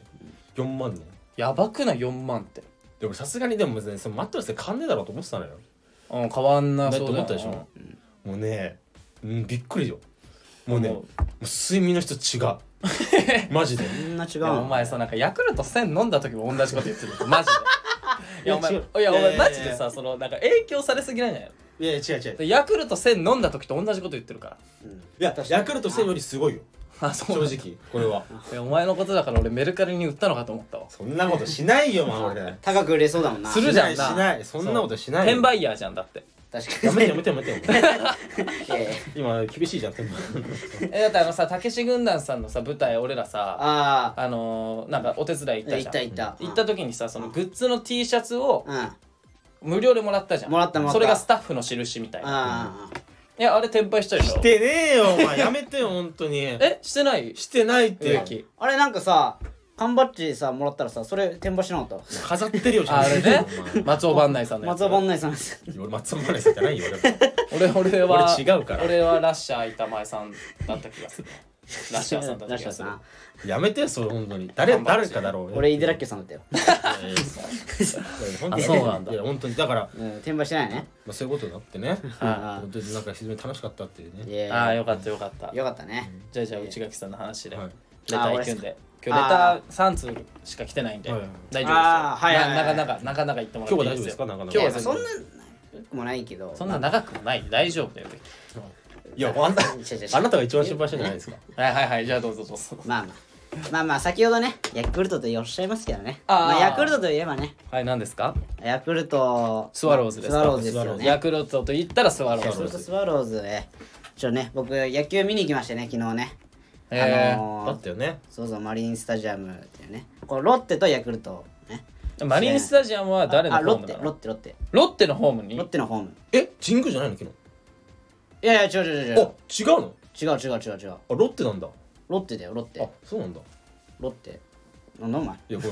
[SPEAKER 3] 4万ね
[SPEAKER 2] やばくない4万って
[SPEAKER 3] でもさすがにでも別にそのマットレスで買わねえだろうと思ってたのよ
[SPEAKER 2] うん変わんな
[SPEAKER 3] だ
[SPEAKER 2] そ
[SPEAKER 3] って
[SPEAKER 2] うだ
[SPEAKER 3] 思
[SPEAKER 2] よ
[SPEAKER 3] ったでしょもうね、うん、びっくりよもうね
[SPEAKER 2] もう
[SPEAKER 3] もう睡眠の人 違うマジで
[SPEAKER 1] そんな違う
[SPEAKER 2] でも
[SPEAKER 1] の
[SPEAKER 2] お前さなんかヤクルト1000飲んだ時も同じこと言ってる マジでいやお前
[SPEAKER 3] 違
[SPEAKER 2] いうやお
[SPEAKER 3] いやいやい
[SPEAKER 2] 前
[SPEAKER 3] や
[SPEAKER 2] マジでさそのなんか影響されすぎないんじゃない
[SPEAKER 3] いやいや違う違う
[SPEAKER 2] のヤクルト1000飲んだ時と同じこと言ってるか
[SPEAKER 3] いやヤクルト1000よりすごいよ
[SPEAKER 2] らあそ
[SPEAKER 3] 正
[SPEAKER 2] う
[SPEAKER 3] 直これは
[SPEAKER 2] 直お前のことだから俺メルカリに売ったのかと思ったわ
[SPEAKER 3] そんなことしないよまあ俺
[SPEAKER 1] 高く売れそうだもんな
[SPEAKER 2] する
[SPEAKER 3] し
[SPEAKER 2] じゃ
[SPEAKER 3] なんいし
[SPEAKER 2] な
[SPEAKER 3] ないそんなことしないよ
[SPEAKER 2] 転売ヤーじゃんだって
[SPEAKER 1] 確か
[SPEAKER 3] や
[SPEAKER 1] に
[SPEAKER 3] めてやめてやめてやめて
[SPEAKER 1] いやいや
[SPEAKER 3] 今厳しいじゃん転売
[SPEAKER 2] えだってあのさたけし軍団さんのさ舞台俺らさ
[SPEAKER 1] あ
[SPEAKER 2] あのーなんかお手伝い行
[SPEAKER 1] あ
[SPEAKER 2] っ
[SPEAKER 1] い
[SPEAKER 2] た
[SPEAKER 1] た
[SPEAKER 2] じゃん
[SPEAKER 1] いた
[SPEAKER 2] 行った時にさそのグッズの T シャツを
[SPEAKER 1] うんあ
[SPEAKER 2] 無料でもらったじゃん
[SPEAKER 1] もらったもらった
[SPEAKER 2] それがスタッフの印みたいな
[SPEAKER 1] あ
[SPEAKER 2] いやあれ転売したでしょ
[SPEAKER 3] してねえよお前やめてよ本当に
[SPEAKER 2] えしてない
[SPEAKER 3] してないって
[SPEAKER 2] 植木
[SPEAKER 1] あれなんかさ缶バッジさもらったらさそれ転売しなかっ
[SPEAKER 3] 飾ってるよ
[SPEAKER 2] あれ ね
[SPEAKER 3] お前
[SPEAKER 2] 松尾番内さん
[SPEAKER 1] た
[SPEAKER 2] のやつ
[SPEAKER 1] 松尾番内さんです
[SPEAKER 3] 俺松本まさんじゃないよ俺も
[SPEAKER 2] 俺俺は
[SPEAKER 3] 俺違うから
[SPEAKER 2] 俺はラッシャー板前さんだった気がするラッシャーさんだった
[SPEAKER 1] 出し
[SPEAKER 2] 気
[SPEAKER 1] た
[SPEAKER 2] がする
[SPEAKER 1] さ
[SPEAKER 3] やめてよそれ本当に誰誰かだろう
[SPEAKER 1] 俺イデラッ
[SPEAKER 3] い
[SPEAKER 1] キョさんだったよ
[SPEAKER 3] やいや本当
[SPEAKER 2] あ
[SPEAKER 3] に
[SPEAKER 2] そうなんだ
[SPEAKER 3] いや本当にだから
[SPEAKER 1] うん転売してないね
[SPEAKER 3] まあそういうことになってね
[SPEAKER 1] ああ
[SPEAKER 3] 本当になんか非常に楽しかったっていう
[SPEAKER 1] い
[SPEAKER 3] ね
[SPEAKER 1] やいや
[SPEAKER 2] ああよかったよかった
[SPEAKER 1] よかったね
[SPEAKER 2] じゃあじゃあ内垣さんの話で
[SPEAKER 3] はい
[SPEAKER 2] レター行くんで今日レ
[SPEAKER 1] あ
[SPEAKER 2] ター3通しか来てないんで
[SPEAKER 3] はいはい
[SPEAKER 2] 大丈夫です
[SPEAKER 1] あ
[SPEAKER 2] よ
[SPEAKER 1] ーはいはいはい
[SPEAKER 2] ななかなかなかなか言ってもらっていいですよ
[SPEAKER 3] 今日は大丈夫ですかなかなか
[SPEAKER 1] い
[SPEAKER 2] 今
[SPEAKER 1] や
[SPEAKER 2] 日は
[SPEAKER 1] そ
[SPEAKER 2] そ
[SPEAKER 1] ん
[SPEAKER 2] ん
[SPEAKER 1] な
[SPEAKER 2] な
[SPEAKER 1] もないけど
[SPEAKER 2] そんな長くもない大丈夫だよ植木
[SPEAKER 3] いやあんた
[SPEAKER 1] 違う違う違う
[SPEAKER 3] あなたが一番心配したじゃないですか
[SPEAKER 2] はいはいはいじゃあどうぞどうぞ
[SPEAKER 1] まあまあまあまあ先ほどねヤクルトとおっしゃいますけどね
[SPEAKER 2] あー
[SPEAKER 1] まあヤクルトといえばね
[SPEAKER 2] はい何ですか
[SPEAKER 1] ヤクルト
[SPEAKER 2] スワローズですか
[SPEAKER 1] スワローズですよね
[SPEAKER 2] ヤクルトと言ったらスワロー
[SPEAKER 1] ヤ
[SPEAKER 2] ズ
[SPEAKER 1] クルトスワローズへちょっとね僕野球見に行きましてね昨日ね
[SPEAKER 2] えー
[SPEAKER 1] あのー
[SPEAKER 3] あったよね
[SPEAKER 1] そうそうマリンスタジアムっていうねこうロッテとヤクルトね
[SPEAKER 2] マリンスタジアムは誰の
[SPEAKER 1] あ
[SPEAKER 2] ホ
[SPEAKER 1] ロ
[SPEAKER 2] ー
[SPEAKER 1] ッ
[SPEAKER 2] ム
[SPEAKER 1] テ
[SPEAKER 2] な
[SPEAKER 1] ロッ
[SPEAKER 2] の
[SPEAKER 1] テロッテ
[SPEAKER 2] ロッテのホームに
[SPEAKER 1] ロッテのホーム
[SPEAKER 3] え神宮じゃないの昨
[SPEAKER 1] いやいや違う違う違う
[SPEAKER 3] 日あ違うの
[SPEAKER 1] 違う違う違う違う
[SPEAKER 3] あロッテなんだ
[SPEAKER 1] ロッテだよロッ
[SPEAKER 3] あ
[SPEAKER 1] テ
[SPEAKER 3] そうなんだ
[SPEAKER 1] ロッテなんだお前
[SPEAKER 3] いやこ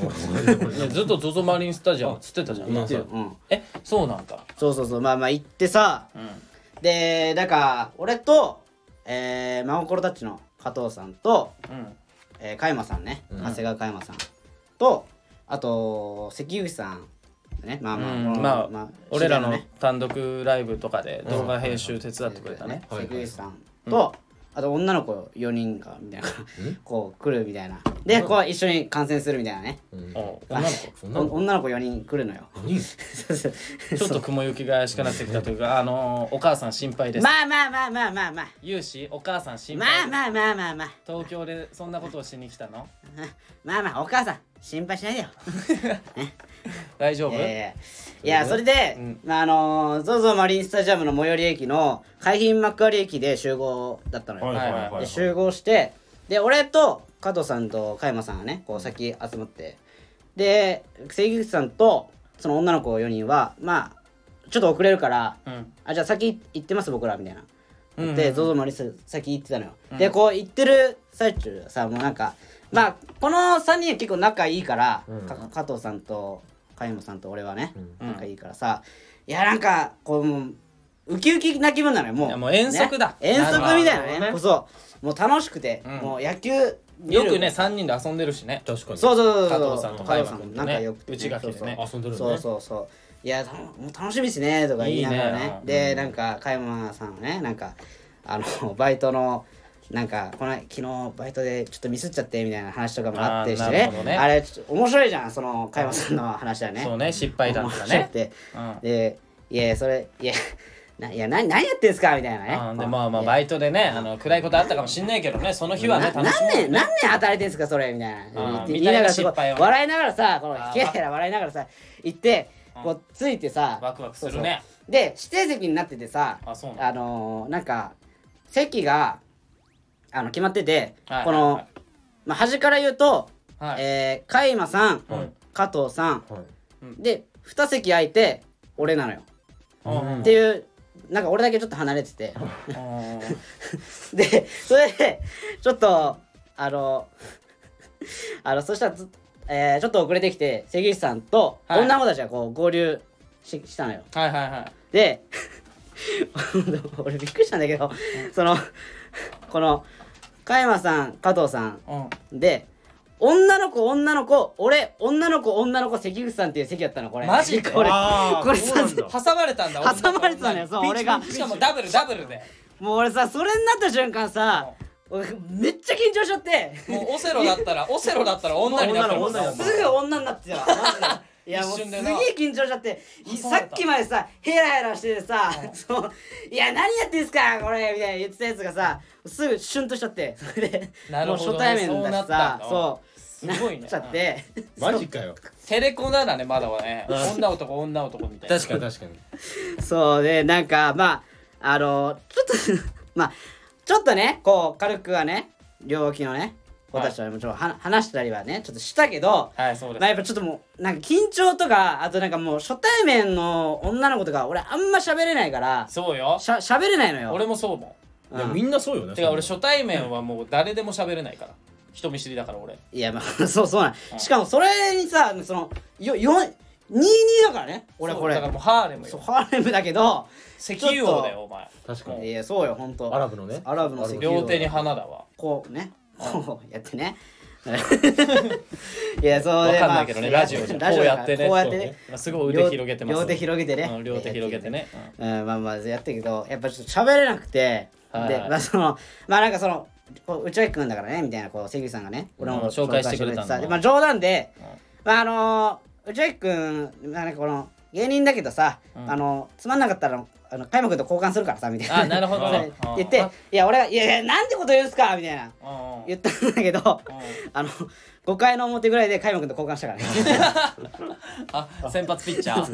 [SPEAKER 3] れ俺俺
[SPEAKER 2] い やずっと ZOZO マリンスタジアムっつってたじゃん
[SPEAKER 3] あ
[SPEAKER 2] 今
[SPEAKER 3] そう
[SPEAKER 1] うん
[SPEAKER 2] えそうなんか
[SPEAKER 1] そうそうそうまあまあ行ってさ
[SPEAKER 2] うん
[SPEAKER 1] でだから俺とえー、マンコロタッチの加藤さんと、
[SPEAKER 2] うん
[SPEAKER 1] えー、加山さんね
[SPEAKER 3] うん
[SPEAKER 1] 長谷川加山さんとあと関口さんねまあまあ、この
[SPEAKER 2] まあ俺らの
[SPEAKER 1] 知り合い
[SPEAKER 2] 単独ライブとかで動画編集手伝ってくれたね
[SPEAKER 1] 関口さん
[SPEAKER 2] はい
[SPEAKER 1] と、あと女の子4人がみたいなこう来るみたいなでこう一緒に観戦するみたいなね
[SPEAKER 3] うん
[SPEAKER 2] お女の子
[SPEAKER 3] そんなの
[SPEAKER 1] お女の子4人来るのよ
[SPEAKER 3] 何
[SPEAKER 1] そうそう
[SPEAKER 2] ちょっと雲行きが怪しくなってきたというかあのーお母さん心配です
[SPEAKER 1] まあまあまあまあまあまあ
[SPEAKER 2] 有志お母さん心
[SPEAKER 1] まあ
[SPEAKER 2] 配です
[SPEAKER 1] まあまあまあまあ
[SPEAKER 2] 東京でそんなことをしに来たの
[SPEAKER 1] まあまあお母さん心配しないでよ。
[SPEAKER 2] 大丈夫
[SPEAKER 1] いやいや いやそれで、
[SPEAKER 2] うん
[SPEAKER 1] まああのー ZOZO マリンスタジアムの最寄り駅の海浜幕張駅で集合だったのよ。
[SPEAKER 3] はいはいはいはい
[SPEAKER 1] で集合してで俺と加藤さんと加山さんがねこう先集まってで関口さんとその女の子4人はまあちょっと遅れるから、
[SPEAKER 2] うん
[SPEAKER 1] あじゃあ先行ってます僕らみたいな。
[SPEAKER 2] うんうん
[SPEAKER 1] で ZOZO マリンス先行ってたのよ。でこう行ってる最中さもうなんかまあこの3人は結構仲いいから、
[SPEAKER 3] うん
[SPEAKER 1] か加藤さんと加山さんと俺はね、
[SPEAKER 2] うん
[SPEAKER 1] 仲いいからさいやなんかこうもうウキウキな気分なのよも
[SPEAKER 2] いうやもう遠足だ
[SPEAKER 1] ね遠足みたいな
[SPEAKER 3] なるほ
[SPEAKER 1] ね
[SPEAKER 3] どね
[SPEAKER 1] こそもう楽しくて、
[SPEAKER 2] ん
[SPEAKER 1] もう野球見
[SPEAKER 2] よ
[SPEAKER 1] る
[SPEAKER 2] くね3人で遊んでるしね
[SPEAKER 3] 確かに
[SPEAKER 1] そうそうそうそう
[SPEAKER 2] 加藤さんと加
[SPEAKER 1] 加
[SPEAKER 2] 山
[SPEAKER 1] 藤
[SPEAKER 2] さ
[SPEAKER 1] さ
[SPEAKER 2] ん
[SPEAKER 1] んも
[SPEAKER 2] とね
[SPEAKER 1] 仲良くて、
[SPEAKER 2] 内垣でね
[SPEAKER 3] 遊んでるんだ
[SPEAKER 1] そう
[SPEAKER 3] ね
[SPEAKER 1] そうそういやたのもう楽しみですねとか言いながらね
[SPEAKER 2] いいね
[SPEAKER 1] でなんか加山さんはねなんかあのバイトのなんかこの昨日バイトでちょっとミスっちゃってみたいな話とかもあって
[SPEAKER 2] あ
[SPEAKER 1] し
[SPEAKER 2] ー
[SPEAKER 1] て
[SPEAKER 2] なる
[SPEAKER 1] ね
[SPEAKER 2] ほどね
[SPEAKER 1] あれちょっと面白いじゃんその加山さんの話だね
[SPEAKER 2] そうね失敗談とか
[SPEAKER 1] 面白
[SPEAKER 2] ね
[SPEAKER 1] く、て
[SPEAKER 2] うん
[SPEAKER 1] でいやいやそれいやないや何何やってんすかみたいなね
[SPEAKER 2] あーでまあまあ
[SPEAKER 1] いや
[SPEAKER 2] バイトでねあの暗いことあったかもしんないけどねその日はね
[SPEAKER 1] な何
[SPEAKER 2] 楽しみ
[SPEAKER 1] 年何年働いてんすかそれみたいな
[SPEAKER 2] うん
[SPEAKER 1] 言いながらすごい
[SPEAKER 2] みたいな失敗をね
[SPEAKER 1] 笑いながらさこの
[SPEAKER 2] あー
[SPEAKER 1] ヘラヘラ笑いながらさ行ってこうついてさ
[SPEAKER 2] ワクワクするね
[SPEAKER 1] そうそうで指定席になっててさ
[SPEAKER 2] あそうな
[SPEAKER 1] あのーなんか席があの決まってて
[SPEAKER 2] はい
[SPEAKER 1] こ
[SPEAKER 2] は
[SPEAKER 1] の
[SPEAKER 2] い
[SPEAKER 1] まあ端から言うと
[SPEAKER 2] のはい
[SPEAKER 1] えー加山さん
[SPEAKER 3] はい
[SPEAKER 1] 加藤さん
[SPEAKER 3] はい
[SPEAKER 1] で2席空いて俺なのよ
[SPEAKER 2] うん
[SPEAKER 1] っていうなんか俺だけちょっと離れてて。
[SPEAKER 2] うん
[SPEAKER 1] でそれでちょっとあの あのそしたらず、えーちょっと遅れてきて関口さんと
[SPEAKER 2] はい
[SPEAKER 1] 女の子たちがこう合流ししたのよ
[SPEAKER 2] はいはいはい
[SPEAKER 1] で 俺びっくりしたんだけどそのこの加山さん加藤さん
[SPEAKER 2] うん
[SPEAKER 1] で女の子女の子俺女の子女の子関口さんっていう席やったのこれ
[SPEAKER 2] マジか
[SPEAKER 1] これ
[SPEAKER 3] あー
[SPEAKER 1] これ
[SPEAKER 3] そうなん
[SPEAKER 1] さ
[SPEAKER 3] だ
[SPEAKER 2] 挟まれたんだ
[SPEAKER 1] 挟まれてたのよそう俺が
[SPEAKER 2] しかもダブルダブルで
[SPEAKER 1] もう俺さそれになった瞬間さ俺めっちゃ緊張しちゃって
[SPEAKER 2] もうオセロだったらオセロだったら女になって
[SPEAKER 3] もう女の
[SPEAKER 2] ます
[SPEAKER 3] 女
[SPEAKER 1] す
[SPEAKER 3] の
[SPEAKER 1] ぐ女になってたわマジでいやもう
[SPEAKER 2] 一
[SPEAKER 1] す
[SPEAKER 2] 瞬
[SPEAKER 1] げ
[SPEAKER 2] で
[SPEAKER 1] え
[SPEAKER 2] な
[SPEAKER 1] 緊張しちゃってい
[SPEAKER 2] 挟
[SPEAKER 1] さ
[SPEAKER 2] まれた
[SPEAKER 1] っきまでさヘラヘラしててさ「
[SPEAKER 2] ん
[SPEAKER 1] そういや何やってんすかこれ」みたいな言ってたやつがさすぐシュンとしちゃってそれで
[SPEAKER 2] な
[SPEAKER 1] も
[SPEAKER 2] る
[SPEAKER 1] う
[SPEAKER 2] ほどね
[SPEAKER 1] 初対面だしさ
[SPEAKER 2] そうなったんだ
[SPEAKER 1] そう
[SPEAKER 2] すごい
[SPEAKER 1] な
[SPEAKER 2] ね
[SPEAKER 1] っちゃって
[SPEAKER 3] マジかよ
[SPEAKER 2] テレコならねまだはね
[SPEAKER 3] うん
[SPEAKER 2] 女男女男みたいな
[SPEAKER 3] 確かに確か に
[SPEAKER 1] そうでなんかまああのちょっと まあちょっとねこう軽くはね両脇のね子たちともちろんは話したりはねちょっとしたけど
[SPEAKER 2] はいそうです
[SPEAKER 1] まあやっぱちょっともうなんか緊張とかあとなんかもう初対面の女の子とか俺あんま喋れないから
[SPEAKER 2] そうよ
[SPEAKER 1] しゃ喋れないのよ
[SPEAKER 2] 俺もそうも
[SPEAKER 1] うん
[SPEAKER 3] いやみんなそうよね
[SPEAKER 2] んてか俺初対面はもう誰でも喋れないから人見知りだから俺
[SPEAKER 1] いやまあ そうそうなん、
[SPEAKER 2] うん
[SPEAKER 1] しかもそれにさそのよよ22だからね俺
[SPEAKER 2] そう
[SPEAKER 1] これ
[SPEAKER 2] だからもうハーレム
[SPEAKER 1] そう
[SPEAKER 2] よ
[SPEAKER 1] ハーレムだけど
[SPEAKER 2] 石油王だよお前
[SPEAKER 3] 確か
[SPEAKER 2] うん
[SPEAKER 3] に
[SPEAKER 1] いやそうよほんと
[SPEAKER 3] アラブのね
[SPEAKER 1] アラブの石油
[SPEAKER 2] 両手に花だわ
[SPEAKER 1] こうねこうやってね いやそう
[SPEAKER 2] わ
[SPEAKER 1] で
[SPEAKER 2] かんないけどね
[SPEAKER 1] まあ
[SPEAKER 2] ラジオじゃん
[SPEAKER 1] ラジオだ
[SPEAKER 2] こうや
[SPEAKER 1] か
[SPEAKER 2] って
[SPEAKER 1] ら
[SPEAKER 2] ね
[SPEAKER 1] こうやって
[SPEAKER 3] そう
[SPEAKER 1] ね
[SPEAKER 3] ね
[SPEAKER 2] 今すごい腕広げてます
[SPEAKER 1] 両手広げてね
[SPEAKER 2] うん両手広げてねうん
[SPEAKER 1] うん、まあまあやってるけどやっぱちょっと喋れなくて、
[SPEAKER 2] はい
[SPEAKER 1] でまあそのまあなんかそのこう内垣君だからねみたいなこう関口さんがね俺のこと
[SPEAKER 2] うん紹介してくれたの
[SPEAKER 1] 紹介しでまあ冗談で、
[SPEAKER 2] うん
[SPEAKER 1] まああのー内垣君まあなんかこの芸人だけどさ、
[SPEAKER 2] うん
[SPEAKER 1] あのつまんなかったらあの加山君と交換するからさみたいな
[SPEAKER 2] あなるほどね
[SPEAKER 1] そう言って「いや俺がいやいやなんてこと言うんすか」みたいな
[SPEAKER 2] うんうん
[SPEAKER 1] 言ったんだけど
[SPEAKER 2] うん
[SPEAKER 1] あの5回の表ぐらいで加山君と交換したからね
[SPEAKER 2] あ先発ピッチ ャー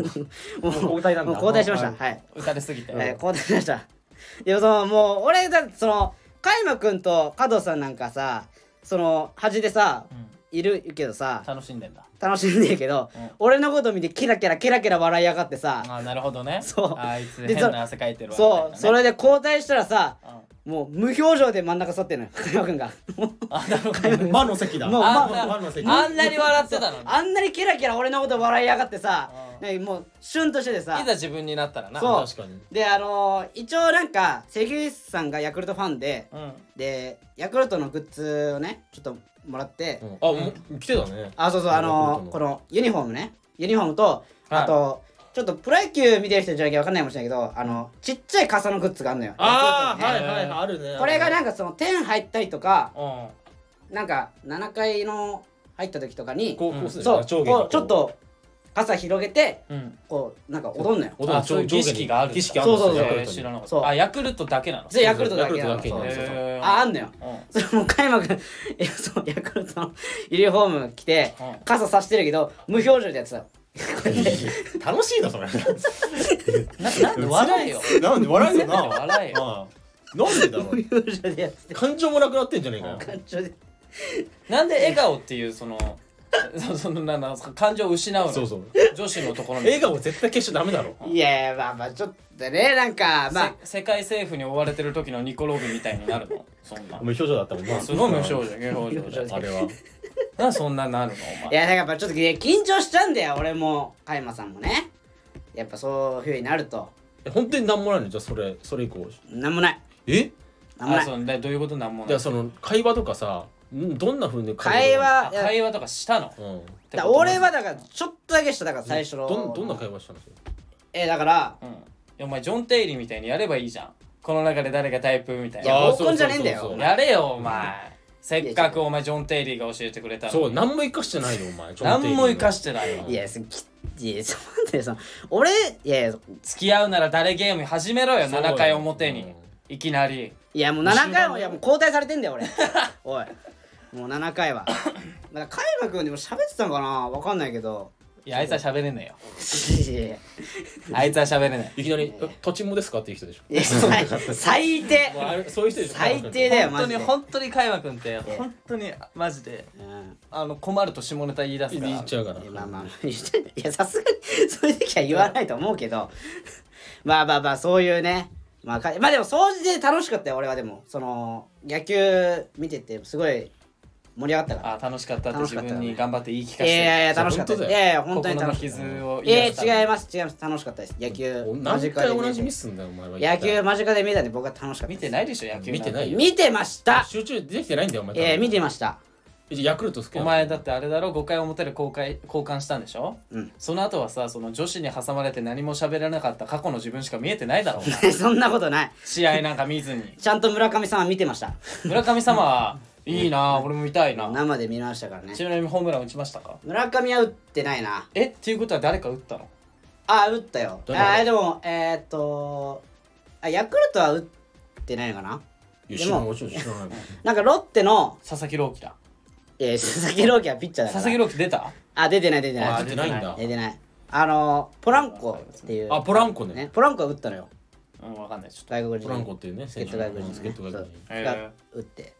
[SPEAKER 1] もう
[SPEAKER 3] 交代なん
[SPEAKER 1] も
[SPEAKER 3] だ
[SPEAKER 1] う交代しました
[SPEAKER 3] はい
[SPEAKER 1] はい
[SPEAKER 2] 打たれすぎて
[SPEAKER 1] えー、交代しました。 でもそのもう俺だってその加山君と加藤さんなんかさその端でさ、
[SPEAKER 2] ん
[SPEAKER 1] いるけどさ
[SPEAKER 2] 楽しんでんだ
[SPEAKER 1] 楽しんでるけど、
[SPEAKER 2] うん
[SPEAKER 1] 俺のこと見てキラキラキラキラ笑いやがってさ、
[SPEAKER 2] あなるほどね
[SPEAKER 1] そう
[SPEAKER 2] あいつ
[SPEAKER 1] で
[SPEAKER 2] 変
[SPEAKER 1] そ
[SPEAKER 2] な汗かいてるわ
[SPEAKER 1] そう、
[SPEAKER 2] みた
[SPEAKER 1] そ
[SPEAKER 2] いなね
[SPEAKER 1] れで交代したらさ
[SPEAKER 2] うん
[SPEAKER 1] もう無表情で真ん中座ってるのよ加山君が。もう
[SPEAKER 2] あなるほどね
[SPEAKER 3] 魔の席だ
[SPEAKER 1] もう
[SPEAKER 2] あ
[SPEAKER 1] ま
[SPEAKER 2] な
[SPEAKER 3] 魔の席
[SPEAKER 2] あんなに笑ってたのに
[SPEAKER 1] あんなにキラキラ俺のこと笑いやがってさ、ねもうシュンとしててさ
[SPEAKER 2] いざ自分になったらな
[SPEAKER 1] そう
[SPEAKER 3] 確かに
[SPEAKER 1] であのー一応なんか関口さんがヤクルトファンで、
[SPEAKER 2] うん
[SPEAKER 1] でヤクルトのグッズをねちょっともらって、
[SPEAKER 3] うんあもう来てたね
[SPEAKER 1] あそうそうあの
[SPEAKER 3] ヤクルトの
[SPEAKER 1] このユニフォームねユニフォームと
[SPEAKER 2] はい
[SPEAKER 1] あとちょっとプロ野球見てる人じゃなきゃ分かんないかもしれないけどあのちっちゃい傘のグッズがあるのよ
[SPEAKER 3] ああ
[SPEAKER 1] ヤクル
[SPEAKER 3] は
[SPEAKER 1] トのね
[SPEAKER 3] いはいはいあるね
[SPEAKER 1] これがなん
[SPEAKER 3] か
[SPEAKER 1] かその点入ったりとか
[SPEAKER 2] うん
[SPEAKER 1] なんか7階の入った時とかに
[SPEAKER 3] こうこうする
[SPEAKER 1] そう
[SPEAKER 3] 上下
[SPEAKER 1] こうちょっと傘広げて
[SPEAKER 2] うん
[SPEAKER 1] こうなんか踊んのよ
[SPEAKER 3] お
[SPEAKER 2] あそういう儀式があるんだ
[SPEAKER 3] 儀式あるんですよ
[SPEAKER 1] そうそうそう
[SPEAKER 2] えー知らなかっ
[SPEAKER 1] そう
[SPEAKER 2] たあヤクルトだけなの
[SPEAKER 1] それヤクルトだけ
[SPEAKER 3] ヤ
[SPEAKER 1] なの
[SPEAKER 3] クルトだけ
[SPEAKER 1] そうそうそう
[SPEAKER 2] へー
[SPEAKER 1] ああんのよ
[SPEAKER 2] うん
[SPEAKER 1] それもう開幕えそうヤクルトのユニフォーム着て
[SPEAKER 2] うん
[SPEAKER 1] 傘さしてるけど無表情でやってたの
[SPEAKER 3] 楽しいなそれ
[SPEAKER 2] ななんで笑えよ
[SPEAKER 3] なんで笑うよな
[SPEAKER 2] 笑えよ
[SPEAKER 3] ああ なんでだろ
[SPEAKER 1] 無
[SPEAKER 3] う
[SPEAKER 1] 表情でや って
[SPEAKER 3] 感情もなくなってんじゃねえかよ
[SPEAKER 1] 感情で
[SPEAKER 2] なんで笑顔っていうそのそそのなんなんですか感情を失うの
[SPEAKER 3] そうそう
[SPEAKER 2] 女子のところに
[SPEAKER 3] 笑顔絶対消しちゃダメだろ
[SPEAKER 1] いやまあまあちょっとねなんかまあ
[SPEAKER 2] せ世界政府に追われてる時のニコロビみたいになるのそんな
[SPEAKER 3] 無表情だったもんな
[SPEAKER 2] すごい無表情無表情じゃん
[SPEAKER 3] あれは
[SPEAKER 2] なんでそんななるのお
[SPEAKER 1] いや
[SPEAKER 2] 前
[SPEAKER 1] だからやっぱちょっとね緊張しちゃうんだよ俺も加山さんもねやっぱそういうふうになると
[SPEAKER 3] え本当になんもないのじゃあそれそれ以降
[SPEAKER 1] なんもない
[SPEAKER 3] え
[SPEAKER 1] なんもな
[SPEAKER 2] あ
[SPEAKER 1] い
[SPEAKER 2] そうでどういうことなんも
[SPEAKER 3] じ
[SPEAKER 2] な
[SPEAKER 3] ゃ
[SPEAKER 2] い
[SPEAKER 3] あその会話とかさんどんな風に
[SPEAKER 1] 会
[SPEAKER 2] あ
[SPEAKER 1] 話いや
[SPEAKER 2] 会話とかしたのってこ
[SPEAKER 3] うん
[SPEAKER 2] と
[SPEAKER 1] だから俺はだからちょっとだけしただから最初の
[SPEAKER 3] どんどんな会話したんですよ
[SPEAKER 1] えだから
[SPEAKER 2] うんいやお前ジョン・テイリーみたいにやればいいじゃんこの中で誰がタイプみたい
[SPEAKER 1] いや
[SPEAKER 2] な
[SPEAKER 3] あー
[SPEAKER 1] 合コンじゃねえんだよ
[SPEAKER 3] そうそうそう
[SPEAKER 2] やれよお前せっかくお前ジョン・テイリーが教えてくれたのに
[SPEAKER 3] そう何も生かしてないよお前
[SPEAKER 2] 何も生か
[SPEAKER 3] し
[SPEAKER 2] してないよ
[SPEAKER 1] いやそきいやそ待ってその俺いやいや
[SPEAKER 2] 付き合うなら誰ゲーム始めろよ
[SPEAKER 3] そうよ
[SPEAKER 2] 7回表
[SPEAKER 3] う
[SPEAKER 2] に
[SPEAKER 3] ん
[SPEAKER 2] いきなり
[SPEAKER 1] いやもう7回もいやもう交代されてんだよ俺おいもう7回はだから加山君でも喋ってたのかなわかんないけど
[SPEAKER 2] いやあいつは喋れね
[SPEAKER 1] いやいや
[SPEAKER 2] えよあいつは喋れない
[SPEAKER 3] いきなりえ「土地もですか?」っていう人でしょ
[SPEAKER 1] いや最最低
[SPEAKER 3] もうあれそういう人でしょ
[SPEAKER 1] 最低だよマ
[SPEAKER 2] 本当
[SPEAKER 1] ジ
[SPEAKER 2] に
[SPEAKER 1] で、
[SPEAKER 2] 本当に加山君って本当にマジで
[SPEAKER 1] うん
[SPEAKER 2] あの困ると下ネタ言い出すか
[SPEAKER 3] 言
[SPEAKER 2] ら
[SPEAKER 3] っちゃうから
[SPEAKER 1] いやまあまあ言っていやさすがにそういう時は言わないと思うけどまあまあまあそういうねまあかまあでも掃除で楽しかったよ俺はでもその野球見ててすごい盛り上がったから
[SPEAKER 2] あ楽しかったって自分に頑張って言い聞かせ
[SPEAKER 1] い
[SPEAKER 2] て、
[SPEAKER 1] やいやいや楽しかった
[SPEAKER 3] 本当
[SPEAKER 1] よい
[SPEAKER 3] だよ
[SPEAKER 1] やいや本当に
[SPEAKER 2] 心の
[SPEAKER 1] 楽しかっ
[SPEAKER 2] 傷
[SPEAKER 1] た
[SPEAKER 2] を
[SPEAKER 1] いや
[SPEAKER 2] 癒すために
[SPEAKER 1] 違います違います楽しかったです野球間
[SPEAKER 3] 何
[SPEAKER 1] 近
[SPEAKER 3] 回
[SPEAKER 1] で見
[SPEAKER 3] 同じミ
[SPEAKER 1] て
[SPEAKER 3] スすんだよお前は
[SPEAKER 1] 野球間近で見たんで僕は楽しかった
[SPEAKER 2] 見
[SPEAKER 1] です
[SPEAKER 2] てないでしょ野球んて
[SPEAKER 3] 見てないよ
[SPEAKER 1] 見てました
[SPEAKER 3] 集中できてないんだよお前
[SPEAKER 1] いや見てました
[SPEAKER 3] ヤクルト好きな
[SPEAKER 2] お
[SPEAKER 3] の
[SPEAKER 2] 前だってあれだろ5回表で公開交換したんでしょ、
[SPEAKER 1] うん
[SPEAKER 2] その後はさその女子に挟まれて何も喋らなかった過去の自分しか見えてないだろ う
[SPEAKER 1] そんなことない
[SPEAKER 2] 試合なんか見ずに
[SPEAKER 1] ちゃんと村上さんは見てました
[SPEAKER 2] 村上様はいいな俺も見たいな
[SPEAKER 1] 生で見ましたからね
[SPEAKER 2] ちなみにホームラン打ちましたか
[SPEAKER 1] 村上は打ってないな
[SPEAKER 2] えっていうことは誰か打ったの
[SPEAKER 1] あ打ったよあ
[SPEAKER 3] どれどれ
[SPEAKER 1] ーでもえーっとあヤクルトは打ってないのかない
[SPEAKER 3] や知らないもちろん知らないもん
[SPEAKER 1] なんかロッテの、
[SPEAKER 2] 佐々木朗希だ
[SPEAKER 1] えー、佐々木朗希はピッチャーだ
[SPEAKER 2] 佐
[SPEAKER 1] から
[SPEAKER 2] 々木朗希出た
[SPEAKER 1] あ出てない出てな
[SPEAKER 3] あ
[SPEAKER 1] い
[SPEAKER 3] 出てないんだ
[SPEAKER 1] 出てないあのーポランコっていう
[SPEAKER 3] あポランコね
[SPEAKER 1] ねポランコは打ったのよ
[SPEAKER 2] うんわかんないちょっと
[SPEAKER 1] 外国人
[SPEAKER 3] ポランコっていうね
[SPEAKER 1] 助っ
[SPEAKER 3] 選手
[SPEAKER 1] 人外国人
[SPEAKER 3] 助っ人
[SPEAKER 1] ね
[SPEAKER 3] 外
[SPEAKER 1] そう
[SPEAKER 3] 国人
[SPEAKER 2] へー
[SPEAKER 1] が打って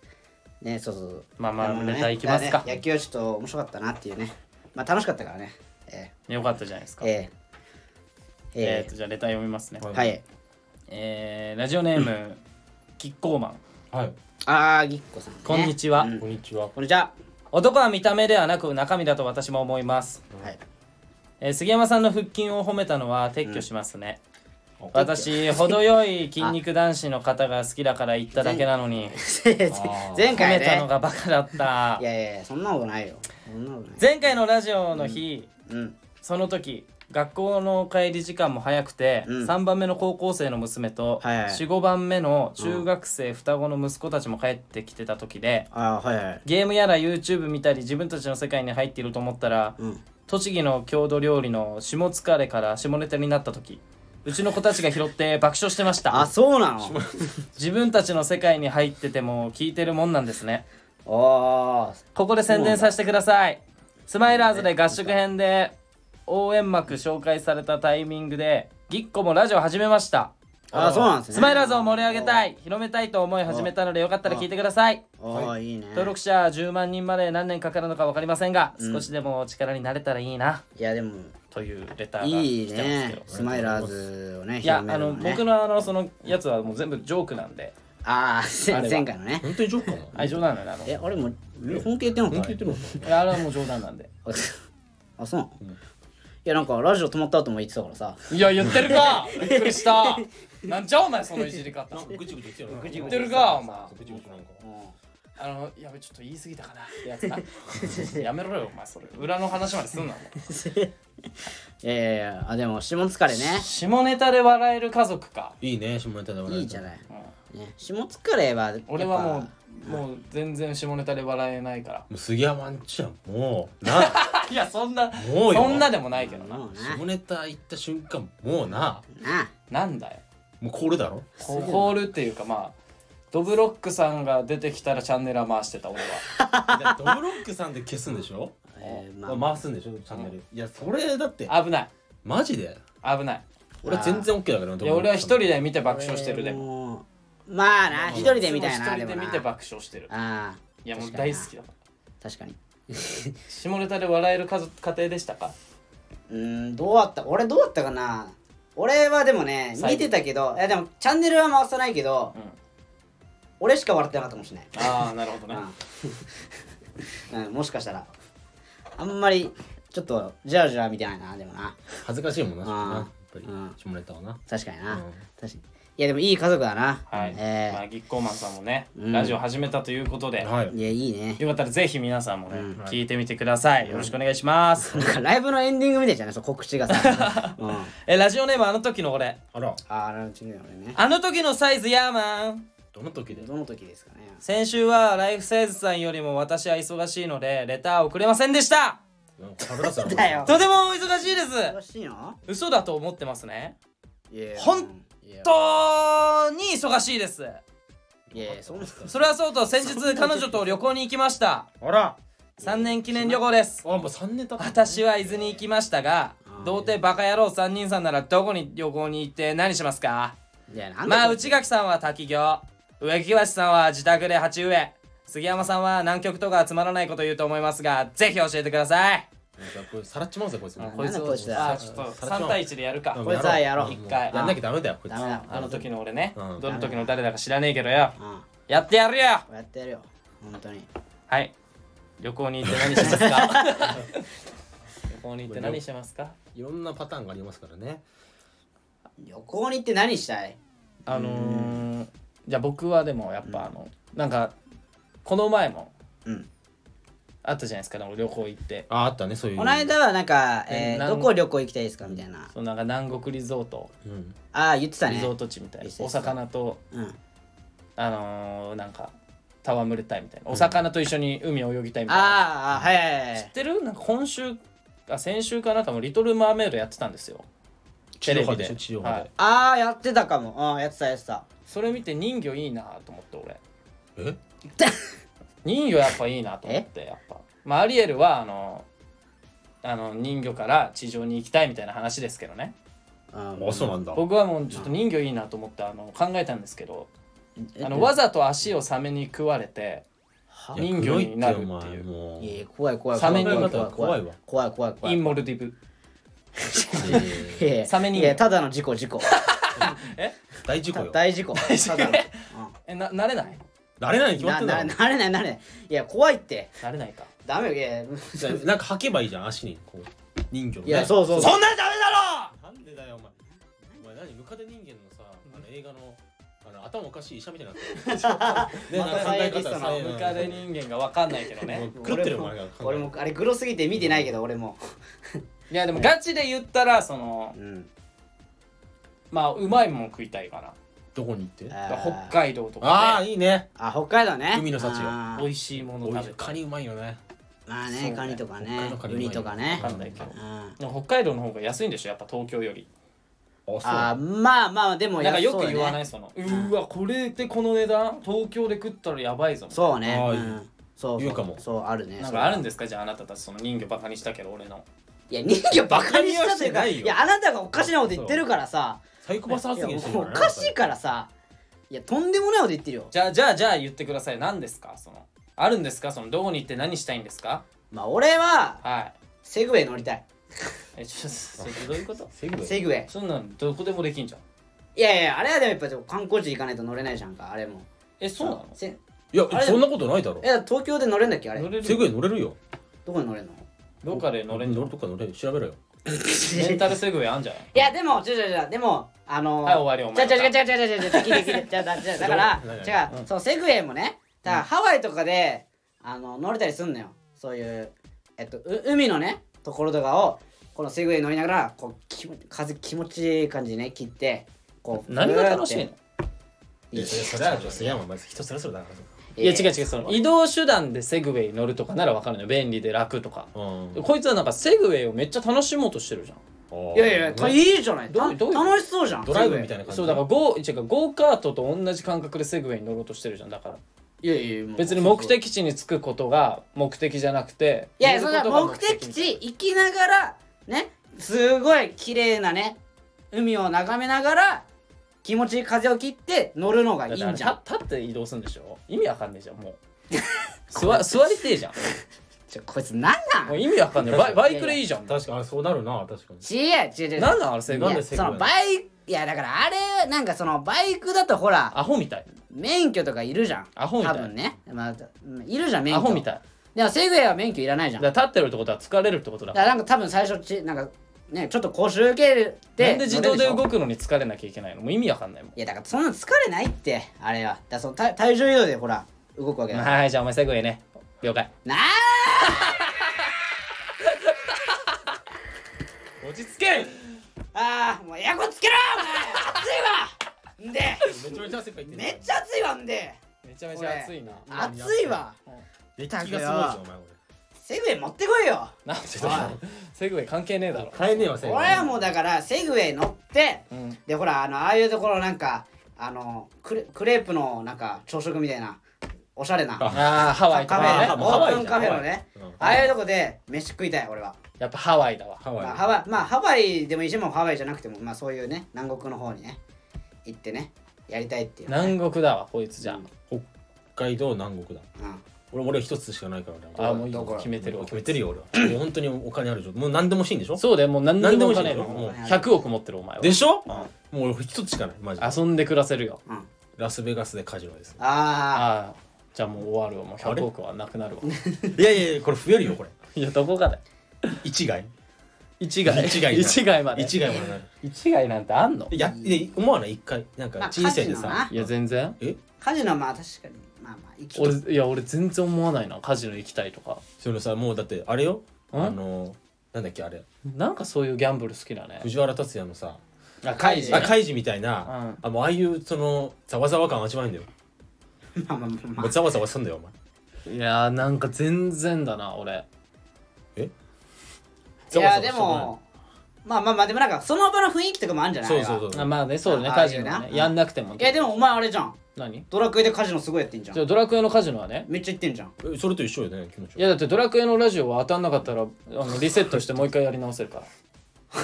[SPEAKER 1] ねそうそうそう
[SPEAKER 2] まあまあ
[SPEAKER 1] なるほどね
[SPEAKER 2] ネタいきますか
[SPEAKER 1] だらね野球はちょっと面白かったなっていうねまあ楽しかったからねえ
[SPEAKER 2] よかったじゃないです
[SPEAKER 1] ー
[SPEAKER 2] かえ
[SPEAKER 1] えー
[SPEAKER 2] ーっ
[SPEAKER 1] え
[SPEAKER 2] とじゃあレター読みますね、
[SPEAKER 3] は
[SPEAKER 1] ーはい
[SPEAKER 2] えーラジオネ ームキッコーマン
[SPEAKER 3] はい
[SPEAKER 1] あーぎっこさんね
[SPEAKER 2] こんにちは
[SPEAKER 1] うん
[SPEAKER 3] こんにちは
[SPEAKER 1] こんにちは
[SPEAKER 2] 男は見た目ではなく中身だと私も思います、
[SPEAKER 1] はい
[SPEAKER 2] えー杉山さんの腹筋を褒めたのは撤去しますね、
[SPEAKER 3] うん
[SPEAKER 2] 私程よい筋肉男子の方が好きだから言っただけなのに
[SPEAKER 1] 前
[SPEAKER 2] 褒
[SPEAKER 1] 回
[SPEAKER 2] めたの
[SPEAKER 1] ね
[SPEAKER 2] がバカだった
[SPEAKER 1] いやいやいやそんなことないよそんなことない
[SPEAKER 2] 前回のラジオの日、
[SPEAKER 1] うん
[SPEAKER 2] その時学校の帰り時間も早くて、
[SPEAKER 1] うん
[SPEAKER 2] 3番目の高校生の娘と、
[SPEAKER 1] はいはい
[SPEAKER 2] 45番目の中学生双子の息子たちも帰ってきてた時で、
[SPEAKER 1] あーはいはい
[SPEAKER 2] ゲームやら YouTube 見たり自分たちの世界に入っていると思ったら、
[SPEAKER 1] うん
[SPEAKER 2] 栃木の郷土料理の下疲れから下ネタになった時うちの子たちが拾って爆笑してまし
[SPEAKER 1] あ
[SPEAKER 2] た
[SPEAKER 1] そうなの
[SPEAKER 2] 自分たちの世界に入ってても聞いてるもんなんですね
[SPEAKER 1] あー
[SPEAKER 2] ここで宣伝させてくださいスマイラーズで合宿編で応援幕紹介されたタイミングでぎっこもラジオ始めました
[SPEAKER 1] あーそうなんですね
[SPEAKER 2] スマイラーズを盛り上げたい広めたいと思い始めたのでよかったら聞いてください
[SPEAKER 1] ああいいね
[SPEAKER 2] 登録者10万人まで何年かかるのか分かりませんが、少しでも力になれたらいいない
[SPEAKER 1] やでも
[SPEAKER 2] というレターが
[SPEAKER 1] い
[SPEAKER 2] 来
[SPEAKER 1] い
[SPEAKER 2] てますけ
[SPEAKER 1] ね
[SPEAKER 2] ど
[SPEAKER 1] スマイラーズをね
[SPEAKER 2] いや
[SPEAKER 1] 広め
[SPEAKER 2] あ
[SPEAKER 1] る
[SPEAKER 2] の
[SPEAKER 1] ね
[SPEAKER 2] 僕のあのそのやつはもう全部ジョークなんで
[SPEAKER 1] あー
[SPEAKER 2] あれは
[SPEAKER 1] 前回のね
[SPEAKER 3] 本当にジョーカーも
[SPEAKER 2] あ冗談なんであの
[SPEAKER 1] えあれもう本気言ってんの
[SPEAKER 3] 本
[SPEAKER 1] か
[SPEAKER 3] 気言ってるの
[SPEAKER 2] いやあれはもう冗談なんで
[SPEAKER 1] あそうなの、いやなんかラジオ止まった後も言ってたからさ
[SPEAKER 2] いや言ってる かびっくりしたなんじゃお前そのいじり方
[SPEAKER 3] ぐちぐち言ってる
[SPEAKER 2] 言ってるかお前
[SPEAKER 3] ぐちぐちなんか
[SPEAKER 2] あのやべちょっと言い過ぎたかなってやつなやめろよお前それ裏の話まですんなお
[SPEAKER 1] いやいやいやあでも下疲れ
[SPEAKER 2] 前
[SPEAKER 1] ね
[SPEAKER 2] 下ネタで笑える家族か、
[SPEAKER 3] いいね下ネタで笑える
[SPEAKER 1] いいじゃない、
[SPEAKER 2] うん
[SPEAKER 1] ね、下疲れはやっぱ
[SPEAKER 2] 俺はもうもう全然下ネタで笑えないから
[SPEAKER 3] もう杉山んちはもうな
[SPEAKER 2] いやそんな
[SPEAKER 3] もうよ
[SPEAKER 2] そんなでもないけどな
[SPEAKER 1] もうな
[SPEAKER 3] 下ネタ言った瞬間もうな
[SPEAKER 1] な
[SPEAKER 2] なんだよ
[SPEAKER 3] もうこれだろ
[SPEAKER 2] こうホールっていうかまあドブロックさんが出てきたらチャンネルは回してた俺は
[SPEAKER 3] だからドブロックさんで消すんでしょ
[SPEAKER 1] えーまあ
[SPEAKER 3] 回すんでしょチャンネルいやそれだって
[SPEAKER 2] 危ない
[SPEAKER 3] マジで
[SPEAKER 2] 危ない
[SPEAKER 3] 俺全然 OK だからない
[SPEAKER 2] や俺は一人
[SPEAKER 3] で
[SPEAKER 2] で見て爆笑してるでも
[SPEAKER 1] もうまあな一人でみたいな
[SPEAKER 2] 一人で
[SPEAKER 1] も
[SPEAKER 2] 見
[SPEAKER 1] な
[SPEAKER 2] て爆笑してる
[SPEAKER 1] ああ
[SPEAKER 2] いやもう
[SPEAKER 1] 確かに
[SPEAKER 2] 大
[SPEAKER 1] な
[SPEAKER 2] 好きだから
[SPEAKER 1] 確かに
[SPEAKER 2] 下ネタで笑える家族家庭でしたか
[SPEAKER 1] うーんどうだった俺どうだったかな俺はでもね
[SPEAKER 2] 最
[SPEAKER 1] 見
[SPEAKER 2] 後
[SPEAKER 1] てたけどいやでもチャンネルは回さないけど、
[SPEAKER 2] うん
[SPEAKER 1] 俺しか笑ってなかったかもしれない
[SPEAKER 2] ああなるほどね
[SPEAKER 1] うん、うんもしかしたらあんまりちょっとジャラジャラ見てないなでもな
[SPEAKER 3] 恥ずかしいもんな
[SPEAKER 1] あー
[SPEAKER 3] やっぱり
[SPEAKER 1] うん
[SPEAKER 3] 下ネタはな
[SPEAKER 1] 確かにな、
[SPEAKER 3] うん
[SPEAKER 1] 確かにやでもいい家族だな、
[SPEAKER 2] はい、
[SPEAKER 1] え
[SPEAKER 2] まあ、ギッコーマンさんもね、
[SPEAKER 1] うん
[SPEAKER 2] ラジオ始めたということで、
[SPEAKER 3] はい
[SPEAKER 1] えいやいいね
[SPEAKER 2] よかったらぜひ皆さんもね、聞いてみてください。よろしくお願いします。
[SPEAKER 1] なんかライブのエンディングみたいじゃないそう告知が さ、うん、あ
[SPEAKER 2] え、ラジオネームあの時の俺。
[SPEAKER 3] あら
[SPEAKER 1] ああの違うよね
[SPEAKER 2] あの時のサイズヤーマン。
[SPEAKER 3] どの時で
[SPEAKER 1] どの時ですかね
[SPEAKER 2] 先週はライフサイズさんよりも私は忙しいので、レターを送れませんでした。
[SPEAKER 3] なんか食べ出すの
[SPEAKER 1] だよ
[SPEAKER 2] とてもお忙しいです。
[SPEAKER 1] 詳しいの
[SPEAKER 2] 嘘だと思ってますね。
[SPEAKER 1] いや
[SPEAKER 2] ほん
[SPEAKER 1] いや
[SPEAKER 2] 本当に忙しいです。
[SPEAKER 1] いやいやそんな
[SPEAKER 2] それはそうと先日彼女と旅行に行きました。
[SPEAKER 3] あら
[SPEAKER 2] 3年記念旅行です
[SPEAKER 3] あ。もう3年経った
[SPEAKER 2] 私は伊豆に行きましたが
[SPEAKER 1] あー
[SPEAKER 2] 童貞バカ野郎3人さんならどこに旅行に行って何しますか
[SPEAKER 1] いやなんで
[SPEAKER 2] まあ内垣さんは滝行植木橋さんは自宅で鉢植え杉山さんは南極とかつまらないこと言うと思いますがぜひ教えてください
[SPEAKER 3] なんかこれさらっちまうんすよこいつも
[SPEAKER 1] こいつなんだこいつだ
[SPEAKER 2] あちょっと3対1でやるか
[SPEAKER 1] こいつはやろう
[SPEAKER 2] 一回
[SPEAKER 3] やんなきゃダメだよこいつ
[SPEAKER 1] ダメだ
[SPEAKER 2] あの時の俺ね
[SPEAKER 3] うん
[SPEAKER 2] どの時の誰だか知らねえけどよ
[SPEAKER 1] うん
[SPEAKER 2] やってやるよ
[SPEAKER 1] こうやってやるよ本当に
[SPEAKER 2] はい旅行に行って何します か旅行に行って何してますか
[SPEAKER 3] いろんなパターンがありますからね
[SPEAKER 1] 旅行に行って何したい
[SPEAKER 2] あのー、じゃあ僕はでもやっぱあの、なんかこの前も
[SPEAKER 1] うん
[SPEAKER 2] あったじゃないですか、でも旅行行って
[SPEAKER 3] ああったねそういう
[SPEAKER 1] この間はなんか、え
[SPEAKER 2] え
[SPEAKER 1] ー
[SPEAKER 2] なん
[SPEAKER 1] どこ旅行行きたいですかみたいな
[SPEAKER 2] そのなんか南国リゾート、
[SPEAKER 3] うん
[SPEAKER 1] ああ言ってた
[SPEAKER 2] リ
[SPEAKER 1] ね
[SPEAKER 2] ゾート地みたいな
[SPEAKER 1] リゾー
[SPEAKER 2] お
[SPEAKER 1] ト地
[SPEAKER 2] 魚と
[SPEAKER 1] うん
[SPEAKER 2] あのー、なんか戯れたいみたいなお魚と一緒に海を泳ぎたいみたいな、
[SPEAKER 1] ああはいはいは
[SPEAKER 2] 知っ
[SPEAKER 1] い
[SPEAKER 2] てるなんか今週あ先週かなんかも「リトル・マーメイド」やってたんですよテレビで
[SPEAKER 3] 地上波で
[SPEAKER 2] はい
[SPEAKER 1] ああやってたかもうんやってたやってた
[SPEAKER 2] それ見て人魚いいなと思って俺
[SPEAKER 3] え
[SPEAKER 2] 人魚やっぱいいなと思ってやっぱ、まあ、アリエルはあのあの人魚から地上に行きたいみたいな話ですけどね
[SPEAKER 1] あ
[SPEAKER 3] あそうなんだ
[SPEAKER 2] 僕はもうちょっと人魚いいなと思ってあの考えたんですけどあのわ
[SPEAKER 1] わ
[SPEAKER 2] ざと足をサメに食われて
[SPEAKER 3] いや
[SPEAKER 2] 人魚になるって
[SPEAKER 3] 黒
[SPEAKER 2] い
[SPEAKER 3] って
[SPEAKER 2] う
[SPEAKER 3] お前もう
[SPEAKER 1] いやいや怖い怖い
[SPEAKER 2] サ
[SPEAKER 1] 怖
[SPEAKER 2] メ
[SPEAKER 1] い怖い
[SPEAKER 2] に
[SPEAKER 3] 怖い
[SPEAKER 1] 怖い
[SPEAKER 3] わ
[SPEAKER 1] 怖い怖い怖
[SPEAKER 2] イン
[SPEAKER 1] い
[SPEAKER 2] モルディブ
[SPEAKER 1] いやいや
[SPEAKER 2] サメ人
[SPEAKER 1] い
[SPEAKER 2] 魚
[SPEAKER 1] やただの事故事故
[SPEAKER 3] 大事故よ
[SPEAKER 1] 大事故ただのうん
[SPEAKER 2] えな慣れない
[SPEAKER 3] 慣れないに決まっ
[SPEAKER 1] な
[SPEAKER 3] てん
[SPEAKER 1] な
[SPEAKER 3] だろ
[SPEAKER 1] なれないなれないいや怖いって
[SPEAKER 2] 慣れないか
[SPEAKER 1] ダメよいやうん
[SPEAKER 3] じゃあなんか履けばいいじゃん足にこう人魚の
[SPEAKER 1] い
[SPEAKER 3] ね
[SPEAKER 1] やそうそう
[SPEAKER 2] そ
[SPEAKER 1] そ
[SPEAKER 2] んなんダメだ
[SPEAKER 3] なんでだよお前お前何ムカデ人間のさあの映画のあの頭おかしい医者みたい になってるね
[SPEAKER 1] また
[SPEAKER 3] なんか考え方
[SPEAKER 1] サイエンティスト
[SPEAKER 3] さ
[SPEAKER 1] な
[SPEAKER 2] ろムカデ人間がわかんないけどね
[SPEAKER 3] もう狂ってるよお前
[SPEAKER 1] 俺
[SPEAKER 3] が
[SPEAKER 1] も俺もあれグロすぎて見てないけど俺も
[SPEAKER 2] いやでもガチで言ったらその
[SPEAKER 1] うん
[SPEAKER 2] まあうまいもん食いたいかな
[SPEAKER 3] どこに行って
[SPEAKER 1] あー
[SPEAKER 2] 北海道と
[SPEAKER 3] あ
[SPEAKER 2] か
[SPEAKER 3] あ
[SPEAKER 2] ね
[SPEAKER 3] いいね
[SPEAKER 1] あ北海道ね
[SPEAKER 3] 海の幸よ
[SPEAKER 1] あー
[SPEAKER 2] 美味しいもの
[SPEAKER 3] おい
[SPEAKER 2] 食べた
[SPEAKER 3] カ
[SPEAKER 2] い
[SPEAKER 3] ニうまいよね
[SPEAKER 1] まあ
[SPEAKER 2] そう
[SPEAKER 1] ね
[SPEAKER 2] ね
[SPEAKER 1] カニとか
[SPEAKER 3] 北海
[SPEAKER 1] ね
[SPEAKER 3] 道カニ
[SPEAKER 1] ウ
[SPEAKER 3] うまい
[SPEAKER 1] ニとかね
[SPEAKER 2] わかんないけど
[SPEAKER 1] うんあ
[SPEAKER 2] でも北海道の方が安いんでしょやっぱ東京より
[SPEAKER 1] ーまあまあでも
[SPEAKER 2] なんかよ
[SPEAKER 1] そう
[SPEAKER 2] く
[SPEAKER 1] ね
[SPEAKER 2] 言わないそのうーわこれでこの値段東京で食ったらやばいぞ
[SPEAKER 1] そうね
[SPEAKER 3] あー
[SPEAKER 1] う
[SPEAKER 3] いい
[SPEAKER 1] んそう
[SPEAKER 3] 言うかも
[SPEAKER 1] そうあるね
[SPEAKER 2] なんかあるん
[SPEAKER 1] だ
[SPEAKER 2] ですかじゃああなたたちその人魚バカにしたけど俺の
[SPEAKER 1] いや人魚バカにしたという
[SPEAKER 3] バカにはしてな
[SPEAKER 1] か
[SPEAKER 3] い
[SPEAKER 1] い
[SPEAKER 3] よ
[SPEAKER 1] やあなたがおかしなこと言ってるからさ
[SPEAKER 3] サイコパス
[SPEAKER 1] い
[SPEAKER 3] 発
[SPEAKER 1] や
[SPEAKER 3] 言してる
[SPEAKER 1] おかしいからさいやとんでもないこと言ってるよ
[SPEAKER 2] じゃあじゃあじゃあ言ってください何ですかそのあるんですかそのどこに行って何したいんですか
[SPEAKER 1] まあ俺は
[SPEAKER 2] はい
[SPEAKER 1] セグウェイ乗りたい
[SPEAKER 2] えちょっとそれどういうこと
[SPEAKER 3] セグウェイ
[SPEAKER 1] セグウェイ
[SPEAKER 2] そんなんどこでもできんじゃん
[SPEAKER 1] いやいやあれはでもやっぱでも観光地行かないと乗れないじゃんかあれも
[SPEAKER 2] えそうなの
[SPEAKER 1] せ
[SPEAKER 3] いやそんなことないだろ
[SPEAKER 1] え東京で乗れんだっけあれ
[SPEAKER 2] 乗れ
[SPEAKER 3] セ
[SPEAKER 2] る
[SPEAKER 3] グウェイ乗れるよ
[SPEAKER 1] どこに乗れんの
[SPEAKER 2] どっかで乗れん
[SPEAKER 3] 乗
[SPEAKER 2] の
[SPEAKER 3] るとか乗れる調べろよ
[SPEAKER 2] レンタルセグウェイあんじ ゃない
[SPEAKER 1] いやでも、ちょちょちょ、でも、あのー、
[SPEAKER 2] はい終わりお前
[SPEAKER 1] ちょちょちょちょちょちょちょ、聞いて聞いて、ちょだだから、違う、そう、セグウェイもね、だからハワイとかで、あの、乗れたりすんのよ。そういう、えっと、う海のね、ところとかを、このセグウェイ乗りながら、こう、気持ち風気持ちいい感じにね、切って、こう、
[SPEAKER 2] 何が楽しいの
[SPEAKER 1] のいや
[SPEAKER 3] それは杉山まず人それぞれだから
[SPEAKER 2] いや違う違うその移動手段でセグウェイ乗るとかならわかるのよ便利で楽とか
[SPEAKER 3] うん
[SPEAKER 2] こいつはなんかセグウェイをめっちゃ楽しもうとしてるじゃん
[SPEAKER 1] いやいや、たいいじゃない。
[SPEAKER 2] どうどういう
[SPEAKER 1] た楽しそうじゃん。
[SPEAKER 3] ドライブみたいな感じ
[SPEAKER 2] そうだからゴー違うゴーカートと同じ感覚でセグウェイに乗ろうとしてるじゃんだから
[SPEAKER 1] いやいや、もう
[SPEAKER 2] 別に目。的地に着くことが目的じゃなくて
[SPEAKER 1] いやいや、
[SPEAKER 2] 乗
[SPEAKER 1] そん
[SPEAKER 2] る
[SPEAKER 1] な
[SPEAKER 2] ことが
[SPEAKER 1] 目的地行きながら、ね、すごい綺麗なね、海を眺めながら、気持ちいい風を切って乗るのがいいんじ
[SPEAKER 2] だって
[SPEAKER 1] ゃ
[SPEAKER 2] あ
[SPEAKER 1] ん。
[SPEAKER 2] れ立立って移動するんでしょ意味わかんねえじゃん もう座座りてえじゃん
[SPEAKER 1] ちょ、こいつなんな
[SPEAKER 2] もうん意味わかんねえバイバイクでいいじゃん
[SPEAKER 3] 確かにあそうなるな確かに
[SPEAKER 1] ちえ、ちえ、ちえ。
[SPEAKER 2] なんなんあれセグ
[SPEAKER 1] い
[SPEAKER 2] ウェ
[SPEAKER 1] や
[SPEAKER 2] イ
[SPEAKER 3] でセグ
[SPEAKER 1] そ
[SPEAKER 3] ウェイ
[SPEAKER 1] のバイいやだからあれなんかそのバイクだとほら
[SPEAKER 2] アホみたい
[SPEAKER 1] 免許とかいるじゃん
[SPEAKER 2] アホみたい
[SPEAKER 1] 多分ね、まあ、うんいるじゃん免許
[SPEAKER 2] アホみたい
[SPEAKER 1] でもセグウェイは免許いらないじゃん
[SPEAKER 2] だから立ってるってことは疲れるってことだ
[SPEAKER 1] だからなんか多分最初ちなんかねちょっと腰受けるって
[SPEAKER 2] なんで自動で
[SPEAKER 1] 乗れるしょ
[SPEAKER 2] 動くのに疲れなきゃいけないのもう意味わかんないもん
[SPEAKER 1] いやだからそんなの疲れないってあれはだからその体体重移動でほら動くわけだから
[SPEAKER 2] はいじゃあお前セグウェイね了解
[SPEAKER 1] な
[SPEAKER 2] 落ち着け
[SPEAKER 1] ああーもうエアコンつけろお前暑いわんで
[SPEAKER 3] めちゃめちゃ汗かいてる
[SPEAKER 1] めっちゃ暑いわんで
[SPEAKER 2] めちゃめちゃ暑いな
[SPEAKER 1] 暑いわ
[SPEAKER 3] 熱気がすごいじゃんお前こ
[SPEAKER 1] セグウェイ持ってこいよ
[SPEAKER 2] なんでだよセグウェイ関係ねえだろ
[SPEAKER 3] れ買えねえわせ
[SPEAKER 1] 俺はもうだからセグウェイ乗って
[SPEAKER 2] うん
[SPEAKER 1] でほらあのああいうところなんかあのクレクレープのなんか朝食みたいなおしゃれなカ
[SPEAKER 2] ああハワイと
[SPEAKER 1] カ
[SPEAKER 2] か
[SPEAKER 1] フェね
[SPEAKER 2] ね
[SPEAKER 1] オ
[SPEAKER 3] ハワイ
[SPEAKER 1] ープンカフェのね
[SPEAKER 3] うん
[SPEAKER 1] ああいうとこで飯食いたい俺は、
[SPEAKER 2] やっぱハワイだわ
[SPEAKER 3] ハ
[SPEAKER 1] まあ、
[SPEAKER 3] ワ
[SPEAKER 1] ハワイまあハワイでもいいしもうハワイじゃなくてもまあそういうね南国の方にね行ってねやりたいっていう、
[SPEAKER 2] 南国だわこいつじゃ
[SPEAKER 3] イ北海道南国だ
[SPEAKER 1] うん、
[SPEAKER 3] 俺俺は一つしかないからね
[SPEAKER 2] ああもういい
[SPEAKER 1] どこ
[SPEAKER 2] 決めてるわ
[SPEAKER 3] 決めてるよ俺はもう本当にお金ある状態もう何でも欲しいんでしょ
[SPEAKER 2] そうだよもう何でもお金ある
[SPEAKER 3] 何でも
[SPEAKER 2] も
[SPEAKER 3] 欲
[SPEAKER 2] う
[SPEAKER 1] しいよ
[SPEAKER 2] 100億持ってるお前は
[SPEAKER 3] でしょもう俺一つしかないマジで
[SPEAKER 2] 遊んで暮らせるよ
[SPEAKER 1] うん、
[SPEAKER 3] ラスベガスでカジノです
[SPEAKER 1] ああ
[SPEAKER 2] ああじゃあもう終わるわもう100億はなくなるわ
[SPEAKER 3] いやいやいやこれ増えるよこれ
[SPEAKER 2] いやどこかだよ
[SPEAKER 3] 一概
[SPEAKER 2] 一概
[SPEAKER 3] 一概
[SPEAKER 2] 一概まで
[SPEAKER 3] 一概もない
[SPEAKER 2] 一概なんてあんの
[SPEAKER 3] やいや思わない一回なん
[SPEAKER 1] ま
[SPEAKER 3] か
[SPEAKER 1] あ
[SPEAKER 3] 人生で
[SPEAKER 1] カ
[SPEAKER 3] さ
[SPEAKER 1] ジ
[SPEAKER 2] いや全然
[SPEAKER 3] え
[SPEAKER 1] カジノはまあ確かにまあまあ行き
[SPEAKER 2] 俺いや俺全然思わないなカジノ行きたいとか
[SPEAKER 3] そのさもうだってあれよ
[SPEAKER 2] ん
[SPEAKER 3] あのなんだっけあれ
[SPEAKER 2] なんかそういうギャンブル好きだね
[SPEAKER 3] 藤原竜也のさ
[SPEAKER 2] あ
[SPEAKER 1] カイジ
[SPEAKER 3] あカイジみたいな
[SPEAKER 2] う
[SPEAKER 3] あもうああいうそのざわざわ感味わえんだよ
[SPEAKER 1] まあまあまあま
[SPEAKER 3] もうざわざわすんだよお前
[SPEAKER 2] いやーなんか全然だな俺
[SPEAKER 1] あいやで
[SPEAKER 3] ざわざわしたくない
[SPEAKER 1] もまあまあまあでもなんかその場の雰囲気とかもあるんじゃない
[SPEAKER 3] そうそうそうう
[SPEAKER 2] あまあねそうだね
[SPEAKER 1] あ
[SPEAKER 2] カジノは
[SPEAKER 1] ああいう
[SPEAKER 2] ね
[SPEAKER 1] な
[SPEAKER 2] やんなくても
[SPEAKER 1] いやでもお前あれじゃん
[SPEAKER 2] 何
[SPEAKER 1] ドラクエでカジノすごいやってんじゃ
[SPEAKER 2] じゃ
[SPEAKER 1] ん
[SPEAKER 2] あドラクエのカジノはね
[SPEAKER 1] めっちゃ行ってんじゃん
[SPEAKER 3] えそれと一緒よね気持ち
[SPEAKER 2] いやだってドラクエのラジオは当たんなかったらあのリセットしてもう一回やり直せるか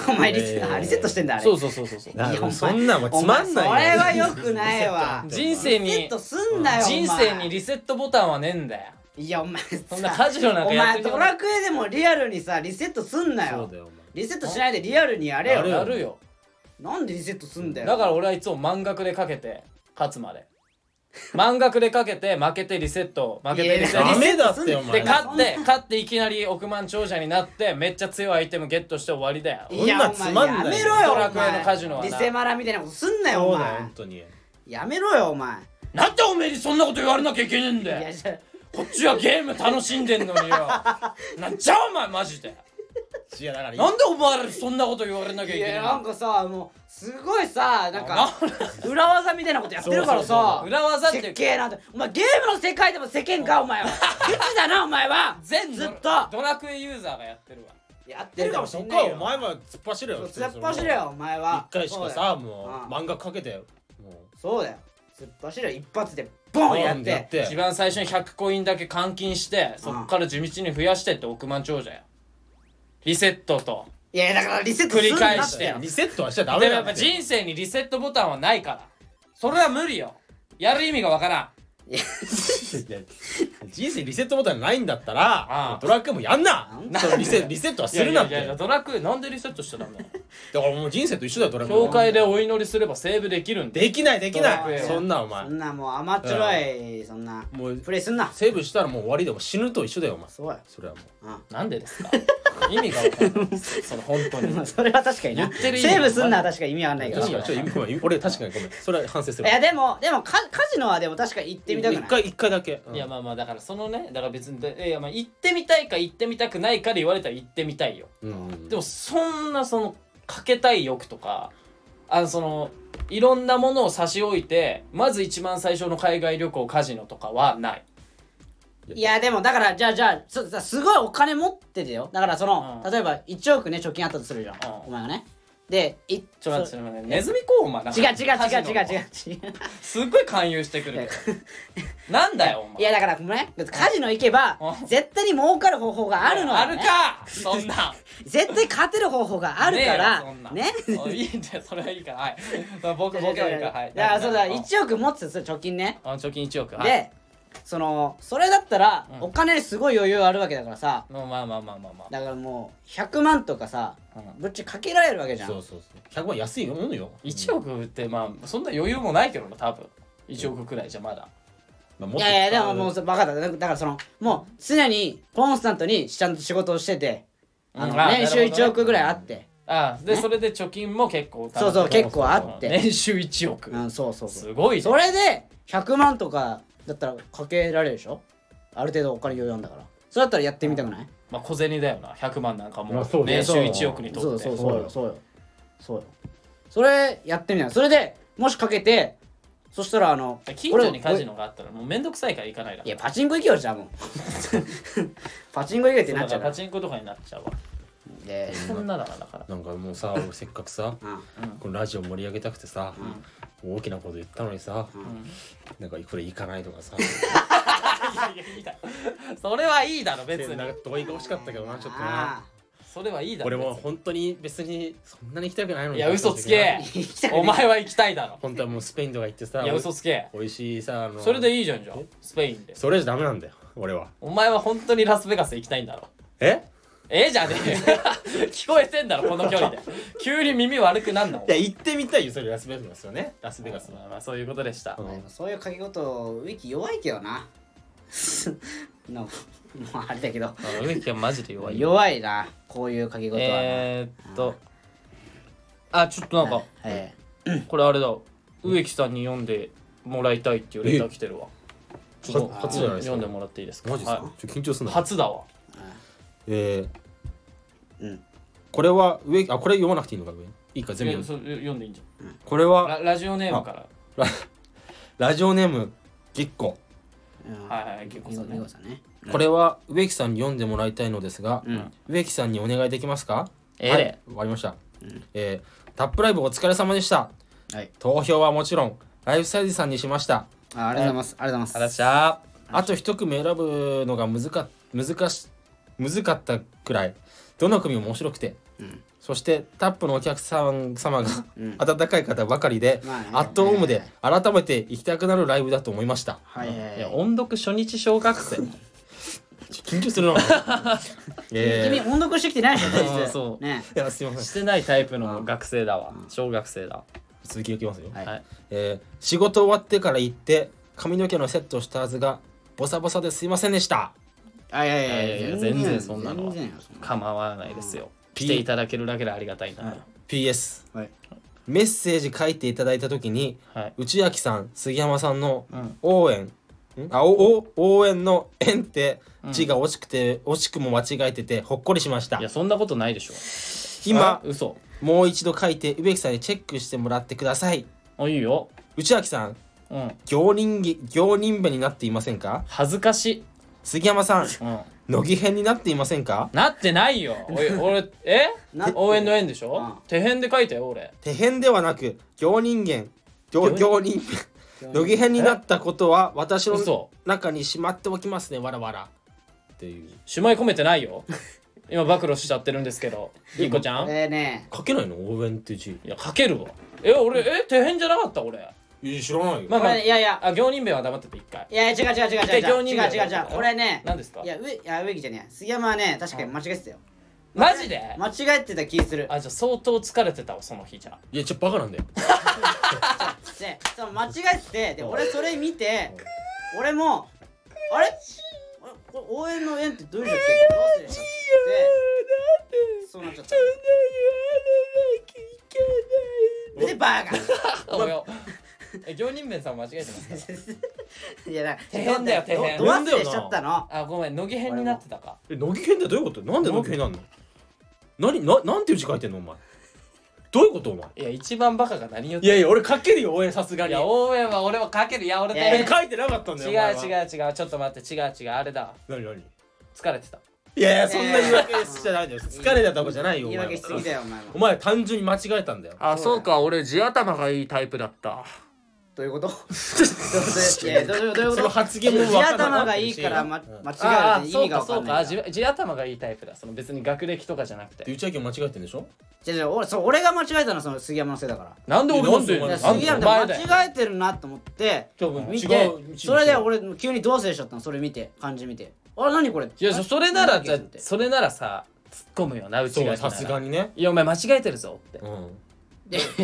[SPEAKER 1] お前リセ,、
[SPEAKER 3] えー
[SPEAKER 1] リセットしてんだあ
[SPEAKER 2] ら
[SPEAKER 1] れ
[SPEAKER 2] そうそうそうそうそう
[SPEAKER 3] ない
[SPEAKER 1] やお前
[SPEAKER 3] そんなんもうつまんないよ
[SPEAKER 1] お前それはよくない わ
[SPEAKER 2] 人生
[SPEAKER 1] リセッ
[SPEAKER 2] に
[SPEAKER 1] トすんなよお前
[SPEAKER 2] 人生にリセットボタンはねえんだよ
[SPEAKER 1] いやお前そ
[SPEAKER 2] そんなカジノなん
[SPEAKER 1] お
[SPEAKER 2] かやっ
[SPEAKER 1] 前
[SPEAKER 2] て
[SPEAKER 1] ドラクエでもリアルにさリセットすんな
[SPEAKER 3] そう
[SPEAKER 1] よ
[SPEAKER 3] だよお前
[SPEAKER 1] リセットしないでリアルにやれ
[SPEAKER 3] やれ
[SPEAKER 1] よ
[SPEAKER 3] よ
[SPEAKER 2] やるよ
[SPEAKER 1] なんでリセットすんだよ
[SPEAKER 2] だから俺はいつも満額でかけて勝つまで満額でかけて負けてリセット負けてリセッ
[SPEAKER 3] いや
[SPEAKER 2] ト
[SPEAKER 3] ダメだってお
[SPEAKER 2] で
[SPEAKER 3] 前
[SPEAKER 2] 勝って勝っていきなり億万長者になってめっちゃ強いアイテムゲットして終わりだよ
[SPEAKER 1] いやお
[SPEAKER 3] そ
[SPEAKER 1] 前
[SPEAKER 3] んなつま
[SPEAKER 1] や
[SPEAKER 3] んない
[SPEAKER 1] めろよ
[SPEAKER 2] ドラ
[SPEAKER 1] お
[SPEAKER 2] クエの
[SPEAKER 1] 前
[SPEAKER 2] カジノはな
[SPEAKER 1] リセマラみたいなことすんなよ
[SPEAKER 3] そ
[SPEAKER 1] お
[SPEAKER 3] うだよ
[SPEAKER 1] 前
[SPEAKER 3] 本当に
[SPEAKER 1] やめろよお前
[SPEAKER 2] なんでおめえにそんなこと言われなきゃいけねえん
[SPEAKER 1] い
[SPEAKER 2] だよ
[SPEAKER 1] やじゃ
[SPEAKER 2] こっちはゲーム楽しんでんのによ なんじゃお前マジで
[SPEAKER 3] いやだから
[SPEAKER 2] なんでお前らそんなこと言われなきゃ
[SPEAKER 1] い
[SPEAKER 2] いけない
[SPEAKER 1] やなん
[SPEAKER 2] の
[SPEAKER 1] かさもうすごいさなんか
[SPEAKER 2] あ
[SPEAKER 1] 裏技みたいなことやってるからさ
[SPEAKER 2] 裏技って
[SPEAKER 1] 設計なんてお前ゲームの世界でも世間かお前はケチだなお前は
[SPEAKER 2] 全
[SPEAKER 1] ずっと
[SPEAKER 2] ドラクエユーザーがやってるわ
[SPEAKER 1] やって
[SPEAKER 3] で
[SPEAKER 1] るか
[SPEAKER 3] も
[SPEAKER 1] もし
[SPEAKER 3] そ
[SPEAKER 1] ん
[SPEAKER 3] っ
[SPEAKER 1] な
[SPEAKER 3] か
[SPEAKER 1] い
[SPEAKER 3] お
[SPEAKER 1] よ
[SPEAKER 3] 前は突っ走れよ
[SPEAKER 1] そう突っ走れよお前は
[SPEAKER 3] 一回しかさもう
[SPEAKER 1] うん
[SPEAKER 3] 漫画かけてよも
[SPEAKER 1] そうだよそうだよ突っ走れよ一発でボ
[SPEAKER 3] う
[SPEAKER 1] ンやって
[SPEAKER 3] やって
[SPEAKER 2] 一番最初に100コインだけ換金してそっから地道に増やしてって億万長者やリセットと
[SPEAKER 1] いやだからリセットする
[SPEAKER 2] 繰り返
[SPEAKER 1] な
[SPEAKER 2] してよ
[SPEAKER 3] リセットはしちゃダ
[SPEAKER 2] で
[SPEAKER 3] メ
[SPEAKER 2] も
[SPEAKER 3] だ
[SPEAKER 2] やっ
[SPEAKER 3] って
[SPEAKER 2] ぱ人生にリセットボタンはないからそれは無理よやる意味がわからん
[SPEAKER 3] いや 人生リセットボタンないんだったら
[SPEAKER 2] あ
[SPEAKER 3] ドラクエもやんな
[SPEAKER 1] なん
[SPEAKER 3] そのリセリセットはするなっ
[SPEAKER 2] いやいやいや
[SPEAKER 3] て
[SPEAKER 2] ドラクエなんでリセットしちゃダメなの
[SPEAKER 3] だからもう人生と一緒だよドラク エ
[SPEAKER 2] 教会でお祈りすればセーブできるんで
[SPEAKER 3] できないでき
[SPEAKER 2] ドラ
[SPEAKER 3] な
[SPEAKER 2] クエ
[SPEAKER 3] い
[SPEAKER 2] は
[SPEAKER 3] そんなお前
[SPEAKER 1] そんなもう甘っちょろいそんな
[SPEAKER 3] もう
[SPEAKER 1] プレイすんな
[SPEAKER 3] セーブしたらもう終わりでもう死ぬと一緒だよお前
[SPEAKER 1] そうよ
[SPEAKER 3] それはもう
[SPEAKER 2] なんで ですか意味がわからないその本当に
[SPEAKER 1] ま あそれは確かにな
[SPEAKER 2] 言って
[SPEAKER 1] セ
[SPEAKER 2] る意味が
[SPEAKER 1] ーブすんなは確かに意味わかんないけ
[SPEAKER 2] や
[SPEAKER 1] ど
[SPEAKER 3] 確かにちょっと意味ごめん俺確かにごめんそれは反省す
[SPEAKER 1] い
[SPEAKER 3] る
[SPEAKER 1] やでもでもカカジノはでも確かに行ってみたくない
[SPEAKER 3] 一回一回だけう ん
[SPEAKER 2] いやまあまあだからそのねだから別にでいやまあ行ってみたいか行ってみたくないかで言われたら行ってみたいよ
[SPEAKER 3] うん
[SPEAKER 2] でもそんなそのかけたい欲とかあのそのいろんなものを差し置いてまず一番最初の海外旅行カジノとかはない
[SPEAKER 1] いやでもだからじゃあじゃあそさすごいお金持っててよだからその、
[SPEAKER 2] うん
[SPEAKER 1] 例えば1億ね貯金あったとするじゃん、
[SPEAKER 2] うん
[SPEAKER 1] お前がねでい
[SPEAKER 2] ちょっと待って
[SPEAKER 1] そ
[SPEAKER 2] ちょっと待ってネズミコお前なんか
[SPEAKER 1] 違う違う違う違う
[SPEAKER 2] カジ
[SPEAKER 1] 違
[SPEAKER 2] ノ
[SPEAKER 1] う違う
[SPEAKER 2] すっごい勧誘してくるなんだよお前
[SPEAKER 1] いやだからねカジノ行けば
[SPEAKER 2] うん
[SPEAKER 1] 絶対に儲かる方法があるの
[SPEAKER 2] あ
[SPEAKER 1] よ、
[SPEAKER 2] る
[SPEAKER 1] ね、
[SPEAKER 2] かそんな
[SPEAKER 1] 絶対勝てる方法があるから
[SPEAKER 2] ね
[SPEAKER 1] ね
[SPEAKER 2] えよそんなおいいんだよそれはいいからはい僕僕はいいからはい
[SPEAKER 1] だからそうだ
[SPEAKER 2] 一
[SPEAKER 1] 1億持ってたとする貯金ね
[SPEAKER 2] あ貯金1億はい
[SPEAKER 1] でそのそれだったら
[SPEAKER 2] うん
[SPEAKER 1] お金すごい余裕あるわけだからさ
[SPEAKER 2] まあまあまあまあまあまあ
[SPEAKER 1] だからもう100万とかさ
[SPEAKER 2] うん
[SPEAKER 1] ぶっちゃかけられるわけじゃん
[SPEAKER 3] そうそうそう100万安いものよ
[SPEAKER 2] 1億ってまあそんな余裕もないけどな多分1億くらいじゃまだ
[SPEAKER 3] まあもっ
[SPEAKER 1] い
[SPEAKER 3] と
[SPEAKER 1] やいやでももう分かっただだからそのもう常にコンスタントにちゃんと仕事をしててあの、
[SPEAKER 2] うんあ
[SPEAKER 1] 年収
[SPEAKER 2] なるほどね
[SPEAKER 1] 1億ぐらいあって、
[SPEAKER 2] あで
[SPEAKER 1] ね
[SPEAKER 2] それで貯金も結構
[SPEAKER 1] そうそう結構あって
[SPEAKER 2] 年収1億、
[SPEAKER 1] うんそうそうそう
[SPEAKER 2] すごいね
[SPEAKER 1] それで100万とかだったらかけられるでしょある程度お金余裕なんだからそれだったらやってみたくない
[SPEAKER 2] まあ小銭だよな100万なんかも
[SPEAKER 3] まあ
[SPEAKER 2] う
[SPEAKER 3] そうね
[SPEAKER 2] 年収1億に
[SPEAKER 1] そ
[SPEAKER 2] と
[SPEAKER 1] う
[SPEAKER 2] って
[SPEAKER 1] そうそうよそうよそうよそれやってみたいそれでもしかけてそしたらあの
[SPEAKER 2] 近所に
[SPEAKER 1] 俺
[SPEAKER 2] カジノがあったらもうめんどくさいから行かないだ
[SPEAKER 1] いやパチンコ行けよじゃあもう パチンコ行けってなっちゃうか
[SPEAKER 2] パ
[SPEAKER 1] ら
[SPEAKER 2] チンコとかになっ ちゃうわ
[SPEAKER 1] で
[SPEAKER 2] そんなだからだから
[SPEAKER 3] なんかもうさ俺せっかくさ
[SPEAKER 1] うん
[SPEAKER 3] このラジオ盛り上げたくてさ、大きなこと言ったのにさ、なんかこれ行かないとかさ
[SPEAKER 2] いやいやいいだろそれはいいだろ別に
[SPEAKER 3] なんか同意が欲しかったけどなちょっ
[SPEAKER 1] あ
[SPEAKER 3] とな
[SPEAKER 1] あ
[SPEAKER 2] それはいいだろ
[SPEAKER 3] 俺も本当に別にそんなに行きたくないのに
[SPEAKER 2] いや嘘つけ
[SPEAKER 1] 行きたくない
[SPEAKER 2] お前は行きたいだろ
[SPEAKER 3] 本当はもうスペインとか行ってさ
[SPEAKER 2] いや嘘つけ
[SPEAKER 3] 美味しいさあの
[SPEAKER 2] それでいいじゃんじゃんスペインで
[SPEAKER 3] それじゃダメなんだよ俺は
[SPEAKER 2] お前は本当にラスベガス行きたいんだろ
[SPEAKER 3] え
[SPEAKER 2] ええじゃねえよ聞こえてんだろこの距離で急に耳悪くなんの
[SPEAKER 3] いや行ってみたいよそれラスベガスですよねラスベガスは
[SPEAKER 2] まあまあそういうことでした
[SPEAKER 1] まあでもそういう書き事ウィキ弱いけどな の もうあれだけど
[SPEAKER 2] 植木はマジで弱いよ
[SPEAKER 1] 弱いなこういう書き事はな、
[SPEAKER 2] えー、っとあちょっとなんか
[SPEAKER 1] え
[SPEAKER 2] これあれだ植木さんに読んでもらいたいっていうレター来てるわちょっと
[SPEAKER 3] 初初じゃないですか
[SPEAKER 2] 読んでもらっていいですか
[SPEAKER 3] マジですか、
[SPEAKER 2] は
[SPEAKER 3] ちょっと緊張す
[SPEAKER 2] い
[SPEAKER 3] んな
[SPEAKER 2] 初だわ
[SPEAKER 3] えー
[SPEAKER 1] うん
[SPEAKER 3] これは上あこれ読まなくていいのか上いいか
[SPEAKER 2] い
[SPEAKER 3] 全
[SPEAKER 2] や
[SPEAKER 3] 部
[SPEAKER 2] そう読んでいいんじ
[SPEAKER 3] これ
[SPEAKER 2] ゃん
[SPEAKER 3] は
[SPEAKER 2] ララジオネームから
[SPEAKER 3] ララジオネームぎっこ
[SPEAKER 1] えうん
[SPEAKER 2] はいはい結構さん
[SPEAKER 1] ゆ
[SPEAKER 2] ね
[SPEAKER 1] うこさんね
[SPEAKER 3] これは植木さんに読んでもらいたいのですが、
[SPEAKER 1] うん
[SPEAKER 3] 植木さんにお願いできますか
[SPEAKER 2] ええ
[SPEAKER 3] はい、終わりました、えータップライブお疲れ様でした
[SPEAKER 1] はい
[SPEAKER 3] 投票はもちろんライフサイズさんにしました
[SPEAKER 1] あありがとうございますありがとうございます
[SPEAKER 2] しゃ
[SPEAKER 3] あと一組選ぶのが難か難し難かったくらいどの組も面白くて、そしてタップのお客さん様が温かい方ばかりで、
[SPEAKER 1] まあね
[SPEAKER 3] アットホームで改めて行きたくなるライブだと思いました
[SPEAKER 1] はいはい
[SPEAKER 2] いや
[SPEAKER 1] はい
[SPEAKER 2] 音読初日小学生
[SPEAKER 3] 緊張 するなえ
[SPEAKER 1] 君
[SPEAKER 3] ー、い
[SPEAKER 1] 音読してきてないでしょ大
[SPEAKER 2] あ
[SPEAKER 1] 体
[SPEAKER 2] ーそう
[SPEAKER 1] ね
[SPEAKER 3] やすいません
[SPEAKER 2] してないタイプの学生だわ小学生だ
[SPEAKER 3] 続きいきますよ、
[SPEAKER 1] はい
[SPEAKER 2] はい
[SPEAKER 3] えー仕事終わってから行って髪の毛のセットをしたはずがボサボサですいませんでした
[SPEAKER 1] あいやいや
[SPEAKER 2] いやいや全然そんなのは
[SPEAKER 1] 全然よそんな
[SPEAKER 2] 構わないですよ
[SPEAKER 3] ピ
[SPEAKER 2] 来ていただけるだけでありがたいんだか
[SPEAKER 3] PS
[SPEAKER 1] のはい
[SPEAKER 3] メッセージ書いていただいた時に
[SPEAKER 2] らはい
[SPEAKER 3] 内明さん杉山さんの
[SPEAKER 2] ん
[SPEAKER 3] 応援、んあおお応援の「縁」って字が惜しくて、惜しくも間違えててほっこりしました
[SPEAKER 2] いやそんなことないでしょ
[SPEAKER 3] 今
[SPEAKER 2] 嘘
[SPEAKER 3] もう一度書いて植木さんにチェックしてもらってください
[SPEAKER 2] あいいよ
[SPEAKER 3] 内明さん
[SPEAKER 2] うん
[SPEAKER 3] 行人ぎ行人部になっていませんか
[SPEAKER 2] 恥ずかし
[SPEAKER 3] 杉山 さん
[SPEAKER 2] いうん
[SPEAKER 3] 乃木編になっていませんか
[SPEAKER 2] なってな いよおい俺え
[SPEAKER 1] なってる
[SPEAKER 2] 応援の縁でし
[SPEAKER 1] う
[SPEAKER 2] ょ
[SPEAKER 1] ん
[SPEAKER 2] 手編で書いたよ俺
[SPEAKER 3] 手編ではなく行人間行行人
[SPEAKER 1] 行人
[SPEAKER 3] 乃木編になったことは私の
[SPEAKER 2] 嘘
[SPEAKER 3] 中にしまっておきますねわらわらっていう
[SPEAKER 2] しまい込めてないよ今暴露しちゃってるんですけどいい子ちゃんい
[SPEAKER 1] えーね
[SPEAKER 3] 書けないの応援って字
[SPEAKER 2] や書けるわえ俺え手編じゃなかった俺
[SPEAKER 3] いや知らないよ
[SPEAKER 2] まあ
[SPEAKER 1] こ
[SPEAKER 2] まあ
[SPEAKER 1] れいやいや
[SPEAKER 2] あ行人弁は黙ってて一回
[SPEAKER 1] いやいや違う違う違う違う違
[SPEAKER 2] 適当
[SPEAKER 1] う
[SPEAKER 2] に
[SPEAKER 1] 違う違う違う俺ね
[SPEAKER 2] 何ですか
[SPEAKER 1] いや上いや植木じゃねえ杉山はね確かに間違えてたよ
[SPEAKER 2] マジで
[SPEAKER 1] 間違えてた気する
[SPEAKER 2] あじゃあ相当疲れてたわその日じゃ
[SPEAKER 3] いやちょっとバカなんだよ
[SPEAKER 1] でその間違えててで俺それ見て俺もあれあれこれ応援の縁ってどういう字だっけどうすればでそうなっちゃったでバー
[SPEAKER 2] お前をえ行人弁さん間違えてます
[SPEAKER 1] ガいやだ
[SPEAKER 2] 手編だよ手編
[SPEAKER 1] ど忘れしちゃったの
[SPEAKER 2] あごめん乃木編になってたか
[SPEAKER 3] え乃木編ってどういうことなんで乃木編なんの何ななんていう字書いてんのお前どういうことお前
[SPEAKER 2] いや一番バカが何言っ
[SPEAKER 3] い
[SPEAKER 2] て
[SPEAKER 3] やいや俺書けるよ応援さすが
[SPEAKER 2] い
[SPEAKER 3] に
[SPEAKER 2] や応援は俺は書けるいや俺手
[SPEAKER 1] いやい
[SPEAKER 2] 編
[SPEAKER 1] や
[SPEAKER 3] 書いてなかったんだよ
[SPEAKER 2] 違う
[SPEAKER 3] お前は
[SPEAKER 2] 違う違うちょっと待って違う違うあれだわ
[SPEAKER 3] 何何
[SPEAKER 2] 疲れてた
[SPEAKER 3] いやいやそんな言い訳じゃないんだよ疲れたとかじゃないよお
[SPEAKER 1] 言い
[SPEAKER 3] 前は
[SPEAKER 1] 訳しすぎだよお前も
[SPEAKER 3] お前単純に間違えたんだよ
[SPEAKER 2] あ
[SPEAKER 1] そう
[SPEAKER 2] か俺地頭がいいタイプだった
[SPEAKER 1] どういうこと どういうこといやどういうことどういうこと
[SPEAKER 3] その発言も分かんな
[SPEAKER 1] 地
[SPEAKER 3] かったし
[SPEAKER 1] 頭がいいから、ま、間
[SPEAKER 2] あ
[SPEAKER 1] 違
[SPEAKER 2] あ
[SPEAKER 1] えるって意
[SPEAKER 2] そう
[SPEAKER 1] 味が
[SPEAKER 2] か
[SPEAKER 1] 分か
[SPEAKER 2] そうんか
[SPEAKER 1] な
[SPEAKER 2] あ
[SPEAKER 1] いじ
[SPEAKER 2] 地地頭がいいタイプだその別に学歴とかじゃなく
[SPEAKER 3] で
[SPEAKER 2] て
[SPEAKER 3] 内訳も間違えてんでしょ
[SPEAKER 1] ゃじゃ俺そう俺が間違えたのその杉山のせいだから
[SPEAKER 2] なんで俺
[SPEAKER 3] なんで
[SPEAKER 1] いや
[SPEAKER 3] なん
[SPEAKER 1] 杉山
[SPEAKER 2] お前
[SPEAKER 1] で
[SPEAKER 2] だよ
[SPEAKER 1] 間違えてるなと思って
[SPEAKER 2] 多分
[SPEAKER 1] 見
[SPEAKER 3] 違
[SPEAKER 1] て
[SPEAKER 3] う
[SPEAKER 1] それで俺急に同棲しちゃったのそれ見て漢字見てあれ何これ
[SPEAKER 2] いやそそれならじゃ
[SPEAKER 1] なんだっけ
[SPEAKER 2] それならさ突っ込むよなうち
[SPEAKER 3] そ
[SPEAKER 2] が
[SPEAKER 3] うさすがにね
[SPEAKER 2] いやお前間違えてるぞって
[SPEAKER 3] うん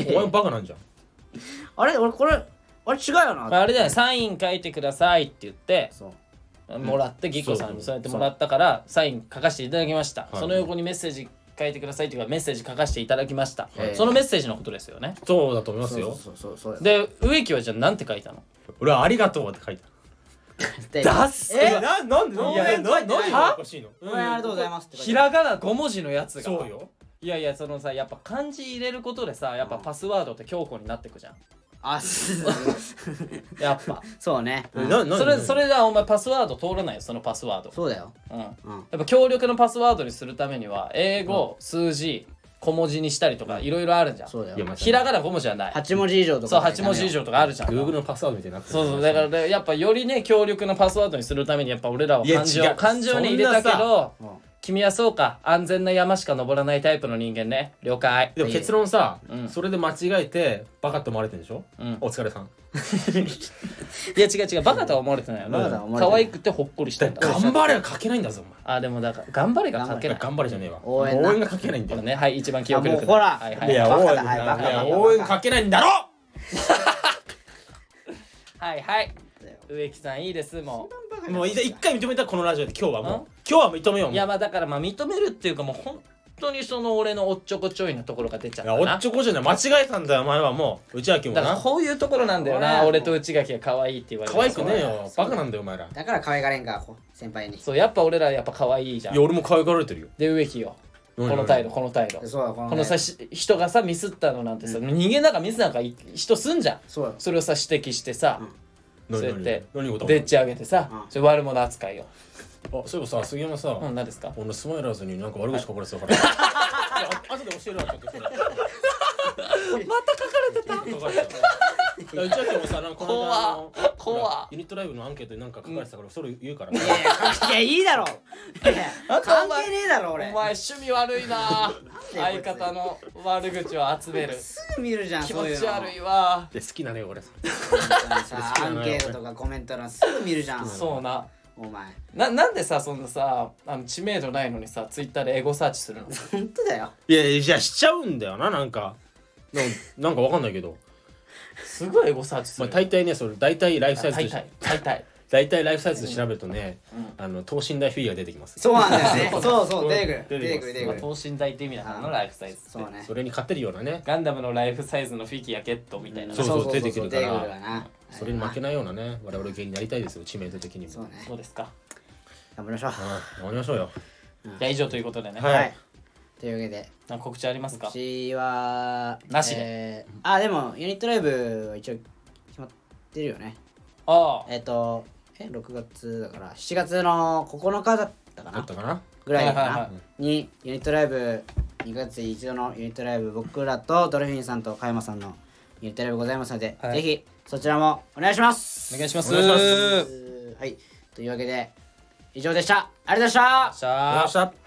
[SPEAKER 1] で
[SPEAKER 3] お前バカなんじゃん
[SPEAKER 1] あれ俺これあれ違うよな
[SPEAKER 2] まああれだよねサイン書いてくださいって言って
[SPEAKER 1] そう
[SPEAKER 2] もらってぎこさんにそうやってもらったからサイン書かせていただきました
[SPEAKER 3] い
[SPEAKER 2] その横にメッセージ書いてくださいというかメッセージ書かせていただきました、
[SPEAKER 1] はい
[SPEAKER 2] そのメッセージのことですよね
[SPEAKER 3] そうだと思いますよ
[SPEAKER 1] そうそうそうそう
[SPEAKER 2] で植木はじゃあ何て書いたの
[SPEAKER 3] 俺はありがとうって書いた
[SPEAKER 1] で
[SPEAKER 2] す
[SPEAKER 1] え
[SPEAKER 3] ななんで
[SPEAKER 1] い
[SPEAKER 3] や
[SPEAKER 1] や
[SPEAKER 3] な何
[SPEAKER 1] 何
[SPEAKER 3] がおかしいの
[SPEAKER 1] 応援ありがとうございますって書い
[SPEAKER 2] ひ
[SPEAKER 1] てあ
[SPEAKER 2] ら
[SPEAKER 1] る
[SPEAKER 2] がな5文字のやつが
[SPEAKER 3] そうよ
[SPEAKER 2] いやいやそのさやっぱ漢字入れることでさやっぱパスワードって強固になってくじゃん
[SPEAKER 1] あす
[SPEAKER 2] やっぱ
[SPEAKER 1] そうね、うん
[SPEAKER 3] なな
[SPEAKER 2] それ
[SPEAKER 3] な
[SPEAKER 2] それじゃお前パスワード通らないよそのパスワード
[SPEAKER 1] そうだよ
[SPEAKER 2] うんや
[SPEAKER 1] うん
[SPEAKER 2] っぱ強力なパスワードにするためには英語数字小文字にしたりとかいろいろあるじゃん
[SPEAKER 1] そうだ
[SPEAKER 3] いや
[SPEAKER 1] よ
[SPEAKER 3] まあ
[SPEAKER 2] ひらがな5文字はない
[SPEAKER 1] 八文字以上とか
[SPEAKER 2] そう8文字以上とかあるじゃん
[SPEAKER 3] Google のパスワードみたいになってる
[SPEAKER 2] そうそうだからねやっぱよりね強力なパスワードにするためにやっぱ俺らはい
[SPEAKER 3] や
[SPEAKER 2] 感情
[SPEAKER 3] 違う
[SPEAKER 2] 感情に入れたけ
[SPEAKER 3] そん
[SPEAKER 2] ど
[SPEAKER 1] うん
[SPEAKER 2] 君はそうか安全な山しか登らないタイプの人間ね了解
[SPEAKER 3] でも結論さ、
[SPEAKER 2] うん
[SPEAKER 3] それで間違えてバカって思われてるんでしょ、
[SPEAKER 2] うん
[SPEAKER 3] お疲れさん
[SPEAKER 2] いや違う違うバカとは思われてないよ
[SPEAKER 1] バカとは思われて
[SPEAKER 2] 可
[SPEAKER 1] ない
[SPEAKER 2] 愛くてほっこりして
[SPEAKER 3] だ
[SPEAKER 2] ん
[SPEAKER 3] か
[SPEAKER 2] だ
[SPEAKER 3] ら頑張れが書けないんだぞお前
[SPEAKER 2] あでもだから頑張れが書けない
[SPEAKER 3] 頑張れじゃねえわ
[SPEAKER 1] 応援な
[SPEAKER 3] が書けないんだ
[SPEAKER 2] こ
[SPEAKER 3] よ
[SPEAKER 2] れねはい一番記憶力
[SPEAKER 1] あもうほら
[SPEAKER 2] はい
[SPEAKER 1] あ
[SPEAKER 2] はい
[SPEAKER 3] いや
[SPEAKER 1] バ
[SPEAKER 3] 応
[SPEAKER 1] カ
[SPEAKER 3] 援
[SPEAKER 1] だはいバカだ
[SPEAKER 3] いや
[SPEAKER 1] バカだ
[SPEAKER 3] 応援書けないんだろ
[SPEAKER 2] はいはい
[SPEAKER 1] だよ
[SPEAKER 2] 植木さんいいですも
[SPEAKER 3] もうい一回認めたこのラジオで今日はも
[SPEAKER 2] ん
[SPEAKER 3] う今日は認めよ
[SPEAKER 2] う
[SPEAKER 3] うもう
[SPEAKER 2] いやまあだからまあ認めるっていうかもう本当にその俺のおっちょこちょいなところが出ちゃっ
[SPEAKER 3] い
[SPEAKER 2] た
[SPEAKER 3] や
[SPEAKER 2] な
[SPEAKER 3] おっちょこちょいな間違えたんだよお前はもう内明も
[SPEAKER 2] だから
[SPEAKER 3] な
[SPEAKER 2] こういうところなんだよな
[SPEAKER 1] ほら
[SPEAKER 2] 俺と内垣が可愛いって言われる
[SPEAKER 3] 可愛くねえよバカなんだよお前らい
[SPEAKER 1] だから可愛がれんかこう先輩に
[SPEAKER 2] そうやっぱ俺らやっぱ可愛いじゃん
[SPEAKER 3] や俺も可愛がられてるよ
[SPEAKER 2] で植木よこ
[SPEAKER 3] 何
[SPEAKER 2] の態度この態度
[SPEAKER 1] そうだこの,、ね、
[SPEAKER 2] このさし人がさミスったのなんてさ人間なんかミスなんかい人すんじゃん
[SPEAKER 1] そうよ
[SPEAKER 2] それをさ指摘してさ
[SPEAKER 3] 何
[SPEAKER 2] そうやって
[SPEAKER 3] 何何事
[SPEAKER 2] でっち上げて
[SPEAKER 1] う
[SPEAKER 2] さ
[SPEAKER 1] ん
[SPEAKER 2] それ悪者扱いよ
[SPEAKER 3] あそういえばさ杉山さ
[SPEAKER 2] うん何ですか
[SPEAKER 3] 俺スマイラーズになんか悪口書かれてたからいやあ後で教えるわちょっとそれまた書かれてた書かれてたいや内明もさなんかこの間あの
[SPEAKER 2] 怖っ怖っ
[SPEAKER 3] ユニットライブのアンケートになんか書かれてたからそれ言うから
[SPEAKER 1] いやいや関係いやいい だろいやいや
[SPEAKER 2] あとお
[SPEAKER 1] 関
[SPEAKER 2] 前
[SPEAKER 1] 係ねえだろ
[SPEAKER 2] お
[SPEAKER 1] 俺
[SPEAKER 2] 前趣味悪いな
[SPEAKER 1] だよ
[SPEAKER 2] 相方の悪口を集める
[SPEAKER 1] すぐ見るじゃん
[SPEAKER 2] 気
[SPEAKER 1] そ
[SPEAKER 2] 持
[SPEAKER 1] ういうの
[SPEAKER 2] ち悪いわ
[SPEAKER 3] で好きなね俺さ
[SPEAKER 1] さ
[SPEAKER 3] 好き
[SPEAKER 1] ア
[SPEAKER 3] なの
[SPEAKER 1] ン
[SPEAKER 3] よ
[SPEAKER 1] ケートとかコメント欄すぐ見るじゃん
[SPEAKER 2] そうな
[SPEAKER 1] お前
[SPEAKER 2] ななんでさそんなさあの知名度ないのにさツイッターでエゴサーチするの
[SPEAKER 1] 本当だよ
[SPEAKER 3] いやいやじゃあしちゃうんだよななんかなんなんかわかんないけど、
[SPEAKER 2] すごいエゴサーチす
[SPEAKER 3] まあ、
[SPEAKER 2] る
[SPEAKER 3] 大体ねそれ大体ライフサイズ
[SPEAKER 2] 大
[SPEAKER 3] で
[SPEAKER 2] 体大体
[SPEAKER 3] 大体ライフサイズで調べるとね、あの等身大フィギュア出てきます
[SPEAKER 1] そうなんだよね
[SPEAKER 2] そう
[SPEAKER 1] そうそう出てくる出
[SPEAKER 3] 出
[SPEAKER 1] て
[SPEAKER 3] て
[SPEAKER 1] く
[SPEAKER 3] きます
[SPEAKER 1] る出て
[SPEAKER 2] ま
[SPEAKER 1] く
[SPEAKER 2] あ
[SPEAKER 1] る
[SPEAKER 2] 等身大って意味だからのライフサイズって
[SPEAKER 1] そうね
[SPEAKER 3] それに勝てるようなね
[SPEAKER 2] ガンダムのライフサイズのフィギュアゲットみたいな
[SPEAKER 3] そうそう出てくるから
[SPEAKER 1] 出てな
[SPEAKER 3] それに負けないようなね我々芸人になりたいですよ知名度的にも
[SPEAKER 1] そうね
[SPEAKER 2] どうですか
[SPEAKER 1] 頑張りましょう
[SPEAKER 3] うんやりましょうよ
[SPEAKER 2] じゃあ以上ということでね、
[SPEAKER 3] はい
[SPEAKER 1] はいというわけで
[SPEAKER 2] なんか告知ありますか
[SPEAKER 1] うちは
[SPEAKER 2] なしで
[SPEAKER 1] であでもユニットライブは一応決まってるよね
[SPEAKER 2] ああ
[SPEAKER 1] えっとえ6月だから7月の9日だったか
[SPEAKER 3] だ
[SPEAKER 1] な
[SPEAKER 3] ったかな
[SPEAKER 1] ぐらいか
[SPEAKER 2] はいはい
[SPEAKER 1] な
[SPEAKER 2] は
[SPEAKER 1] にユニットライブ2月一度のユニットライブ僕らとドルフィンさんと加山さんのユニットライブございますので、
[SPEAKER 2] はい
[SPEAKER 1] ぜひそちらもお願いします
[SPEAKER 2] お願いします
[SPEAKER 3] お願いします
[SPEAKER 1] はいというわけで以上でしたありがとうございました
[SPEAKER 2] じゃあ
[SPEAKER 3] ありがとうございました